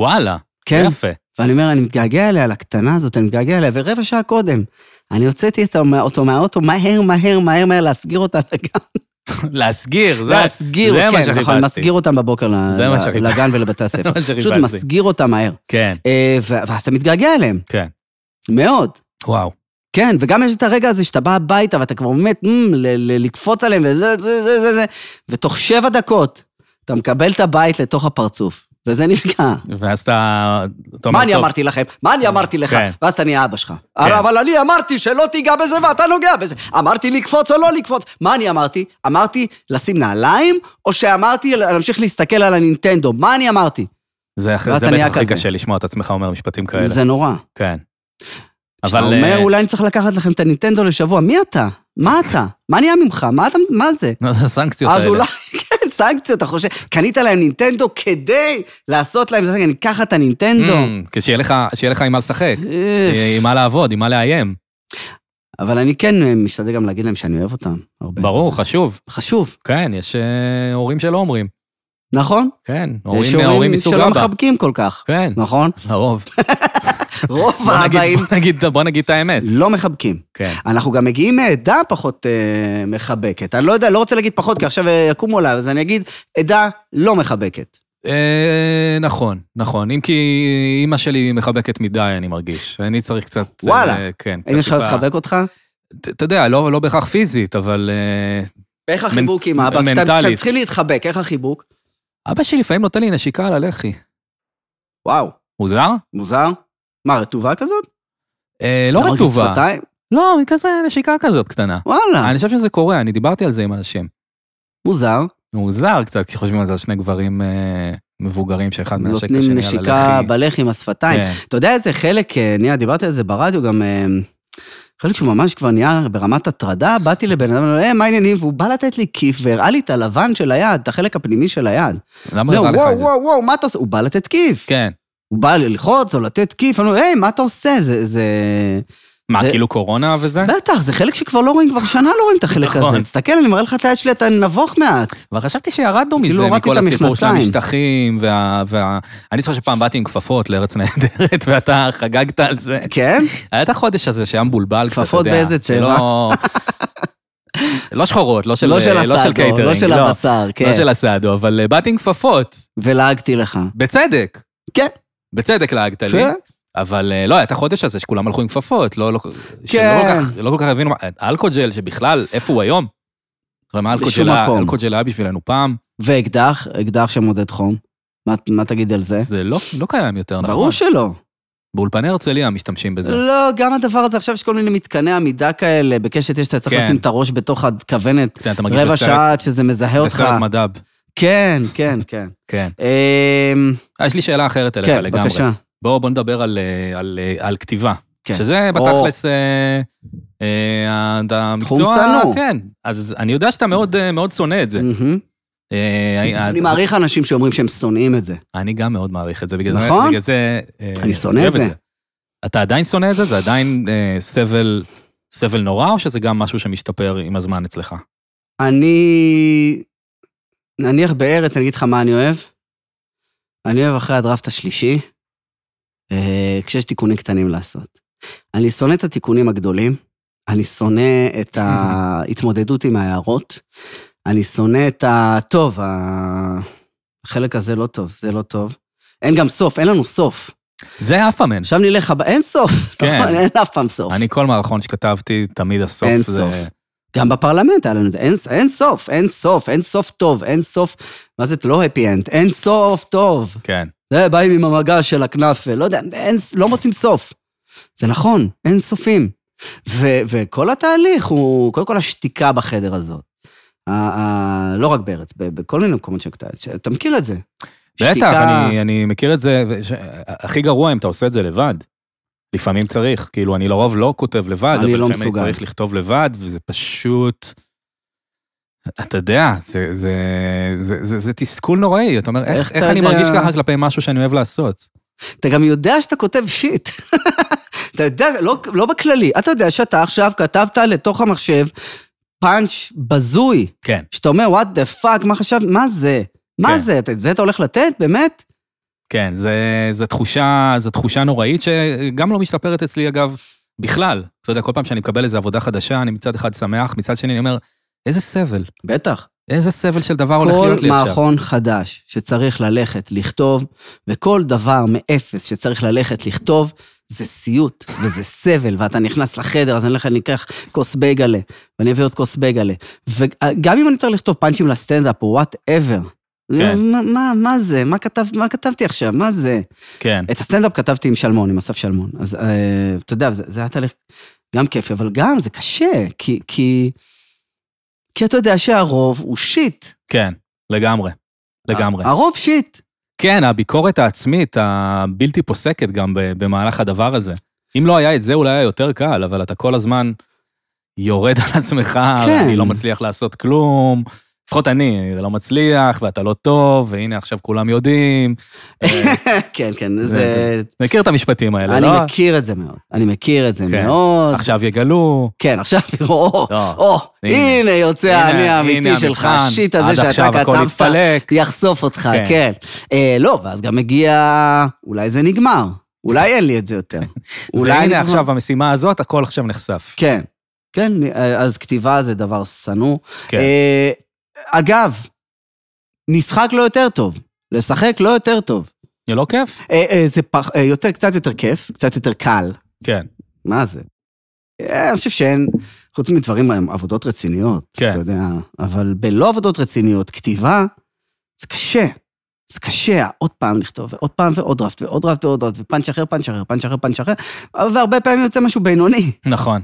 [SPEAKER 2] וואלה, זה
[SPEAKER 3] כן?
[SPEAKER 2] יפה.
[SPEAKER 3] ואני אומר, אני מתגעגע אליה, לקטנה הזאת, אני מתגעגע אליה, ורבע שעה קודם, אני הוצאתי את המ- אותו מהאוטו מהר, מהר, מהר, מהר, להסגיר אותה לגן.
[SPEAKER 2] להסגיר, זה...
[SPEAKER 3] להסגיר,
[SPEAKER 2] זה מה
[SPEAKER 3] כן,
[SPEAKER 2] שחיפשתי.
[SPEAKER 3] נכון, מסגיר אותם בבוקר ל-
[SPEAKER 2] זה מה
[SPEAKER 3] ל-
[SPEAKER 2] שחיפשתי.
[SPEAKER 3] לגן ולבתי הספר.
[SPEAKER 2] מה שריבזתי.
[SPEAKER 3] פשוט מסגיר אותם מהר.
[SPEAKER 2] כן,
[SPEAKER 3] אה, ו- ואז אתה מתגעגע אליהם,
[SPEAKER 2] כן.
[SPEAKER 3] מאוד.
[SPEAKER 2] וואו.
[SPEAKER 3] כן, וגם יש את הרגע הזה שאתה בא הביתה ואתה כבר באמת, mm, ל- ל- לקפוץ עליהם וזה, זה, זה, זה, זה, ותוך שבע דקות אתה מקבל את הבית לתוך הפרצוף, וזה נרגע.
[SPEAKER 2] ואז אתה... אתה אומר,
[SPEAKER 3] מה אני
[SPEAKER 2] "טוב,
[SPEAKER 3] אמרתי לכם? מה אני אמרתי לך?
[SPEAKER 2] כן.
[SPEAKER 3] ואז אתה נהיה אבא שלך. אבל אני אמרתי שלא תיגע בזה ואתה נוגע בזה. אמרתי לקפוץ או לא לקפוץ. מה אני אמרתי? אמרתי לשים נעליים, או שאמרתי להמשיך להסתכל על הנינטנדו? מה אני אמרתי?
[SPEAKER 2] זה אחרי-
[SPEAKER 3] ואז
[SPEAKER 2] זה
[SPEAKER 3] אתה נהיה
[SPEAKER 2] בטח הכי
[SPEAKER 3] כזה.
[SPEAKER 2] קשה לשמוע את עצמך אומר משפטים כאלה.
[SPEAKER 3] זה נורא.
[SPEAKER 2] כן.
[SPEAKER 3] אבל...
[SPEAKER 2] אבל...
[SPEAKER 3] אתה אומר,
[SPEAKER 2] אה,
[SPEAKER 3] אולי אני צריך לקחת לכם את הנינטנדו לשבוע. מי אתה? מה אתה? מה נהיה ממך? מה אתה- מה זה?
[SPEAKER 2] נו, זה הסנקציות האלה. Mm,
[SPEAKER 3] אז אולי, כן, סנקציות, אתה חושב, קנית להם נינטנדו כדי לעשות להם, זה, אני אקח את הנינטנדו.
[SPEAKER 2] Mm, כי שיהיה לך- שיהיה לך עם מה לשחק,
[SPEAKER 3] אה,
[SPEAKER 2] עם מה לעבוד, עם מה לאיים.
[SPEAKER 3] אבל אני כן אה, משתדל גם להגיד להם שאני אוהב אותם. הרבה.
[SPEAKER 2] ברור,
[SPEAKER 3] זה
[SPEAKER 2] חשוב.
[SPEAKER 3] חשוב,
[SPEAKER 2] כן, יש אה, הורים שלא אומרים.
[SPEAKER 3] נכון?
[SPEAKER 2] כן,
[SPEAKER 3] יש
[SPEAKER 2] הורים הורים מסוג
[SPEAKER 3] שלא
[SPEAKER 2] אבא.
[SPEAKER 3] מחבקים כל כך,
[SPEAKER 2] כן,
[SPEAKER 3] נכון?
[SPEAKER 2] לרוב.
[SPEAKER 3] רוב
[SPEAKER 2] בוא נגיד-
[SPEAKER 3] האבאים
[SPEAKER 2] בוא נגיד- בוא נגיד את האמת.
[SPEAKER 3] לא מחבקים.
[SPEAKER 2] כן.
[SPEAKER 3] אנחנו גם מגיעים מעדה פחות אה, מחבקת. אני לא יודע, לא רוצה להגיד פחות, כי עכשיו אה, יקומו עליו, אז אני אגיד, עדה לא מחבקת.
[SPEAKER 2] אה, נכון, נכון. אם כי אימא שלי מחבקת מדי, אני מרגיש. אני צריך קצת... אה,
[SPEAKER 3] וואלה.
[SPEAKER 2] כן, קצת
[SPEAKER 3] האם יש לך
[SPEAKER 2] טיפה-
[SPEAKER 3] לחבק אותך?
[SPEAKER 2] ת- אתה יודע, לא לא בהכרח פיזית, אבל... אה,
[SPEAKER 3] איך החיבוק עם אבא? כשאתם-
[SPEAKER 2] מנטלית.
[SPEAKER 3] כשאתם צריכים להתחבק, איך החיבוק?
[SPEAKER 2] אבא שלי לפעמים נותן לי נשיקה על הלחי.
[SPEAKER 3] וואו,
[SPEAKER 2] מוזר?
[SPEAKER 3] מוזר. מה, רטובה כזאת?
[SPEAKER 2] אה, לא
[SPEAKER 3] אתה מרגיש
[SPEAKER 2] רטובה.
[SPEAKER 3] שפתיים? אה.
[SPEAKER 2] לא, היא כזה נשיקה כזאת קטנה.
[SPEAKER 3] וואלה,
[SPEAKER 2] אני חושב שזה קורה, אני דיברתי על זה עם אנשים.
[SPEAKER 3] מוזר.
[SPEAKER 2] מוזר קצת, כי חושבים על זה על שני גברים אה, מבוגרים שאחד מנשק את השני
[SPEAKER 3] נותנים
[SPEAKER 2] על
[SPEAKER 3] נשיקה
[SPEAKER 2] הלחי.
[SPEAKER 3] בלחי עם השפתיים.
[SPEAKER 2] כן,
[SPEAKER 3] אתה יודע איזה חלק, אה, נהיה, דיברתי על זה ברדיו גם, אה, חלק שהוא ממש כבר נהיה ברמת הטרדה, באתי לבן אדם, אמרתי לו, "אה, מה העניינים? והוא בא לתת לי כיף והראה לי את הלבן של היד, את החלק הפנימי של היד.
[SPEAKER 2] כן. למה
[SPEAKER 3] לא,
[SPEAKER 2] נראה לך
[SPEAKER 3] וואו,
[SPEAKER 2] את זה?
[SPEAKER 3] וואו, וואו, מה אתה עושה? הוא בא לתת כיף.
[SPEAKER 2] כן.
[SPEAKER 3] הוא בא ללחוץ או לתת כיף, אמרנו, היי, מה אתה עושה? זה- זה...
[SPEAKER 2] מה,
[SPEAKER 3] זה-
[SPEAKER 2] כאילו קורונה וזה?
[SPEAKER 3] בטח, זה חלק שכבר לא רואים, כבר שנה לא רואים את החלק
[SPEAKER 2] נכון.
[SPEAKER 3] הזה. תסתכל, אני מראה לך את היד שלי, אתה נבוך מעט.
[SPEAKER 2] אבל חשבתי שירדנו מזה,
[SPEAKER 3] כאילו הורדתי
[SPEAKER 2] מכל
[SPEAKER 3] את
[SPEAKER 2] הסיפור של
[SPEAKER 3] המכנסיים.
[SPEAKER 2] המשטחים וה... וה... אני זוכר שפעם באתי עם כפפות לארץ נהדרת, ואתה חגגת על זה.
[SPEAKER 3] כן?
[SPEAKER 2] היה את החודש הזה שהיה מבולבל קצת, אתה יודע.
[SPEAKER 3] כפפות באיזה צבע?
[SPEAKER 2] שלא- לא שחורות, לא של
[SPEAKER 3] לא של
[SPEAKER 2] לא של
[SPEAKER 3] הסאדו,
[SPEAKER 2] קייטרינג,
[SPEAKER 3] לא של הבשר, כן.
[SPEAKER 2] לא של הסעדו, אבל אה, באתי עם כפפות,
[SPEAKER 3] ולעגתי לך.
[SPEAKER 2] בצדק.
[SPEAKER 3] כן.
[SPEAKER 2] בצדק לעגת לי.
[SPEAKER 3] כן.
[SPEAKER 2] אבל אה, לא, היה את החודש הזה שכולם הלכו עם כפפות, לא, לא, שלא
[SPEAKER 3] כן.
[SPEAKER 2] כל כך, לא כל כך הבינו, מה- אלכוג'ל שבכלל, איפה הוא היום? אתה יודע מה
[SPEAKER 3] בשום
[SPEAKER 2] אלכוג'ל היה-
[SPEAKER 3] מקום.
[SPEAKER 2] אלכוג'ל היה בשבילנו פעם,
[SPEAKER 3] ואקדח, אקדח שמודד חום. מה, מה תגיד על זה?
[SPEAKER 2] זה לא, לא קיים יותר, נכון?
[SPEAKER 3] אה? ברור שלא.
[SPEAKER 2] באולפני הרצליה משתמשים בזה.
[SPEAKER 3] לא, גם הדבר הזה, עכשיו יש כל מיני מתקני עמידה כאלה, בקשת יש, אתה צריך
[SPEAKER 2] כן.
[SPEAKER 3] לשים את הראש בתוך הכוונת
[SPEAKER 2] כן, אתה מרגיש
[SPEAKER 3] רבע
[SPEAKER 2] בסרט-
[SPEAKER 3] שעה עד שזה מזהה אותך.
[SPEAKER 2] בסרט מדב.
[SPEAKER 3] כן, כן, כן.
[SPEAKER 2] כן.
[SPEAKER 3] אמ,
[SPEAKER 2] אה, יש לי שאלה אחרת אליך
[SPEAKER 3] כן,
[SPEAKER 2] לגמרי.
[SPEAKER 3] בבקשה.
[SPEAKER 2] בואו בוא נדבר על, אה, על, אה, על כתיבה.
[SPEAKER 3] כן.
[SPEAKER 2] שזה
[SPEAKER 3] או-
[SPEAKER 2] בתכלס אה, אה, המקצוע...
[SPEAKER 3] שנוא.
[SPEAKER 2] כן. אז אני יודע שאתה מאוד, אה, מאוד שונא את זה.
[SPEAKER 3] מהמם.
[SPEAKER 2] אה,
[SPEAKER 3] אני
[SPEAKER 2] אה,
[SPEAKER 3] מעריך אנשים שאומרים שהם שונאים את זה.
[SPEAKER 2] אני גם מאוד מעריך את זה, בגלל זה...
[SPEAKER 3] נכון?
[SPEAKER 2] בגלל זה אה,
[SPEAKER 3] אני שונא
[SPEAKER 2] אוהב
[SPEAKER 3] את זה.
[SPEAKER 2] אתה עדיין שונא את זה? זה עדיין אה, סבל, סבל נורא, או שזה גם משהו שמשתפר עם הזמן אצלך?
[SPEAKER 3] אני... נניח בארץ, אני אגיד לך מה אני אוהב. אני אוהב אחרי הדראפט השלישי, אה, כשיש תיקונים קטנים לעשות. אני שונא את התיקונים הגדולים, אני שונא את ההתמודדות עם ההערות. אני שונא את ה... טוב, ה- החלק הזה לא טוב, זה לא טוב. אין גם סוף, אין לנו סוף.
[SPEAKER 2] זה אף פעם אין.
[SPEAKER 3] עכשיו נלך הבא, אין סוף.
[SPEAKER 2] כן.
[SPEAKER 3] נכון, אין אף פעם סוף.
[SPEAKER 2] אני כל מערכון שכתבתי, תמיד הסוף
[SPEAKER 3] אין
[SPEAKER 2] זה...
[SPEAKER 3] סוף. גם בפרלמנט היה לנו את זה, אין, אין סוף, אין סוף, אין סוף טוב, אין סוף, מה זה לא happy end, אין סוף טוב.
[SPEAKER 2] כן.
[SPEAKER 3] זה, באים עם המגע של הכנף, לא יודע, אין, לא מוצאים סוף. זה נכון, אין סופים. ו, וכל התהליך הוא, קודם כל השתיקה בחדר הזאת. ה, ה, לא רק בארץ, ב, בכל מיני מקומות שאתה, אתה מכיר את זה.
[SPEAKER 2] בטח,
[SPEAKER 3] שתיקה-
[SPEAKER 2] אני, אני מכיר את זה, וש- הכי גרוע אם אתה עושה את זה לבד. לפעמים צריך, כאילו, אני לרוב לא כותב לבד,
[SPEAKER 3] אני
[SPEAKER 2] אבל
[SPEAKER 3] לא
[SPEAKER 2] לפעמים
[SPEAKER 3] מסוגל.
[SPEAKER 2] צריך לכתוב לבד, וזה פשוט... אתה יודע, זה, זה, זה, זה, זה תסכול נוראי, אתה אומר, איך,
[SPEAKER 3] איך
[SPEAKER 2] איך
[SPEAKER 3] אתה
[SPEAKER 2] אני
[SPEAKER 3] יודע?"
[SPEAKER 2] מרגיש ככה כלפי משהו שאני אוהב לעשות?
[SPEAKER 3] אתה גם יודע שאתה כותב שיט. אתה יודע, לא, לא בכללי, אתה יודע שאתה עכשיו כתבת לתוך המחשב פאנץ' בזוי.
[SPEAKER 2] כן,
[SPEAKER 3] שאתה אומר, what the fuck, מה חשב, מה זה? מה
[SPEAKER 2] כן.
[SPEAKER 3] זה? את זה אתה הולך לתת? באמת?
[SPEAKER 2] כן, זה, זה, תחושה, זה תחושה נוראית שגם לא משתפרת אצלי, אגב, בכלל. אתה יודע, כל פעם שאני מקבל איזו עבודה חדשה, אני מצד אחד שמח, מצד שני אני אומר, איזה סבל,
[SPEAKER 3] בטח.
[SPEAKER 2] איזה סבל של דבר הולך
[SPEAKER 3] כל
[SPEAKER 2] להיות לי עכשיו.
[SPEAKER 3] מערכון חדש שצריך ללכת לכתוב, וכל דבר מאפס שצריך ללכת לכתוב, זה סיוט וזה סבל, ואתה נכנס לחדר, אז אני הולך, אני אקח כוס בייגלה, ואני אביא עוד כוס בייגלה. וגם אם אני צריך לכתוב פאנצ'ים לסטנדאפ או וואטאבר,
[SPEAKER 2] כן.
[SPEAKER 3] מה, מה זה? מה, כתב, מה כתבתי עכשיו? מה זה?
[SPEAKER 2] כן,
[SPEAKER 3] את הסטנדאפ כתבתי עם שלמון, עם אסף שלמון. אז אה, אתה יודע, זה, זה היה תהליך גם כיפי, אבל גם זה קשה, כי, כי, כי אתה יודע שהרוב הוא שיט.
[SPEAKER 2] כן, לגמרי. לגמרי.
[SPEAKER 3] הרוב שיט.
[SPEAKER 2] כן, הביקורת העצמית הבלתי פוסקת גם ב- במהלך הדבר הזה. אם לא היה את זה, אולי היה יותר קל, אבל אתה כל הזמן יורד על עצמך,
[SPEAKER 3] כן.
[SPEAKER 2] אני לא מצליח לעשות כלום. לפחות אני, אתה לא מצליח, ואתה לא טוב, והנה עכשיו כולם יודעים.
[SPEAKER 3] כן, כן, זה...
[SPEAKER 2] אה, זה- מכיר את המשפטים האלה,
[SPEAKER 3] אני
[SPEAKER 2] לא?
[SPEAKER 3] מכיר את זה מאוד. אני מכיר את זה
[SPEAKER 2] כן.
[SPEAKER 3] מאוד.
[SPEAKER 2] עכשיו יגלו.
[SPEAKER 3] כן, עכשיו, או,
[SPEAKER 2] לא.
[SPEAKER 3] או,
[SPEAKER 2] הנה.
[SPEAKER 3] הנה יוצא
[SPEAKER 2] הנה,
[SPEAKER 3] האני
[SPEAKER 2] הנה
[SPEAKER 3] האמיתי שלך,
[SPEAKER 2] המבחן.
[SPEAKER 3] השיט הזה
[SPEAKER 2] עד
[SPEAKER 3] שאתה
[SPEAKER 2] עכשיו הכל
[SPEAKER 3] כתבת,
[SPEAKER 2] התפלק.
[SPEAKER 3] יחשוף אותך,
[SPEAKER 2] כן.
[SPEAKER 3] כן. אה, לא, ואז גם מגיע, אולי זה נגמר, אולי אין לי את זה יותר. אולי
[SPEAKER 2] והנה
[SPEAKER 3] נגמר.
[SPEAKER 2] עכשיו המשימה הזאת, הכל עכשיו נחשף.
[SPEAKER 3] כן, כן, אז כתיבה זה דבר שנוא.
[SPEAKER 2] כן.
[SPEAKER 3] אה, אגב, משחק לא יותר טוב, לשחק לא יותר טוב.
[SPEAKER 2] זה לא כיף?
[SPEAKER 3] אה, אה, זה פח, אה, יותר, קצת יותר כיף, קצת יותר קל.
[SPEAKER 2] כן,
[SPEAKER 3] מה זה? אה, אני חושב שאין, חוץ מדברים, הם עבודות רציניות,
[SPEAKER 2] כן.
[SPEAKER 3] אתה יודע, אבל בלא עבודות רציניות, כתיבה, זה קשה. זה קשה, עוד פעם לכתוב, ועוד פעם ועוד דראפט, ועוד דראפט ועוד דראפט, ופאנץ' אחר, פאנץ' אחר, פאנץ' אחר, פאנץ' אחר, והרבה פעמים יוצא משהו בינוני.
[SPEAKER 2] נכון.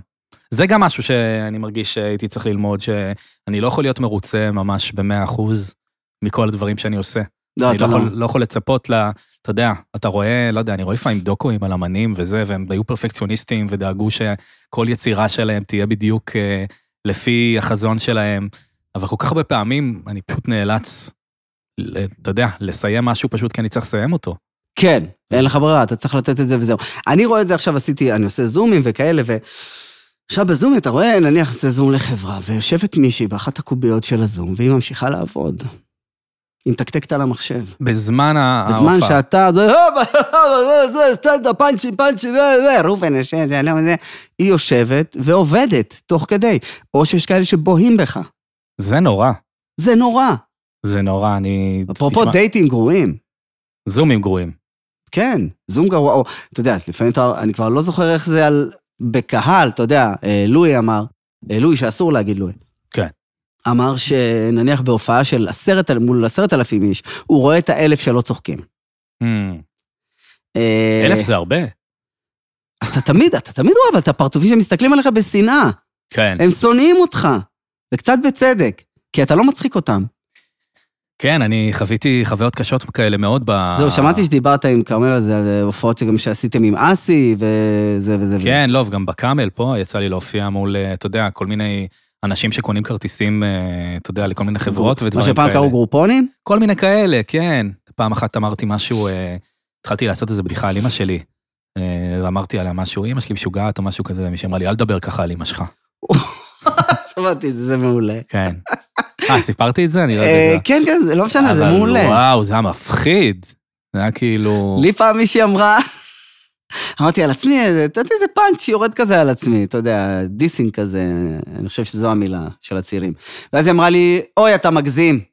[SPEAKER 2] זה גם משהו שאני מרגיש שהייתי צריך ללמוד, שאני לא יכול להיות מרוצה ממש ב-100% מכל הדברים שאני עושה.
[SPEAKER 3] לא,
[SPEAKER 2] אני
[SPEAKER 3] אתה
[SPEAKER 2] לא
[SPEAKER 3] לא.
[SPEAKER 2] יכול, לא יכול לצפות ל... אתה יודע, אתה רואה, לא יודע, אני רואה לפעמים דוקואים על אמנים וזה, והם היו פרפקציוניסטים ודאגו שכל יצירה שלהם תהיה בדיוק אה, לפי החזון שלהם, אבל כל כך הרבה פעמים אני פשוט נאלץ, ל- אתה יודע, לסיים משהו פשוט כי אני צריך לסיים אותו.
[SPEAKER 3] כן, אין לך ברירה, אתה צריך לתת את זה וזהו. אני רואה את זה עכשיו, עשיתי, אני עושה זומים וכאלה, ו... עכשיו בזום אתה רואה, נניח עושה זום לחברה, ויושבת מישהי באחת הקוביות של הזום, והיא ממשיכה לעבוד. היא מתקתקת על המחשב.
[SPEAKER 2] בזמן ה- ההופעה.
[SPEAKER 3] בזמן שאתה, זה, "אה, זה, זה, סטנדאפ, פאנצ'ים, פאנצ'ים, זה, זה, ראובן, יושב, זה, לא, זה, היא יושבת ועובדת תוך כדי. או שיש כאלה שבוהים בך.
[SPEAKER 2] זה נורא.
[SPEAKER 3] זה נורא.
[SPEAKER 2] זה נורא, אני...
[SPEAKER 3] אפרופו
[SPEAKER 2] תשמע,
[SPEAKER 3] דייטים גרועים.
[SPEAKER 2] זומים גרועים.
[SPEAKER 3] כן, זום גרוע, או, אתה יודע, אז לפעמים אתה, אני כבר לא זוכר איך זה על, בקהל, אתה יודע, אה, לואי אמר, אה, לואי, שאסור להגיד לואי.
[SPEAKER 2] כן.
[SPEAKER 3] אמר שנניח בהופעה של עשרת, אל- מול עשרת אלפים איש, הוא רואה את האלף שלא צוחקים.
[SPEAKER 2] Hmm.
[SPEAKER 3] אה,
[SPEAKER 2] אלף זה הרבה.
[SPEAKER 3] אתה תמיד, אתה תמיד רואה, אבל את הפרצופים שמסתכלים עליך בשנאה,
[SPEAKER 2] כן.
[SPEAKER 3] הם שונאים אותך, וקצת בצדק, כי אתה לא מצחיק אותם.
[SPEAKER 2] כן, אני חוויתי חוויות קשות כאלה מאוד ב...
[SPEAKER 3] זהו, שמעתי שדיברת עם כרמל על זה, על אה, הופעות שגם שעשיתם עם אסי, וזה וזה. וזה.
[SPEAKER 2] כן, לא, וגם בקאמל פה יצא לי להופיע מול, אה, אתה יודע, כל מיני אנשים שקונים כרטיסים, אה, אתה יודע, לכל מיני חברות ודברים כאלה.
[SPEAKER 3] מה שפעם קראו גרופונים?
[SPEAKER 2] כל מיני כאלה, כן. פעם אחת אמרתי משהו, אה, התחלתי לעשות איזה בדיחה על אימא שלי. אה, אמרתי עליה משהו, אימא שלי משוגעת או משהו כזה, מישהי אמרה לי, אל תדבר ככה על אימא שלך.
[SPEAKER 3] שמעתי את זה, זה מעולה.
[SPEAKER 2] כן. אה, סיפרתי את זה? אני לא
[SPEAKER 3] אה,
[SPEAKER 2] יודע.
[SPEAKER 3] כן, כן, זה לא משנה, זה
[SPEAKER 2] אבל
[SPEAKER 3] מעולה.
[SPEAKER 2] וואו, זה היה מפחיד. זה היה כאילו...
[SPEAKER 3] לי פעם מישהי אמרה, אמרתי על עצמי, אה, אתה יודע, זה פאנץ' יורד כזה על עצמי, אתה יודע, דיסינג כזה, אני חושב שזו המילה של הצעירים. ואז היא אמרה לי, אוי, אתה מגזים.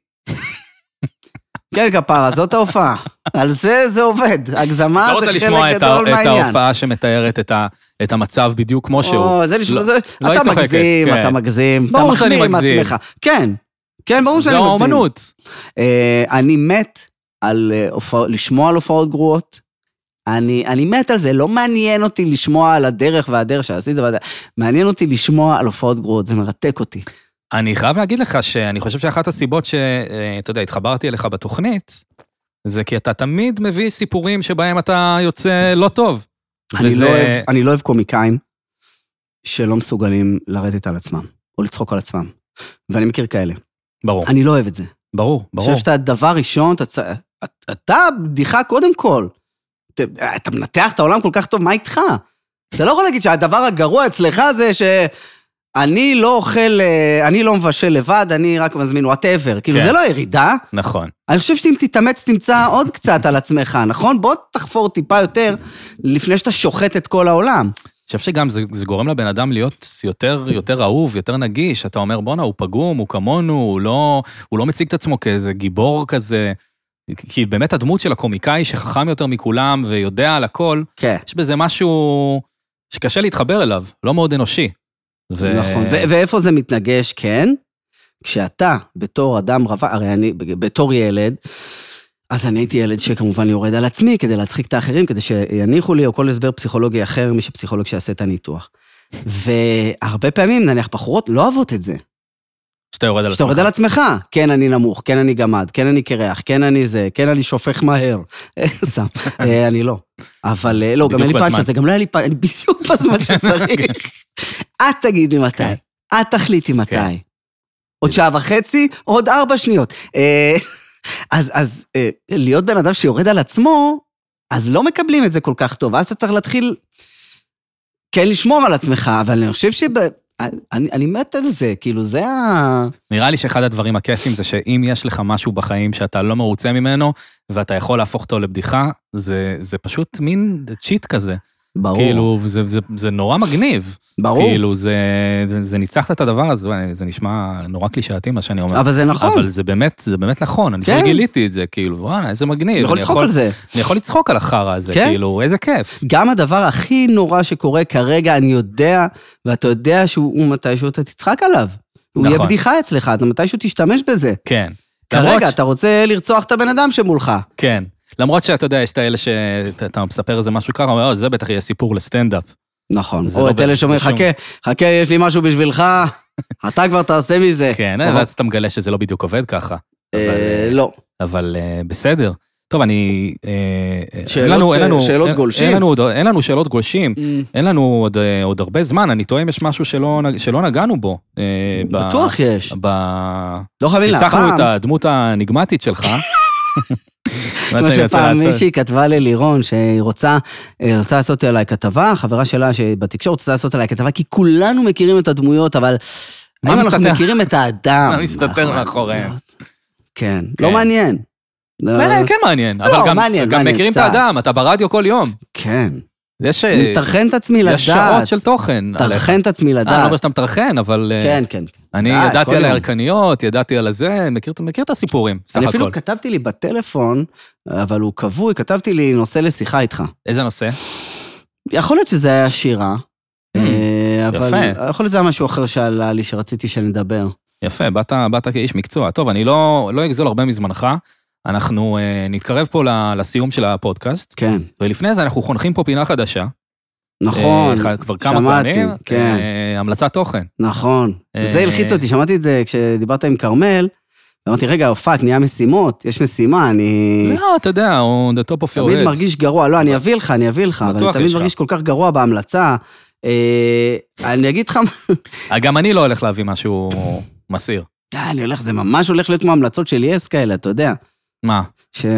[SPEAKER 3] כן, כפרה, זאת ההופעה. על זה זה עובד. הגזמה
[SPEAKER 2] לא
[SPEAKER 3] אה, זה
[SPEAKER 2] רוצה
[SPEAKER 3] חלק
[SPEAKER 2] לשמוע את ה-
[SPEAKER 3] גדול
[SPEAKER 2] את
[SPEAKER 3] מהעניין.
[SPEAKER 2] ההופעה שמתארת את ה- את המצב בדיוק כמו שהוא.
[SPEAKER 3] או, זה נשמע,
[SPEAKER 2] לא-
[SPEAKER 3] זה...
[SPEAKER 2] לא
[SPEAKER 3] אתה
[SPEAKER 2] היית צוחקת,
[SPEAKER 3] מגזים,
[SPEAKER 2] כן.
[SPEAKER 3] אתה מגזים, אתה
[SPEAKER 2] ברור שאני
[SPEAKER 3] מחמיא עם
[SPEAKER 2] מגזים.
[SPEAKER 3] עצמך. כן, כן, ברור שאני
[SPEAKER 2] זו
[SPEAKER 3] מגזים.
[SPEAKER 2] האומנות.
[SPEAKER 3] אה, אני מת על אה, הופע... לשמוע על הופעות גרועות. אני, אני מת על זה, לא מעניין אותי לשמוע על הדרך והדרך שעשית, והדרך. מעניין אותי לשמוע על הופעות גרועות, זה מרתק אותי.
[SPEAKER 2] אני חייב להגיד לך שאני חושב שאחת הסיבות שאתה יודע, התחברתי אליך בתוכנית, זה כי אתה תמיד מביא סיפורים שבהם אתה יוצא לא טוב.
[SPEAKER 3] אני,
[SPEAKER 2] וזה-
[SPEAKER 3] לא אוהב, אני לא אוהב קומיקאים שלא מסוגלים לרדת על עצמם, או לצחוק על עצמם. ואני מכיר כאלה.
[SPEAKER 2] ברור,
[SPEAKER 3] אני לא אוהב את זה.
[SPEAKER 2] ברור,
[SPEAKER 3] ברור. אני
[SPEAKER 2] ברור.
[SPEAKER 3] חושב שאתה דבר ראשון, אתה, צ- את- אתה בדיחה קודם כל. אתה, אתה מנתח את העולם כל כך טוב, מה איתך? אתה לא יכול להגיד שהדבר הגרוע אצלך זה ש... אני לא אוכל, אה, אני לא מבשל לבד, אני רק מזמין וואטאבר. כאילו,
[SPEAKER 2] כן.
[SPEAKER 3] זה לא ירידה.
[SPEAKER 2] נכון.
[SPEAKER 3] אני חושב שאם תתאמץ, תמצא עוד קצת על עצמך, נכון? בוא תחפור טיפה יותר לפני שאתה שוחט את כל העולם.
[SPEAKER 2] אני חושב שגם זה, זה גורם לבן אדם להיות יותר, יותר אהוב, יותר נגיש. אתה אומר, בואנה, הוא פגום, הוא כמונו, הוא לא, הוא לא מציג את עצמו כאיזה גיבור כזה. כי באמת הדמות של הקומיקאי שחכם יותר מכולם ויודע על הכל,
[SPEAKER 3] כן.
[SPEAKER 2] יש בזה משהו שקשה להתחבר אליו, לא מאוד אנושי. ו...
[SPEAKER 3] נכון, ו- ואיפה זה מתנגש, כן? כשאתה, בתור אדם רווק, הרי אני, בתור ילד, אז אני הייתי ילד שכמובן יורד על עצמי כדי להצחיק את האחרים, כדי שיניחו לי, או כל הסבר פסיכולוגי אחר משפסיכולוג שיעשה את הניתוח. והרבה פעמים, נניח, בחורות לא אוהבות את זה.
[SPEAKER 2] שאתה יורד על
[SPEAKER 3] שאתה יורד
[SPEAKER 2] עצמך.
[SPEAKER 3] על עצמך. כן, אני נמוך, כן, אני גמד, כן, אני קרח, כן, אני זה, כן, אני שופך מהר. סתם, אה, אני לא. אבל אה, לא, גם
[SPEAKER 2] בדיוק
[SPEAKER 3] אין לי פאנץ'
[SPEAKER 2] בזמן. אוקיי.
[SPEAKER 3] הזה, גם לא היה לי פאנץ', אני בדיוק בזמן שצריך. את תגידי מתי,
[SPEAKER 2] כן.
[SPEAKER 3] את תחליטי מתי.
[SPEAKER 2] כן.
[SPEAKER 3] עוד שעה וחצי, עוד ארבע שניות. אה, אז, אז אה, להיות בן אדם שיורד על עצמו, אז לא מקבלים את זה כל כך טוב, ואז אתה צריך להתחיל כן לשמור על עצמך, אבל אני חושב שב... אה, אני, אני מת על זה, כאילו, זה ה...
[SPEAKER 2] נראה לי שאחד הדברים הכיפים זה שאם יש לך משהו בחיים שאתה לא מרוצה ממנו, ואתה יכול להפוך אותו לבדיחה, זה, זה פשוט מין צ'יט כזה.
[SPEAKER 3] ברור,
[SPEAKER 2] כאילו, זה, זה, זה נורא מגניב.
[SPEAKER 3] ברור.
[SPEAKER 2] כאילו, זה, זה, זה ניצחת את הדבר הזה, וואי, זה נשמע נורא קלישאתי מה שאני אומר.
[SPEAKER 3] אבל זה נכון.
[SPEAKER 2] אבל זה באמת, זה באמת נכון, אני
[SPEAKER 3] כן.
[SPEAKER 2] כן. גיליתי את זה, כאילו, וואלה, איזה מגניב.
[SPEAKER 3] אני יכול
[SPEAKER 2] אני
[SPEAKER 3] לצחוק על זה.
[SPEAKER 2] אני יכול לצחוק על החרא הזה,
[SPEAKER 3] כן.
[SPEAKER 2] כאילו, איזה כיף.
[SPEAKER 3] גם הדבר הכי נורא שקורה כרגע, אני יודע, ואתה יודע שהוא הוא מתישהו אתה תצחק עליו. הוא יהיה
[SPEAKER 2] נכון.
[SPEAKER 3] בדיחה אצלך, אתה מתישהו תשתמש בזה.
[SPEAKER 2] כן. למרות
[SPEAKER 3] כרגע
[SPEAKER 2] ש-
[SPEAKER 3] אתה רוצה לרצוח את הבן אדם שמולך.
[SPEAKER 2] כן. למרות שאתה יודע, יש את האלה שאתה אתה מספר איזה משהו ככה, אומר, "אה, זה בטח יהיה סיפור לסטנדאפ.
[SPEAKER 3] נכון.
[SPEAKER 2] זה
[SPEAKER 3] או
[SPEAKER 2] לא
[SPEAKER 3] את אלה
[SPEAKER 2] ב-
[SPEAKER 3] שאומרים,
[SPEAKER 2] בשום-
[SPEAKER 3] חכה, חכה, יש לי משהו בשבילך, אתה כבר תעשה מזה.
[SPEAKER 2] כן,
[SPEAKER 3] אבל-
[SPEAKER 2] ואז אתה מגלה שזה לא בדיוק עובד ככה.
[SPEAKER 3] אה,
[SPEAKER 2] אבל-
[SPEAKER 3] לא.
[SPEAKER 2] אבל אה, בסדר. טוב, אני... אה, אה,
[SPEAKER 3] שאלות,
[SPEAKER 2] אין לנו- אין
[SPEAKER 3] אה,
[SPEAKER 2] לנו-
[SPEAKER 3] שאלות
[SPEAKER 2] אין-
[SPEAKER 3] גולשים?
[SPEAKER 2] אין לנו עוד- אין לנו שאלות גולשים. אין לנו עוד, אה, עוד הרבה זמן, אני תוהה אם יש משהו שלא, נג- שלא נגענו בו. אה, ב-
[SPEAKER 3] בטוח יש.
[SPEAKER 2] ב...
[SPEAKER 3] לא חייבים לה,
[SPEAKER 2] ניצחנו את
[SPEAKER 3] פעם,
[SPEAKER 2] הדמות האניגמטית שלך. מה
[SPEAKER 3] כמו
[SPEAKER 2] שאני מנסה
[SPEAKER 3] שפעם
[SPEAKER 2] לעשות.
[SPEAKER 3] מישהי כתבה ללירון שהיא רוצה, אה, רוצה לעשות עליי כתבה, חברה שלה שבתקשורת רוצה לעשות עליי כתבה, כי כולנו מכירים את הדמויות, אבל
[SPEAKER 2] מה
[SPEAKER 3] האם אנחנו
[SPEAKER 2] מסתתר?
[SPEAKER 3] מכירים את האדם? נכון.
[SPEAKER 2] מה מסתתר מאחוריהם?
[SPEAKER 3] כן,
[SPEAKER 2] כן.
[SPEAKER 3] לא מעניין. לא,
[SPEAKER 2] אה, כן מעניין, אבל גם,
[SPEAKER 3] מעניין,
[SPEAKER 2] גם
[SPEAKER 3] מעניין,
[SPEAKER 2] מכירים
[SPEAKER 3] קצת.
[SPEAKER 2] את האדם, אתה ברדיו כל יום.
[SPEAKER 3] כן.
[SPEAKER 2] יש, אה,
[SPEAKER 3] אני מטרחן את עצמי
[SPEAKER 2] יש שעות
[SPEAKER 3] לדעת.
[SPEAKER 2] של תוכן. עליך.
[SPEAKER 3] מטרחן את עצמי
[SPEAKER 2] אה, אני לא אומר
[SPEAKER 3] לדעת.
[SPEAKER 2] שאתה מטרחן, אבל אה,
[SPEAKER 3] כן, כן.
[SPEAKER 2] אני
[SPEAKER 3] די, כל
[SPEAKER 2] ידעתי על
[SPEAKER 3] יום.
[SPEAKER 2] הירקניות, ידעתי על הזה, מכיר מכיר את הסיפורים, סך
[SPEAKER 3] אני
[SPEAKER 2] הכל.
[SPEAKER 3] אפילו כתבתי לי בטלפון, אבל הוא כבוי, כתבתי לי נושא לשיחה איתך.
[SPEAKER 2] איזה נושא?
[SPEAKER 3] יכול להיות שזה היה שירה,
[SPEAKER 2] Mm,
[SPEAKER 3] אה, אבל
[SPEAKER 2] יפה.
[SPEAKER 3] יכול להיות שזה היה משהו אחר שעלה לי שרציתי שנדבר.
[SPEAKER 2] יפה, באת, באת כאיש מקצוע. טוב, אני לא, לא אגזול הרבה מזמנך. אנחנו אה, נתקרב פה ל- לסיום של הפודקאסט,
[SPEAKER 3] כן,
[SPEAKER 2] ולפני זה אנחנו חונכים פה פינה חדשה.
[SPEAKER 3] נכון,
[SPEAKER 2] אה, ח- כבר כמה
[SPEAKER 3] שמעתי,
[SPEAKER 2] פעמים.
[SPEAKER 3] כן.
[SPEAKER 2] אה, המלצת תוכן.
[SPEAKER 3] נכון.
[SPEAKER 2] אה,
[SPEAKER 3] זה הלחיץ אותי, שמעתי את זה כשדיברת עם כרמל, אמרתי, רגע, פאק, נהיה משימות, יש משימה, אני...
[SPEAKER 2] לא, אתה יודע, הוא the top of your
[SPEAKER 3] תמיד
[SPEAKER 2] head.
[SPEAKER 3] מרגיש גרוע, לא, אני אביא לך, אני אביא לך, אבל אני
[SPEAKER 2] בטוח יש
[SPEAKER 3] תמיד
[SPEAKER 2] לך.
[SPEAKER 3] מרגיש כל כך גרוע בהמלצה. אה, אני אגיד לך, מה-
[SPEAKER 2] אה, גם אני לא הולך להביא משהו מסעיר.
[SPEAKER 3] אה, אני הולך, זה ממש הולך להיות כמו המלצות של יס כאלה, אתה יודע.
[SPEAKER 2] מה?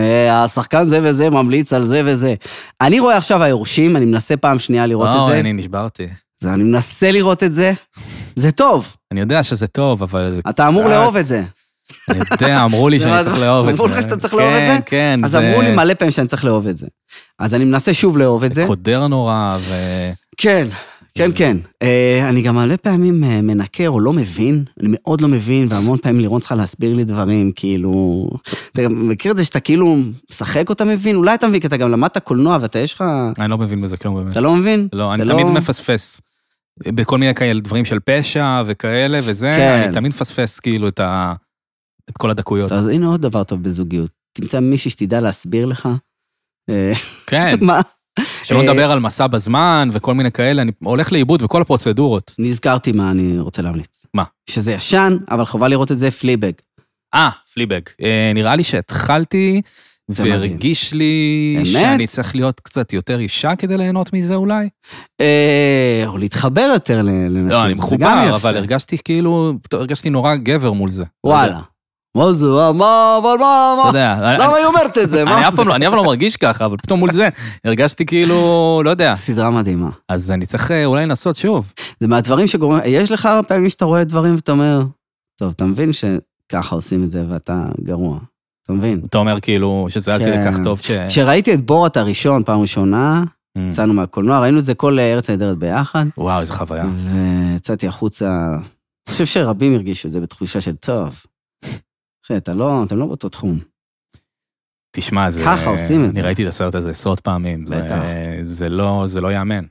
[SPEAKER 3] שהשחקן זה וזה ממליץ על זה וזה. אני רואה עכשיו היורשים, אני מנסה פעם שנייה לראות את
[SPEAKER 2] וואו,
[SPEAKER 3] זה.
[SPEAKER 2] אני נשברתי.
[SPEAKER 3] זה- אני מנסה לראות את זה. זה טוב,
[SPEAKER 2] אני יודע שזה טוב, אבל זה
[SPEAKER 3] אתה אמור
[SPEAKER 2] קצת-
[SPEAKER 3] לאהוב את זה.
[SPEAKER 2] אני יודע, אמרו לי שאני
[SPEAKER 3] ואז
[SPEAKER 2] צריך לאהוב את זה.
[SPEAKER 3] אמרו לך שאתה צריך לאהוב את זה?
[SPEAKER 2] כן, כן.
[SPEAKER 3] אז
[SPEAKER 2] זה
[SPEAKER 3] אמרו לי מלא פעמים שאני צריך לאהוב את זה. אז אני מנסה שוב לאהוב את זה.
[SPEAKER 2] קודר נורא, ו...
[SPEAKER 3] כן, כן,
[SPEAKER 2] זה-
[SPEAKER 3] כן. אה, אני גם מלא פעמים אה, מנקר או לא מבין, אני מאוד לא מבין, והמון פעמים לירון צריכה להסביר לי דברים, כאילו... אתה גם מכיר את זה שאתה כאילו משחק או אתה מבין? אולי אתה מבין, כי אתה גם למדת קולנוע ואתה יש לך...
[SPEAKER 2] אני לא מבין בזה כלום באמת.
[SPEAKER 3] אתה לא מבין?
[SPEAKER 2] לא, אני
[SPEAKER 3] אתה
[SPEAKER 2] תמיד מפספס. בכל מיני כאלה דברים של פשע וכאלה וזה,
[SPEAKER 3] כן.
[SPEAKER 2] אני תמיד מפספס כאילו את ה... את כל הדקויות.
[SPEAKER 3] אז הנה עוד דבר טוב בזוגיות. תמצא מישהי שתדע להסביר לך. אה,
[SPEAKER 2] כן,
[SPEAKER 3] מה?
[SPEAKER 2] שלא
[SPEAKER 3] אה,
[SPEAKER 2] נדבר על מסע בזמן וכל מיני כאלה, אני הולך לאיבוד בכל הפרוצדורות.
[SPEAKER 3] נזכרתי מה אני רוצה להמליץ.
[SPEAKER 2] מה?
[SPEAKER 3] שזה ישן, אבל חובה לראות את זה פליבג.
[SPEAKER 2] אה, פליבג. אה, נראה לי שהתחלתי,
[SPEAKER 3] זה מדהים.
[SPEAKER 2] והרגיש לי
[SPEAKER 3] באמת?
[SPEAKER 2] שאני צריך להיות קצת יותר אישה כדי ליהנות מזה אולי.
[SPEAKER 3] אה, או להתחבר יותר ל- לנשים.
[SPEAKER 2] לא, אני
[SPEAKER 3] זה גם
[SPEAKER 2] מחובר,
[SPEAKER 3] יפה.
[SPEAKER 2] אבל הרגשתי כאילו, הרגשתי נורא גבר מול זה.
[SPEAKER 3] וואלה. מה זה, מה, מה, אבל מה,
[SPEAKER 2] אתה
[SPEAKER 3] מה,
[SPEAKER 2] יודע, אני-
[SPEAKER 3] למה היא אומרת את זה?
[SPEAKER 2] אני
[SPEAKER 3] לא, מה
[SPEAKER 2] אף פעם
[SPEAKER 3] זה?
[SPEAKER 2] לא- אני אף פעם לא מרגיש ככה, אבל פתאום מול זה הרגשתי כאילו, לא יודע.
[SPEAKER 3] סדרה מדהימה.
[SPEAKER 2] אז אני צריך אה, אולי לנסות שוב.
[SPEAKER 3] זה מהדברים שגורם, יש לך פעמים שאתה רואה דברים ואתה אומר, טוב, אתה מבין שככה עושים את זה ואתה גרוע. אתה מבין?
[SPEAKER 2] אתה אומר כאילו, שזה היה כדי
[SPEAKER 3] כן.
[SPEAKER 2] כך טוב ש...
[SPEAKER 3] כשראיתי את בורת הראשון פעם ראשונה,
[SPEAKER 2] Mm.
[SPEAKER 3] יצאנו מהקולנוע, ראינו את זה כל ארץ נהדרת ביחד,
[SPEAKER 2] וואו, איזה חוויה.
[SPEAKER 3] Mm. ויצאתי החוצה, אני חושב שרבים הרגישו את זה בתחושה של טוב. אחי, אתה לא, אתם לא באותו תחום.
[SPEAKER 2] תשמע, זה...
[SPEAKER 3] ככה עושים את זה.
[SPEAKER 2] אני ראיתי את הסרט הזה עשרות פעמים. זה-
[SPEAKER 3] בטח.
[SPEAKER 2] זה לא, זה לא יאמן.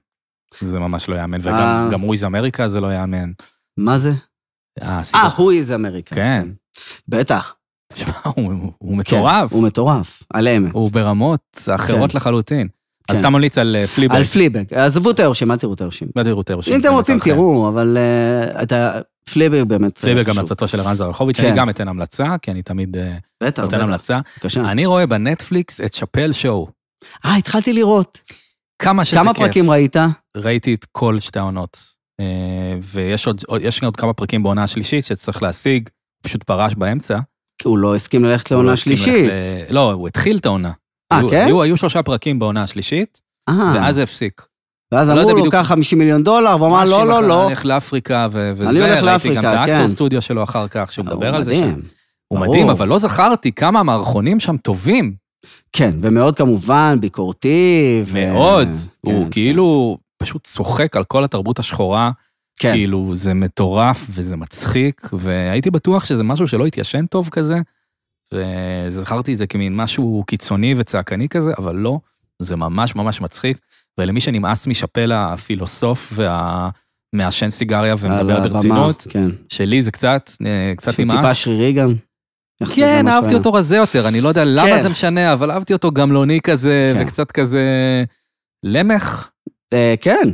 [SPEAKER 2] זה ממש לא יאמן, וגם
[SPEAKER 3] אה.
[SPEAKER 2] גם וויז אמריקה זה לא יאמן.
[SPEAKER 3] מה זה?
[SPEAKER 2] הסדרה-
[SPEAKER 3] אה, הוא איז אמריקה.
[SPEAKER 2] כן.
[SPEAKER 3] בטח.
[SPEAKER 2] תשמע, הוא הוא- הוא
[SPEAKER 3] כן,
[SPEAKER 2] מטורף.
[SPEAKER 3] הוא מטורף, על האמת.
[SPEAKER 2] הוא ברמות אחרות
[SPEAKER 3] כן.
[SPEAKER 2] לחלוטין. אז
[SPEAKER 3] כן.
[SPEAKER 2] אתה ממליץ על אה, פליבג.
[SPEAKER 3] על פליבק. עזבו את היורשים, אל תראו את היורשים.
[SPEAKER 2] ואל תראו את היורשים,
[SPEAKER 3] אם אתם
[SPEAKER 2] זה
[SPEAKER 3] רוצים,
[SPEAKER 2] מצא חן.
[SPEAKER 3] תראו, אבל אה, אתה... פליבק באמת אה,
[SPEAKER 2] פליבג
[SPEAKER 3] חשוב.
[SPEAKER 2] המלצתו של ערן זרחוביץ',
[SPEAKER 3] כן. אוקיי.
[SPEAKER 2] אני גם אתן המלצה, כי אני תמיד אה,
[SPEAKER 3] בטח,
[SPEAKER 2] נותן
[SPEAKER 3] בטח.
[SPEAKER 2] המלצה.
[SPEAKER 3] בבקשה.
[SPEAKER 2] אני רואה בנטפליקס את שאפל שואו.
[SPEAKER 3] אה, התחלתי לראות.
[SPEAKER 2] כמה שזה
[SPEAKER 3] כמה
[SPEAKER 2] כיף.
[SPEAKER 3] פרקים ראית?
[SPEAKER 2] ראיתי את כל שתי העונות. אה, ויש עוד, עוד- יש עוד כמה פרקים בעונה השלישית שצריך להשיג, הוא פשוט פרש באמצע.
[SPEAKER 3] כי הוא לא הסכים ללכת
[SPEAKER 2] הוא לא
[SPEAKER 3] לעונה
[SPEAKER 2] הסכים
[SPEAKER 3] שלישית.
[SPEAKER 2] ללכת ל- לא, הוא התחיל את העונה.
[SPEAKER 3] אה,
[SPEAKER 2] היו-
[SPEAKER 3] כן?
[SPEAKER 2] היו- היו שלושה פרקים בעונה השלישית,
[SPEAKER 3] אה,
[SPEAKER 2] ואז זה הפסיק.
[SPEAKER 3] ואז
[SPEAKER 2] לא יודע
[SPEAKER 3] אמרו לו,
[SPEAKER 2] בדיוק.
[SPEAKER 3] קח 50 מיליון דולר, והוא אמר, לא, לא,
[SPEAKER 2] אני
[SPEAKER 3] לא.
[SPEAKER 2] הולך לאפריקה ו- וזה,
[SPEAKER 3] הולך
[SPEAKER 2] ראיתי גם
[SPEAKER 3] לאפריקה,
[SPEAKER 2] את האקטור
[SPEAKER 3] כן.
[SPEAKER 2] סטודיו שלו אחר כך, שהוא מדבר
[SPEAKER 3] הוא
[SPEAKER 2] על זה. שהוא-
[SPEAKER 3] מדהים.
[SPEAKER 2] הוא
[SPEAKER 3] ברור.
[SPEAKER 2] מדהים, אבל לא זכרתי כמה המערכונים שם טובים.
[SPEAKER 3] כן, ומאוד כמובן, ביקורתי. ו-
[SPEAKER 2] מאוד.
[SPEAKER 3] כן,
[SPEAKER 2] הוא כאילו פשוט צוחק על כל התרבות השחורה.
[SPEAKER 3] כן.
[SPEAKER 2] כאילו, זה מטורף וזה מצחיק, והייתי בטוח שזה משהו שלא התיישן טוב כזה, וזכרתי את זה כמין משהו קיצוני וצעקני כזה, אבל לא, זה ממש ממש מצחיק. ולמי שנמאס משאפל הפילוסוף והמעשן סיגריה
[SPEAKER 3] על
[SPEAKER 2] ומדבר
[SPEAKER 3] הבמה,
[SPEAKER 2] ברצינות,
[SPEAKER 3] כן.
[SPEAKER 2] שלי זה קצת, אה, קצת
[SPEAKER 3] שהוא טיפה
[SPEAKER 2] נמאס.
[SPEAKER 3] שרירי גם. יחסית
[SPEAKER 2] כן,
[SPEAKER 3] למה
[SPEAKER 2] אהבתי
[SPEAKER 3] שהיה.
[SPEAKER 2] אותו רזה יותר, אני לא יודע למה
[SPEAKER 3] כן.
[SPEAKER 2] זה משנה, אבל אהבתי אותו גמלוני כזה,
[SPEAKER 3] כן.
[SPEAKER 2] וקצת כזה למך.
[SPEAKER 3] אה, כן,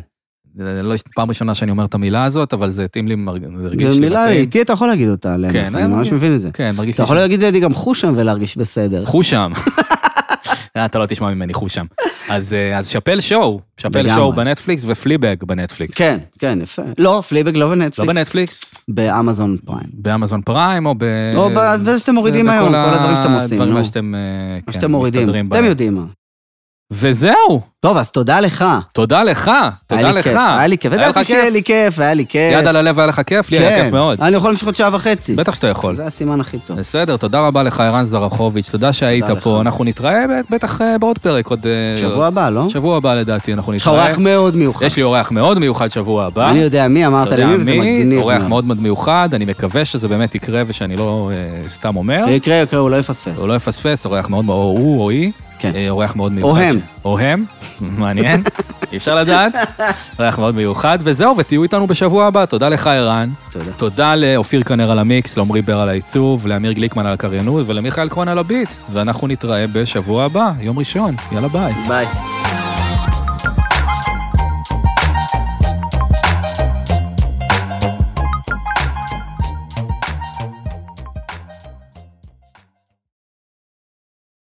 [SPEAKER 2] זה לא פעם ראשונה שאני אומר את המילה הזאת, אבל זה התאים לי, מרג- זה הרגיש
[SPEAKER 3] זו
[SPEAKER 2] לי
[SPEAKER 3] מילה,
[SPEAKER 2] מתאים.
[SPEAKER 3] איתי אתה יכול להגיד אותה עליהם,
[SPEAKER 2] כן,
[SPEAKER 3] אני
[SPEAKER 2] אני
[SPEAKER 3] ממש
[SPEAKER 2] מבין.
[SPEAKER 3] מבין את זה.
[SPEAKER 2] כן, מרגיש
[SPEAKER 3] אתה
[SPEAKER 2] לי
[SPEAKER 3] יכול
[SPEAKER 2] ש...
[SPEAKER 3] להגיד לידי גם חוש שם ולהרגיש בסדר.
[SPEAKER 2] חוש שם. אה, אתה לא תשמע ממני חוש שם. אז אה, אז שאפל שואו, שאפל
[SPEAKER 3] לגמרי.
[SPEAKER 2] שואו בנטפליקס ופליבג בנטפליקס.
[SPEAKER 3] כן, כן, יפה. לא, פלייבג לא
[SPEAKER 2] לא
[SPEAKER 3] בנטפליקס.
[SPEAKER 2] בנטפליקס,
[SPEAKER 3] באמזון פריים.
[SPEAKER 2] באמזון פריים או ב...
[SPEAKER 3] או בזה שאתם מורידים
[SPEAKER 2] בכל
[SPEAKER 3] היום, כל
[SPEAKER 2] ה-
[SPEAKER 3] הדברים שאתם עושים,
[SPEAKER 2] הדברים
[SPEAKER 3] נו.
[SPEAKER 2] שאתם, אה,
[SPEAKER 3] מה
[SPEAKER 2] כן,
[SPEAKER 3] שאתם מורידים,
[SPEAKER 2] מסתדרים
[SPEAKER 3] אתם
[SPEAKER 2] בהם.
[SPEAKER 3] יודעים מה.
[SPEAKER 2] וזהו,
[SPEAKER 3] טוב, אז תודה לך.
[SPEAKER 2] תודה לך,
[SPEAKER 3] היה
[SPEAKER 2] תודה
[SPEAKER 3] לי
[SPEAKER 2] לך.
[SPEAKER 3] כיף, היה לי כיף,
[SPEAKER 2] היה לך
[SPEAKER 3] ידעתי שיהיה לי כיף, היה לי כיף.
[SPEAKER 2] יד על הלב היה לך כיף, לי היה
[SPEAKER 3] כן.
[SPEAKER 2] כיף מאוד.
[SPEAKER 3] אני יכול להמשיך עוד שעה וחצי.
[SPEAKER 2] בטח שאתה יכול.
[SPEAKER 3] זה הסימן הכי טוב.
[SPEAKER 2] בסדר, תודה רבה לך, ערן זרחוביץ', תודה שהיית
[SPEAKER 3] תודה לך.
[SPEAKER 2] פה. אנחנו נתראה ב- בטח אה, בעוד פרק, עוד... אה,
[SPEAKER 3] שבוע הבא, לא?
[SPEAKER 2] שבוע הבא לדעתי, אנחנו
[SPEAKER 3] יש לך
[SPEAKER 2] נתראה.
[SPEAKER 3] אורח מאוד מיוחד.
[SPEAKER 2] יש לי אורח מאוד מיוחד שבוע הבא.
[SPEAKER 3] אני יודע מי, אמרת
[SPEAKER 2] אתה יודע
[SPEAKER 3] לי מי, וזה
[SPEAKER 2] מי,
[SPEAKER 3] מגניב.
[SPEAKER 2] אורח
[SPEAKER 3] מאוד.
[SPEAKER 2] מאוד מאוד מיוחד, אני מקווה שזה באמת יקרה ושאני לא אה, סתם אומר.
[SPEAKER 3] יקרה, יקרה, הוא לא יפספס.
[SPEAKER 2] הוא לא יפספס, אורח מאוד מאוד, או הוא או היא,
[SPEAKER 3] כן.
[SPEAKER 2] אה, אורח מאוד מיוחד.
[SPEAKER 3] הם.
[SPEAKER 2] ש- או הם, מעניין, אי אפשר לדעת. אורח מאוד מיוחד, וזהו, ותהיו איתנו בשבוע הבא. תודה לך, ערן.
[SPEAKER 3] תודה.
[SPEAKER 2] תודה לאופיר כנר על המיקס, לעמרי בר על העיצוב, לאמיר גליקמן על הקריינות ולמיכאל כהן על הביט. ואנחנו נתראה בשבוע הבא, יום ראשון. יאללה ביי.
[SPEAKER 3] ביי.